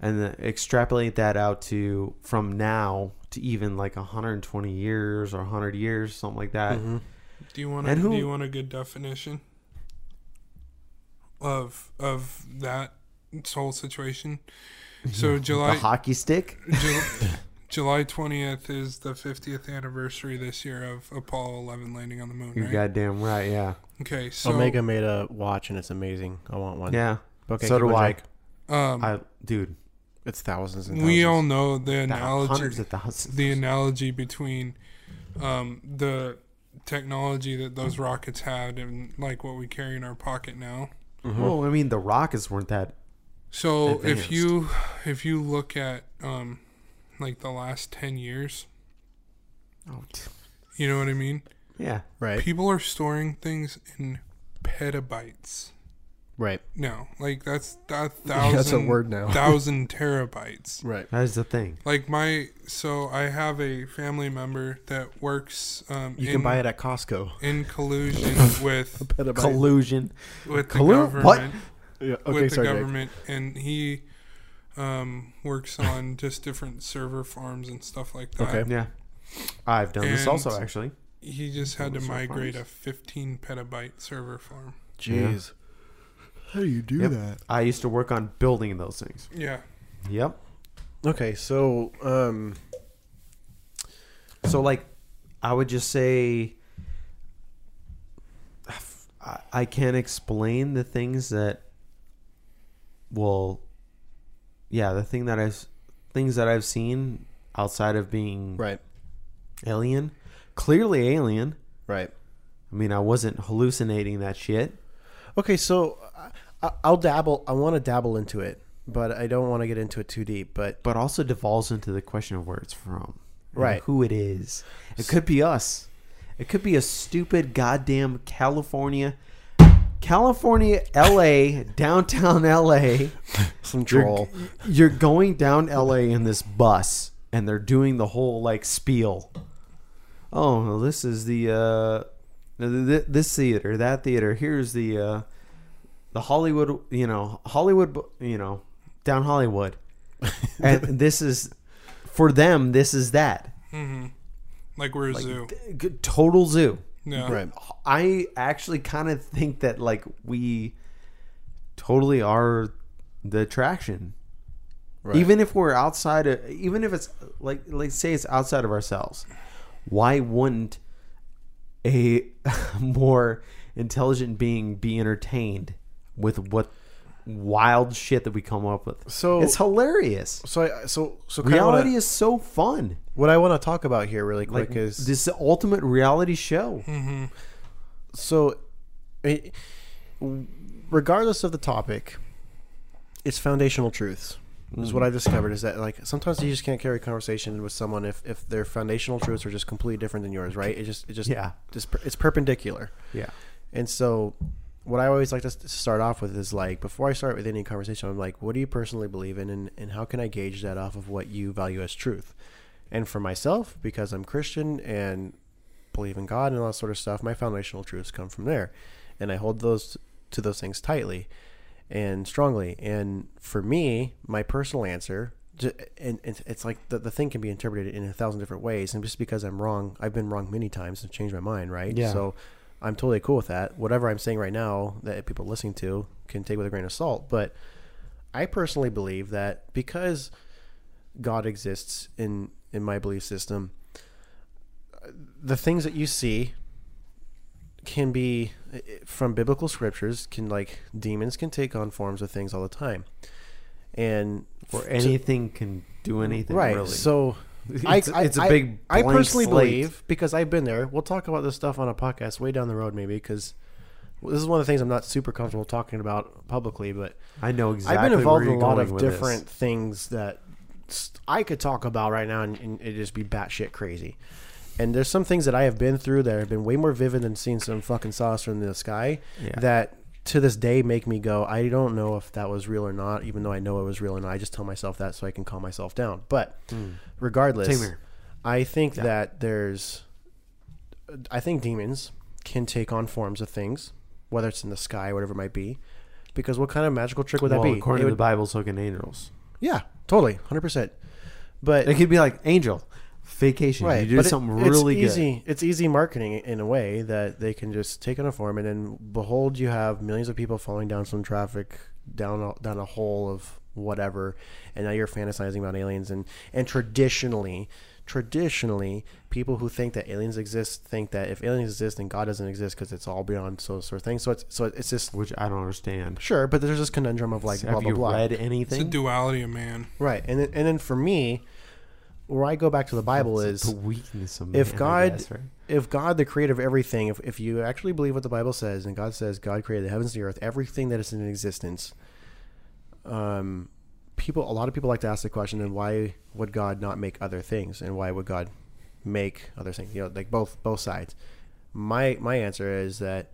S2: and then extrapolate that out to from now to even like 120 years or 100 years, something like that.
S4: do you want?
S2: And who-
S4: Do you want a good definition of of that whole situation? So
S2: The
S4: July
S2: hockey stick.
S4: Ju- July 20th is the 50th anniversary this year of Apollo 11 landing on the moon,
S2: You're
S4: right?
S2: goddamn right. Yeah.
S4: okay, so
S3: Omega made a watch and it's amazing. I want one.
S2: Yeah.
S3: Okay.
S2: so
S3: keep
S2: do
S3: on,
S2: I.
S3: Jake.
S4: um,
S2: I, dude,
S3: It's thousands and thousands.
S4: we all know the
S2: thou- hundreds
S4: analogy
S2: of thousands.
S4: the analogy between um, the technology that those rockets had and like what we carry in our pocket now.
S3: Mm-hmm.
S2: Well, I mean, the rockets weren't that.
S4: So
S2: Advanced.
S4: if you if you look at um, like the last 10 years,
S2: Oh, t-
S4: you know what I mean?
S2: yeah.
S3: Right.
S4: People are storing things in petabytes.
S3: Right.
S4: No, like that's that thousand.
S3: That's a word now.
S4: thousand terabytes.
S3: Right.
S2: That is the thing.
S4: Like my, so I have a family member that works um,
S3: You
S4: in,
S3: can buy it at Costco.
S4: in collusion with
S2: Collusion.
S4: with the
S2: Collu-
S4: government.
S2: what?
S3: Yeah,
S4: with
S3: okay,
S4: the
S3: sorry. Jake.
S4: government, and he um, works on just different server farms and stuff like that.
S3: Okay.
S2: Yeah. I've done this
S4: And-
S2: also, actually.
S4: He just had to
S2: Server
S4: migrate
S2: farms.
S4: a 15 petabyte server farm.
S3: Jeez. How do you do
S2: Yep. I used to work on building those things.
S4: Yeah,
S2: Yep.
S3: Okay, so um,
S2: So, like, I would just say I, I can't explain the things that will, yeah, the thing that I've, things that I've seen outside of being
S3: right,
S2: alien. Clearly alien.
S3: right.
S2: I mean, I wasn't hallucinating that shit.
S3: Okay, so I, I'll dabble. I want to dabble into it, but I don't want to get into it too deep. But
S2: but also devolves into the question of where it's from, and
S3: Right.
S2: who it is. It could be us. It could be a stupid goddamn California, California, L.A., downtown L.A.
S3: some
S2: You're,
S3: troll.
S2: you're going down L.A. in this bus, and they're doing the whole like spiel. Oh, well, this is the uh, th- th- this theater, that theater. Here's the uh, the Hollywood, you know, Hollywood, you know, down Hollywood, and this is for them. This is that
S4: Like we're a zoo.
S2: G- total zoo.
S4: Yeah.
S3: Right.
S2: I actually kind of think that like we totally are the attraction.
S3: Right.
S2: Even if we're outside of even if it's like like say it's outside of ourselves, why wouldn't a more intelligent being be entertained with what wild shit that we come up with?
S3: So-
S2: it's hilarious.
S3: So I so so kind
S2: Reality
S3: of
S2: is so fun.
S3: what I want to talk about here really quick
S2: Like
S3: is
S2: this is the ultimate reality show.
S3: Hmm. so I- regardless of the topic it's foundational truths is what i've discovered is that like sometimes you just can't carry a conversation with someone if, if their foundational truths are just completely different than yours right it just it just
S2: Yeah.
S3: just per- it's perpendicular
S2: Yeah.
S3: and so what i always like to s- start off with is like before i start with any conversation i'm like what do you personally believe in and, and how can i gauge that off of what you value as truth and for myself because i'm christian and believe in God and all that sort of stuff, my foundational truths come from there. And I hold those to those things tightly and strongly. And for me, my personal answer, j- and it's it's like the, the thing can be interpreted in a thousand different ways. And just because I'm wrong, I've been wrong many times and changed my mind, right?
S2: Yeah.
S3: So I'm totally cool with that. Whatever I'm saying right now that people listening to can take with a grain of salt. But I personally believe that because God exists in in my belief system, the things that you see can be from biblical scriptures can like demons can take on forms of things all the time and
S2: Or anything can do anything.
S3: right
S2: Really.
S3: so
S2: It's-
S3: I,
S2: it's a
S3: a
S2: big
S3: I,
S2: blank
S3: personally
S2: slate.
S3: believe because I've been there. We'll talk about this stuff on a podcast way down the road, maybe because this is one of the things I'm not super comfortable talking about publicly. But
S2: I know exactly.
S3: I've been involved in
S2: where
S3: a
S2: you're
S3: lot
S2: going
S3: of
S2: with this.
S3: different things that st- I could talk about right now and, and it'd just be batshit crazy. And there's some things that I have been through that have been way more vivid than seeing some fucking saucer in the sky
S2: Yeah.
S3: that to this day make me go, I don't know if that was real or not, even though I know it was real and I just tell myself that so I can calm myself down. But regardless,
S2: Mm. Same here.
S3: I think that there's I think demons can take on forms of things, whether it's in the sky, whatever it might be. Because what kind of magical trick would that
S2: well,
S3: be?
S2: according
S3: It
S2: to
S3: would-
S2: the Bible, so can angels.
S3: yeah, totally, hundred percent. But
S2: It could be like angel vacation.
S3: right,
S2: you do
S3: but it-
S2: something
S3: it's
S2: really good.
S3: easy. It's easy marketing in a way that they can just take on a form, and then behold, you have millions of people falling down some traffic down a, down a hole of whatever, and now you're fantasizing about aliens. And and traditionally, traditionally, people who think that aliens exist think that if aliens exist, then God doesn't exist because it's all beyond so sort of thing. So it's so it's just
S2: which I don't understand.
S3: sure, but there's this conundrum of like
S2: Have
S3: blah blah
S2: you
S3: blah.
S2: read
S4: It's a
S2: anything?
S4: duality of man.
S3: Right, and then, and then for me, where I go back to the Bible
S2: It's the
S3: is
S2: weakness of man,
S3: if
S2: I
S3: God,
S2: guess, right?
S3: if God, the creator of everything, if, if you actually believe what the Bible says, and God says God created the heavens, and the earth, everything that is in existence, um, people, a lot of people like to ask the question, then why would God not make other things, and why would God make other things? You know, like both both sides. My my answer is that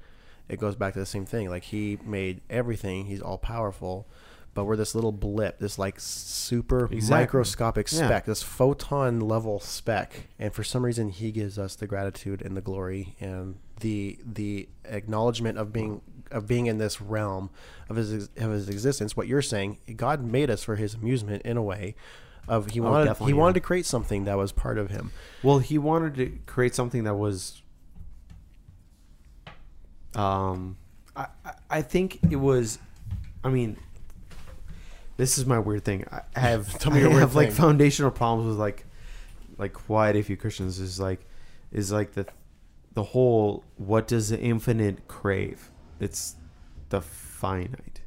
S3: it goes back to the same thing. Like He made everything; He's all powerful. But we're this little blip, this like super
S2: Exactly.
S3: microscopic
S2: Yeah.
S3: speck, this photon level speck, and for some reason he gives us the gratitude and the glory and the the acknowledgement of being of being in this realm of his ex- of his existence. What you're saying, God made us for His amusement in a way. Of he wanted he
S2: Oh, definitely, yeah.
S3: wanted to create something that was part of him.
S2: Well, he wanted to create something that was. Um, I, I- I think it was, I mean, this is my weird thing. I I have
S3: Tell me
S2: I
S3: your weird
S2: have like
S3: thing.
S2: foundational problems with like, like quite a few Christians is like, is like the, the whole what does the infinite crave? It's the finite,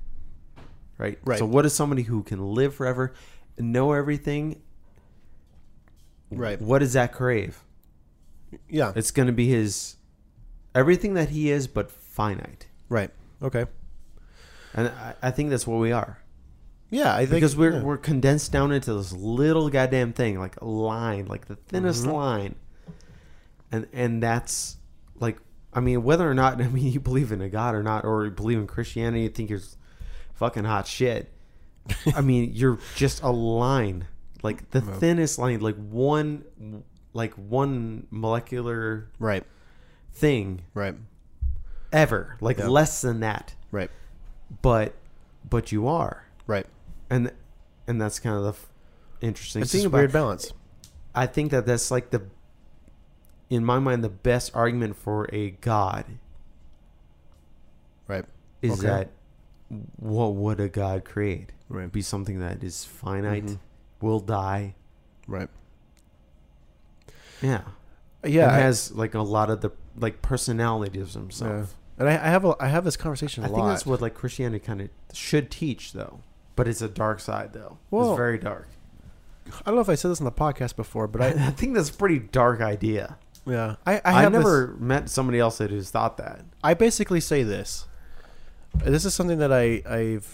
S2: right?
S3: Right.
S2: So what is somebody who can live forever, know everything?
S3: Right.
S2: What does that crave?
S3: Yeah.
S2: It's going to be his everything that he is, but finite.
S3: right. Okay.
S2: And I, I think that's what we are
S3: Yeah, I think
S2: because we're
S3: yeah.
S2: we're condensed down into this little goddamn thing, like a line, like the thinnest
S3: Mm-hmm.
S2: line. And and that's like I mean, whether or not I mean you believe in a god or not, or you believe in Christianity, you think you're fucking hot shit. I mean, you're just a line, like the thinnest line, like one, like one molecular
S3: right.
S2: thing
S3: Right.
S2: ever, like
S3: Yeah.
S2: less than that.
S3: Right.
S2: but but you are,
S3: Right.
S2: and and that's kind of the f- interesting
S3: It's
S2: thing
S3: a
S2: about
S3: weird balance.
S2: I think that that's like the, in my mind, the best argument for a god
S3: Right.
S2: is
S3: Okay.
S2: that what would a god create?
S3: Right. Mm-hmm.
S2: Be something that is finite, will die.
S3: Right.
S2: Yeah.
S3: Yeah.
S2: and
S3: I-
S2: has like a lot of the like personalities of
S3: yeah.
S2: himself.
S3: And I, I have a, I have this conversation a
S2: I
S3: lot.
S2: think that's what like Christianity kind of should teach, though. But it's a dark side, though.
S3: Well-
S2: it's very dark.
S3: I don't know if I said this on the podcast before, but
S2: I,
S3: I
S2: I think that's a pretty dark idea.
S3: yeah I I
S2: I,
S3: have this-
S2: never met somebody else that has thought that.
S3: I basically say this. This is something that I I've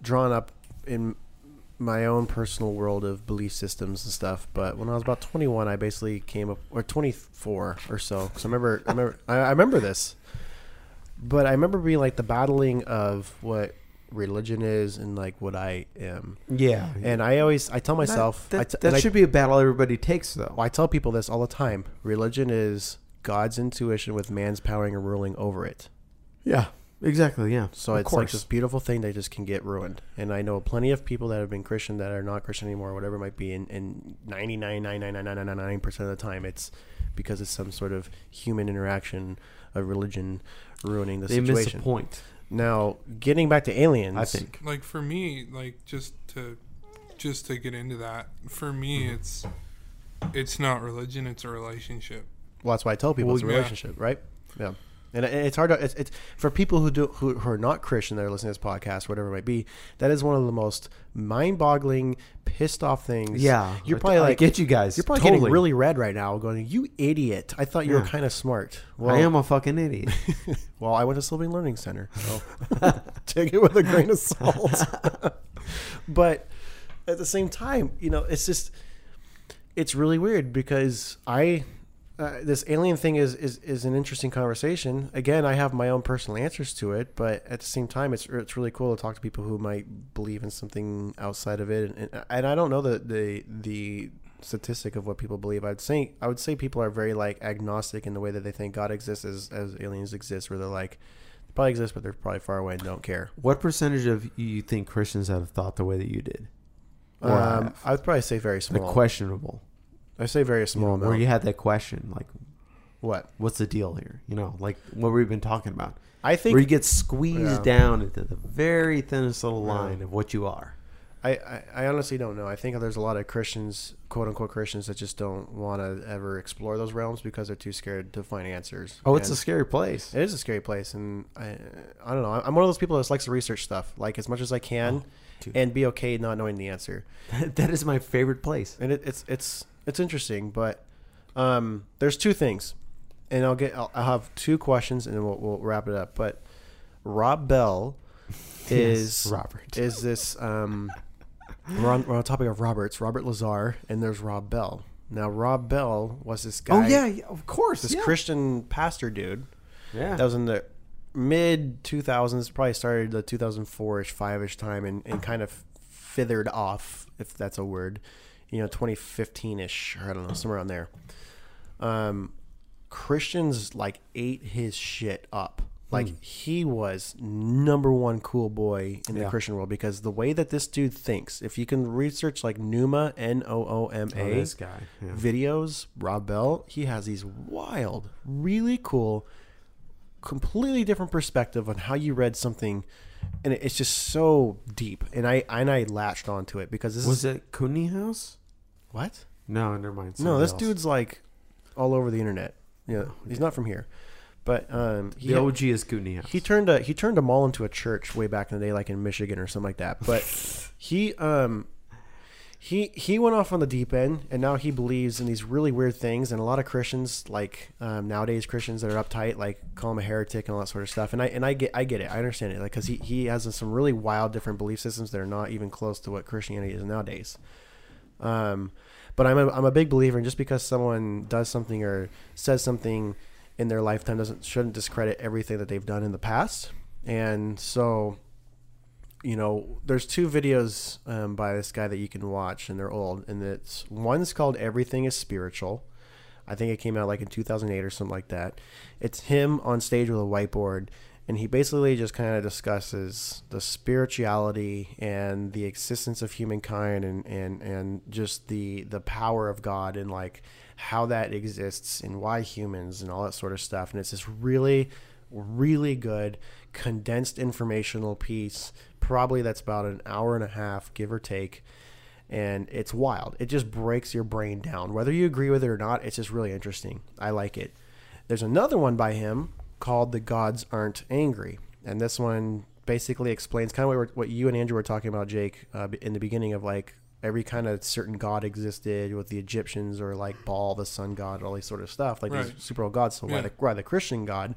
S3: drawn up in my own personal world of belief systems and stuff. But when I was about 21, I basically came up or 24 or so. Because I remember I remember I, I remember this. But I remember being like the battling of what religion is and like what I am.
S2: Yeah,
S3: And I always I tell myself
S2: that,
S3: I
S2: that,
S3: t-
S2: that
S3: and I-
S2: should be a battle everybody takes, though.
S3: well, Oh, I tell people this all the time. Religion is God's intuition with man's powering and ruling over it.
S2: Yeah, exactly. Yeah.
S3: So
S2: Of
S3: it's like
S2: course.
S3: this beautiful thing that just can get ruined. And I know plenty of people that have been Christian that are not Christian anymore, whatever it might be. And, and 99.99999% of the time, it's because it's some sort of human interaction of religion ruining the
S2: they miss a
S3: situation.
S2: point.
S3: Now, getting back to aliens,
S2: I think.
S4: like for me like just to just to get into that for me it's it's not religion it's a relationship
S3: Well, that's why I tell people
S2: Well,
S3: it's a
S4: yeah.
S3: relationship, right? Yeah. And it- it's hard to, it's, it's for people who do who, who are not Christian that are listening to this podcast, whatever it might be. That is one of the most mind-boggling, pissed off things.
S2: Yeah,
S3: you're
S2: I-
S3: probably
S2: I
S3: like
S2: get you guys.
S3: You're probably
S2: Totally.
S3: getting really red right now, going, "You idiot! I thought you were
S2: Yeah.
S3: kind of smart." Well,
S2: I am a fucking idiot.
S3: well, I went to Sylvan Learning Center, so take it with a grain of salt. but at the same time, you know, it's just it's really weird because I uh, this alien thing is, is is an interesting conversation. Again, I have my own personal answers to it, but at the same time, it's it's really cool to talk to people who might believe in something outside of it, and, and I don't know the the the statistic of what people believe. I'd say I would say people are very like agnostic in the way that they think God exists as as aliens exist, where they're like. they Probably exist, but they're probably far away and don't care.
S2: what percentage of you think Christians have thought the way that you did? Or
S3: Um,
S2: have?
S3: I would probably say very
S2: the
S3: small.
S2: questionable,
S3: I say very small
S2: where
S3: amount.
S2: you had that question, like,
S3: what?
S2: what's the deal here? You know, like what we've been talking about,
S3: I think
S2: where you get squeezed
S3: Yeah.
S2: down into the very thinnest little line of what you are.
S3: I, I, I honestly don't know. I think there's a lot of Christians, quote unquote Christians, that just don't want to ever explore those realms because they're too scared to find answers.
S2: Oh, it's a
S3: And
S2: scary place.
S3: it is a scary place, and I I don't know. I'm one of those people that just likes to research stuff, like as much as I can,
S2: Oh,
S3: and be okay not knowing the answer.
S2: that is my favorite place.
S3: And it, it's it's it's interesting, but um, there's two things, and I'll get I'll, I'll have two questions, and then we'll, we'll wrap it up. But Rob Bell is
S2: Robert.
S3: is this um we're on, we're on the topic of roberts robert lazar and there's rob bell now rob bell was this guy
S2: oh yeah, yeah, of course.
S3: this
S2: yeah.
S3: christian pastor dude
S2: yeah.
S3: that was in the mid 2000s probably started the 2004ish 5ish time and, and kind of fithered off if that's a word you know 2015ish or i don't know somewhere on there um christians like ate his shit up like
S2: Hmm.
S3: he was number one cool boy in the
S2: Yeah.
S3: christian world because the way that this dude thinks if you can research like numa n-o-o-m-a
S2: Oh, this guy, yeah.
S3: videos rob bell he has these wild really cool completely different perspective on how you read something and it- it's just so deep and i and i latched onto it because this
S2: was
S3: is
S2: it Cooney House?
S3: what
S2: No, never mind.
S3: no
S2: somebody
S3: this
S2: else.
S3: dude's like all over the internet yeah he's not from here but um he,
S2: The OG is Cooney House.
S3: he turned a he turned a mall into a church way back in the day like in michigan or something like that but he um he he went off on the deep end and now he believes in these really weird things and a lot of christians like um, nowadays christians that are uptight like call him a heretic and all that sort of stuff and i and i get i get it i understand it like because he, he has some really wild different belief systems that are not even close to what christianity is nowadays um, but I'm a, I'm a big believer in just because someone does something or says something in their lifetime doesn't shouldn't discredit everything that they've done in the past. And so, you know, there's two videos um, by this guy that you can watch, and they're old. And it's one's called "Everything Is Spiritual." I think it came out like in 2008 or something like that. It's him on stage with a whiteboard, and he basically just kind of discusses the spirituality and the existence of humankind and and and just the the power of God and like how that exists and why humans and all that sort of stuff. And it's this really really good condensed informational piece probably that's about an hour and a half give or take and it's wild it just breaks your brain down whether you agree with it or not it's just really interesting i like it there's another one by him called the gods aren't angry and this one basically explains kind of what, we're- what you and andrew were talking about jake uh, in the beginning of like every kind of certain god existed with the egyptians or like baal the sun god all these sort of stuff like
S4: Right.
S3: these super old gods so why
S4: Yeah.
S3: the why the Christian God,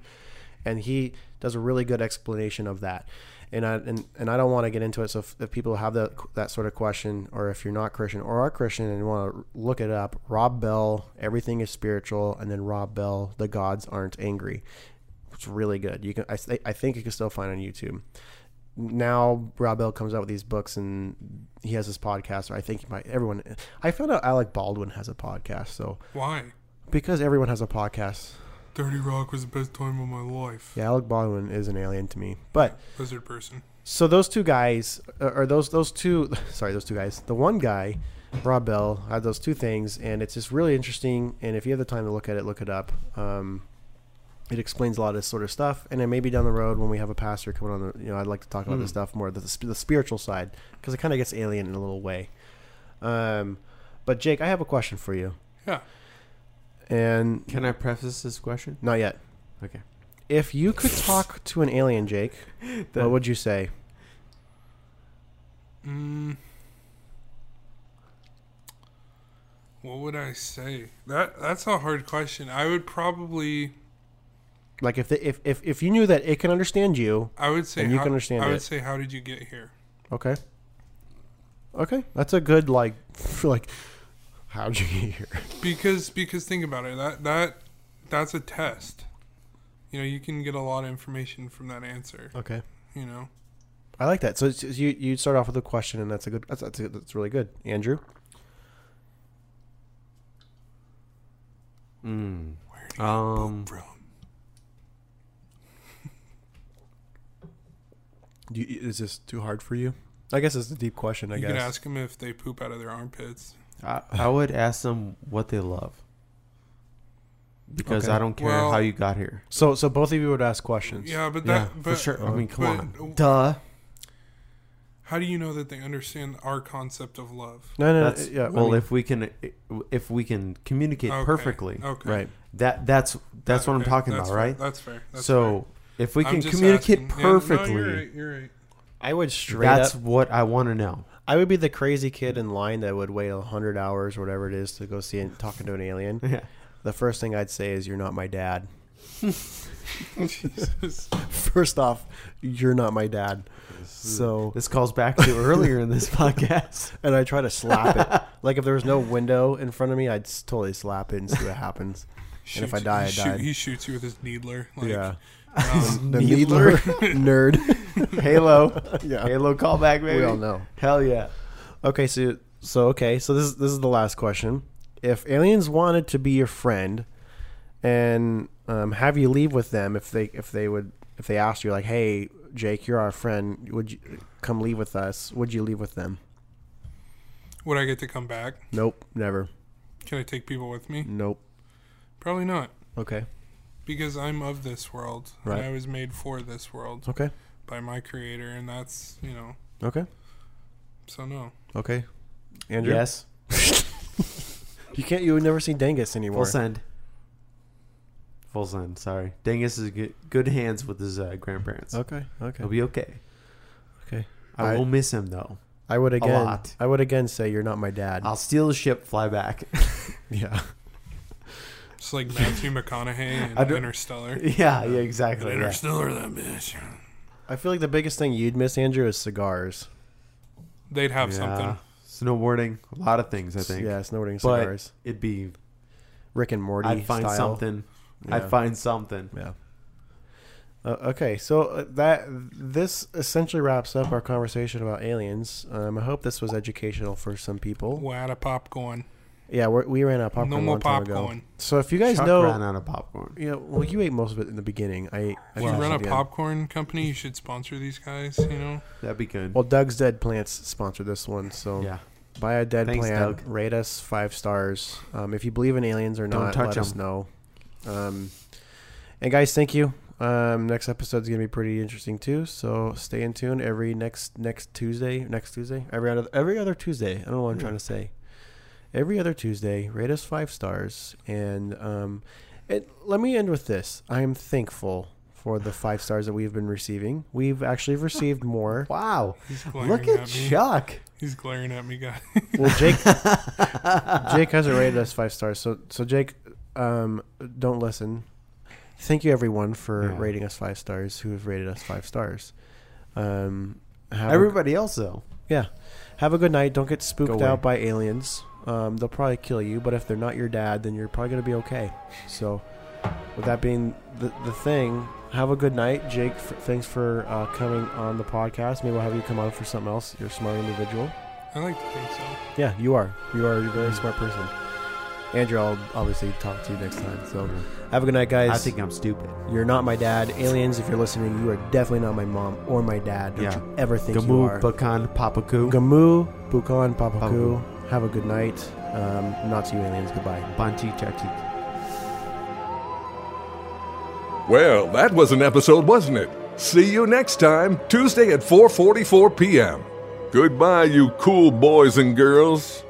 S3: and he does a really good explanation of that. And I and, and I don't want to get into it. So if, if people have that that sort of question, or if you're not Christian or are Christian and want to look it up, Rob Bell, everything is spiritual, and then Rob Bell, the gods aren't angry. It's really good. You can I, th- I think you can still find it on YouTube. Now Rob Bell comes out with these books, and he has his podcast. Or I think he might everyone. I found out Alec Baldwin has a podcast. So
S4: Why?
S3: because everyone has a podcast,
S4: Dirty Rock was the best time of my life.
S3: Yeah, Alec Baldwin is an alien to me. But
S4: Lizard person.
S3: so those two guys, or those those two, sorry, those two guys. The one guy, Rob Bell, had those two things, and it's just really interesting. And if you have the time to look at it, look it up. Um, it explains a lot of this sort of stuff, and then maybe down the road when we have a pastor coming on, the, you know, I'd like to talk about this stuff more, the, the spiritual side, because it kind of gets alien in a little way. Um, but Jake, I have a question for you,
S4: Yeah.
S3: and
S2: Can I preface this question?
S3: not yet.
S2: Okay.
S3: If you could talk to an alien, Jake, what would you say?
S4: Mm. What would I say? That that's a hard question. I would probably
S3: Like if the, if, if if you knew that it can understand you,
S4: I would say
S3: And you
S4: how,
S3: can understand
S4: I would
S3: it.
S4: say how did you get here?
S3: okay, okay, that's a good like for like how'd you get here?
S4: Because because think about it. That that that's a test. You know, you can get a lot of information from that answer,
S3: Okay,
S4: you know.
S3: I like that. So it's, it's- you you start off with a question, and that's a good that's that's, a, that's really good, Andrew.
S2: Mm.
S4: Where
S2: Um,
S4: from?
S3: Do you, is this too hard for you? I guess it's a deep question. I
S4: you
S3: guess.
S4: could ask them if they poop out of their armpits.
S2: I, I would ask them what they love because
S3: Okay.
S2: I don't care
S4: Well-
S2: how you got here.
S3: So so both of you would ask questions.
S4: Yeah, but
S2: Yeah,
S4: that but
S2: for sure. I mean, come
S4: but-
S2: on, duh.
S4: how do you know that they understand our concept of love?
S3: No, no, no,
S2: That's
S3: yeah. I
S2: well,
S3: mean,
S2: if we can, if we can communicate
S4: Okay,
S2: perfectly,
S4: Okay.
S3: right.
S2: that that's that's what I'm
S4: Okay,
S2: talking
S4: that's
S2: about,
S4: fair,
S2: right?
S4: That's fair. That's fair.
S2: so if we
S4: I'm
S2: can
S4: just
S2: communicate
S4: asking. Yeah, no,
S2: perfectly,
S4: you're right. You're right.
S3: I would straight
S2: that's what I want to know.
S3: I would be the crazy kid in line that would wait hundred hours or whatever it is to go see and talking to an alien.
S2: Yeah.
S3: The first thing I'd say is, "You're not my dad."
S4: Jesus.
S3: First off, you're not my dad. So,
S2: This calls back to earlier in this podcast.
S3: and I try to slap it. Like if there was no window in front of me, I'd s- totally slap it and see what happens. And if I
S4: Shoots-
S3: die, I
S4: he, shoot-
S3: died.
S4: he shoots you with his needler. Like,
S3: yeah,
S4: um,
S3: the needler, nerd.
S2: Halo,
S3: yeah,
S2: Halo callback, baby.
S3: we all know.
S2: Hell yeah.
S3: Okay, so so okay, so this is this is the last question. If aliens wanted to be your friend and um, have you leave with them, if they if they would if they asked you like, "Hey, Jake, you're our friend. Would you come leave with us?" Would you leave with them?
S4: would I get to come back?
S3: Nope, never.
S4: Can I take people with me?
S3: Nope.
S4: Probably not,
S3: Okay. because
S4: because I'm of this world.
S3: Right.
S4: And I was made for this world
S3: Okay.
S4: by my creator, and that's you know.
S3: Okay.
S4: So no.
S3: Okay. Andrew,
S2: Yes.
S3: you can't. You would never see Dangus
S2: Full
S3: anymore.
S2: send. Full send. Sorry. Dingus is good, good hands with his uh, grandparents.
S3: Okay.
S2: He'll
S3: Okay.
S2: be okay.
S3: Okay.
S2: I,
S3: I-
S2: will miss him though.
S3: I would again.
S2: lot.
S3: I would again say you're not my dad.
S2: I'll steal the ship, fly back.
S3: yeah.
S4: It's like Matthew McConaughey and
S2: I don't-
S4: Interstellar.
S2: yeah. Yeah. Exactly. yeah.
S4: Interstellar, that bitch.
S3: I feel like the biggest thing you'd miss, Andrew, is cigars.
S4: They'd have something.
S2: Snowboarding. A lot of things. I think.
S3: Yeah, snowboarding
S2: But-
S3: cigars.
S2: It'd be.
S3: Rick and Morty.
S2: I'd find
S3: style.
S2: something.
S3: Yeah.
S2: I'd find something.
S3: Yeah. Uh, okay, so uh, that this essentially wraps up our conversation about aliens. Um, I hope this was educational for some people.
S4: We'll add a popcorn.
S3: Yeah, we're, we ran out of popcorn.
S4: no
S3: a
S4: more
S3: long time ago.
S4: popcorn.
S3: So if you guys
S2: Chuck
S3: know,
S2: ran out of popcorn.
S3: you know, well, you ate most of it in the beginning. I ate. I
S4: If you
S3: finished it
S4: run a
S3: at the end.
S4: popcorn company, you should sponsor these guys. You know,
S2: That'd be good.
S3: Well, Doug's Dead Plants sponsored this one, so
S2: yeah.
S3: buy a dead
S2: Thanks,
S3: plant.
S2: Doug.
S3: Rate us five stars. Um, if you believe in aliens or
S2: Don't
S3: not,
S2: touch
S3: let us
S2: 'em.
S3: know. Um, and guys, thank you. Um, next episode's gonna be pretty interesting too, so stay in tune every next next Tuesday, next Tuesday, every other every other Tuesday. I don't know what I'm trying to say. Every other Tuesday, rate us five stars, and um, it, let me end with this. I am thankful for the five stars that we've been receiving. We've actually received more.
S2: Wow.
S4: he's glaring
S2: Look
S4: at
S2: at
S4: me.
S2: Chuck.
S4: He's glaring at me, guys.
S3: Well, Jake, Jake hasn't rated us five stars, so so Jake, um, don't listen. Thank you everyone for
S2: Yeah.
S3: rating us five stars. Who have rated us five stars? Um, have a-
S2: Everybody else though.
S3: yeah, have a good night. Don't get spooked
S2: away.
S3: out by aliens. Um, they'll probably kill you, but if they're not your dad, then you're probably gonna be okay. So, with that being the the thing, have a good night, Jake. F- thanks for uh, coming on the podcast. Maybe we'll have you come on for something else. You're a smart individual.
S4: I like to think so.
S3: Yeah, you are. You are a very smart person. Andrew, I'll obviously talk to you next time. So have a good night, guys.
S2: I think I'm stupid.
S3: you're not my dad. Aliens, if you're listening, you are definitely not my mom or my dad. Don't
S2: Yeah.
S3: you ever think you are.
S2: Gamu Bakan Papaku.
S3: Gamu, Bukan, Papaku.
S2: Papaku.
S3: Have a good night. Um, not to you, aliens. Goodbye.
S2: Banchi Chachi.
S1: Well, that was an episode, wasn't it? See you next time, Tuesday at 4:44 p.m. Goodbye, you cool boys and girls.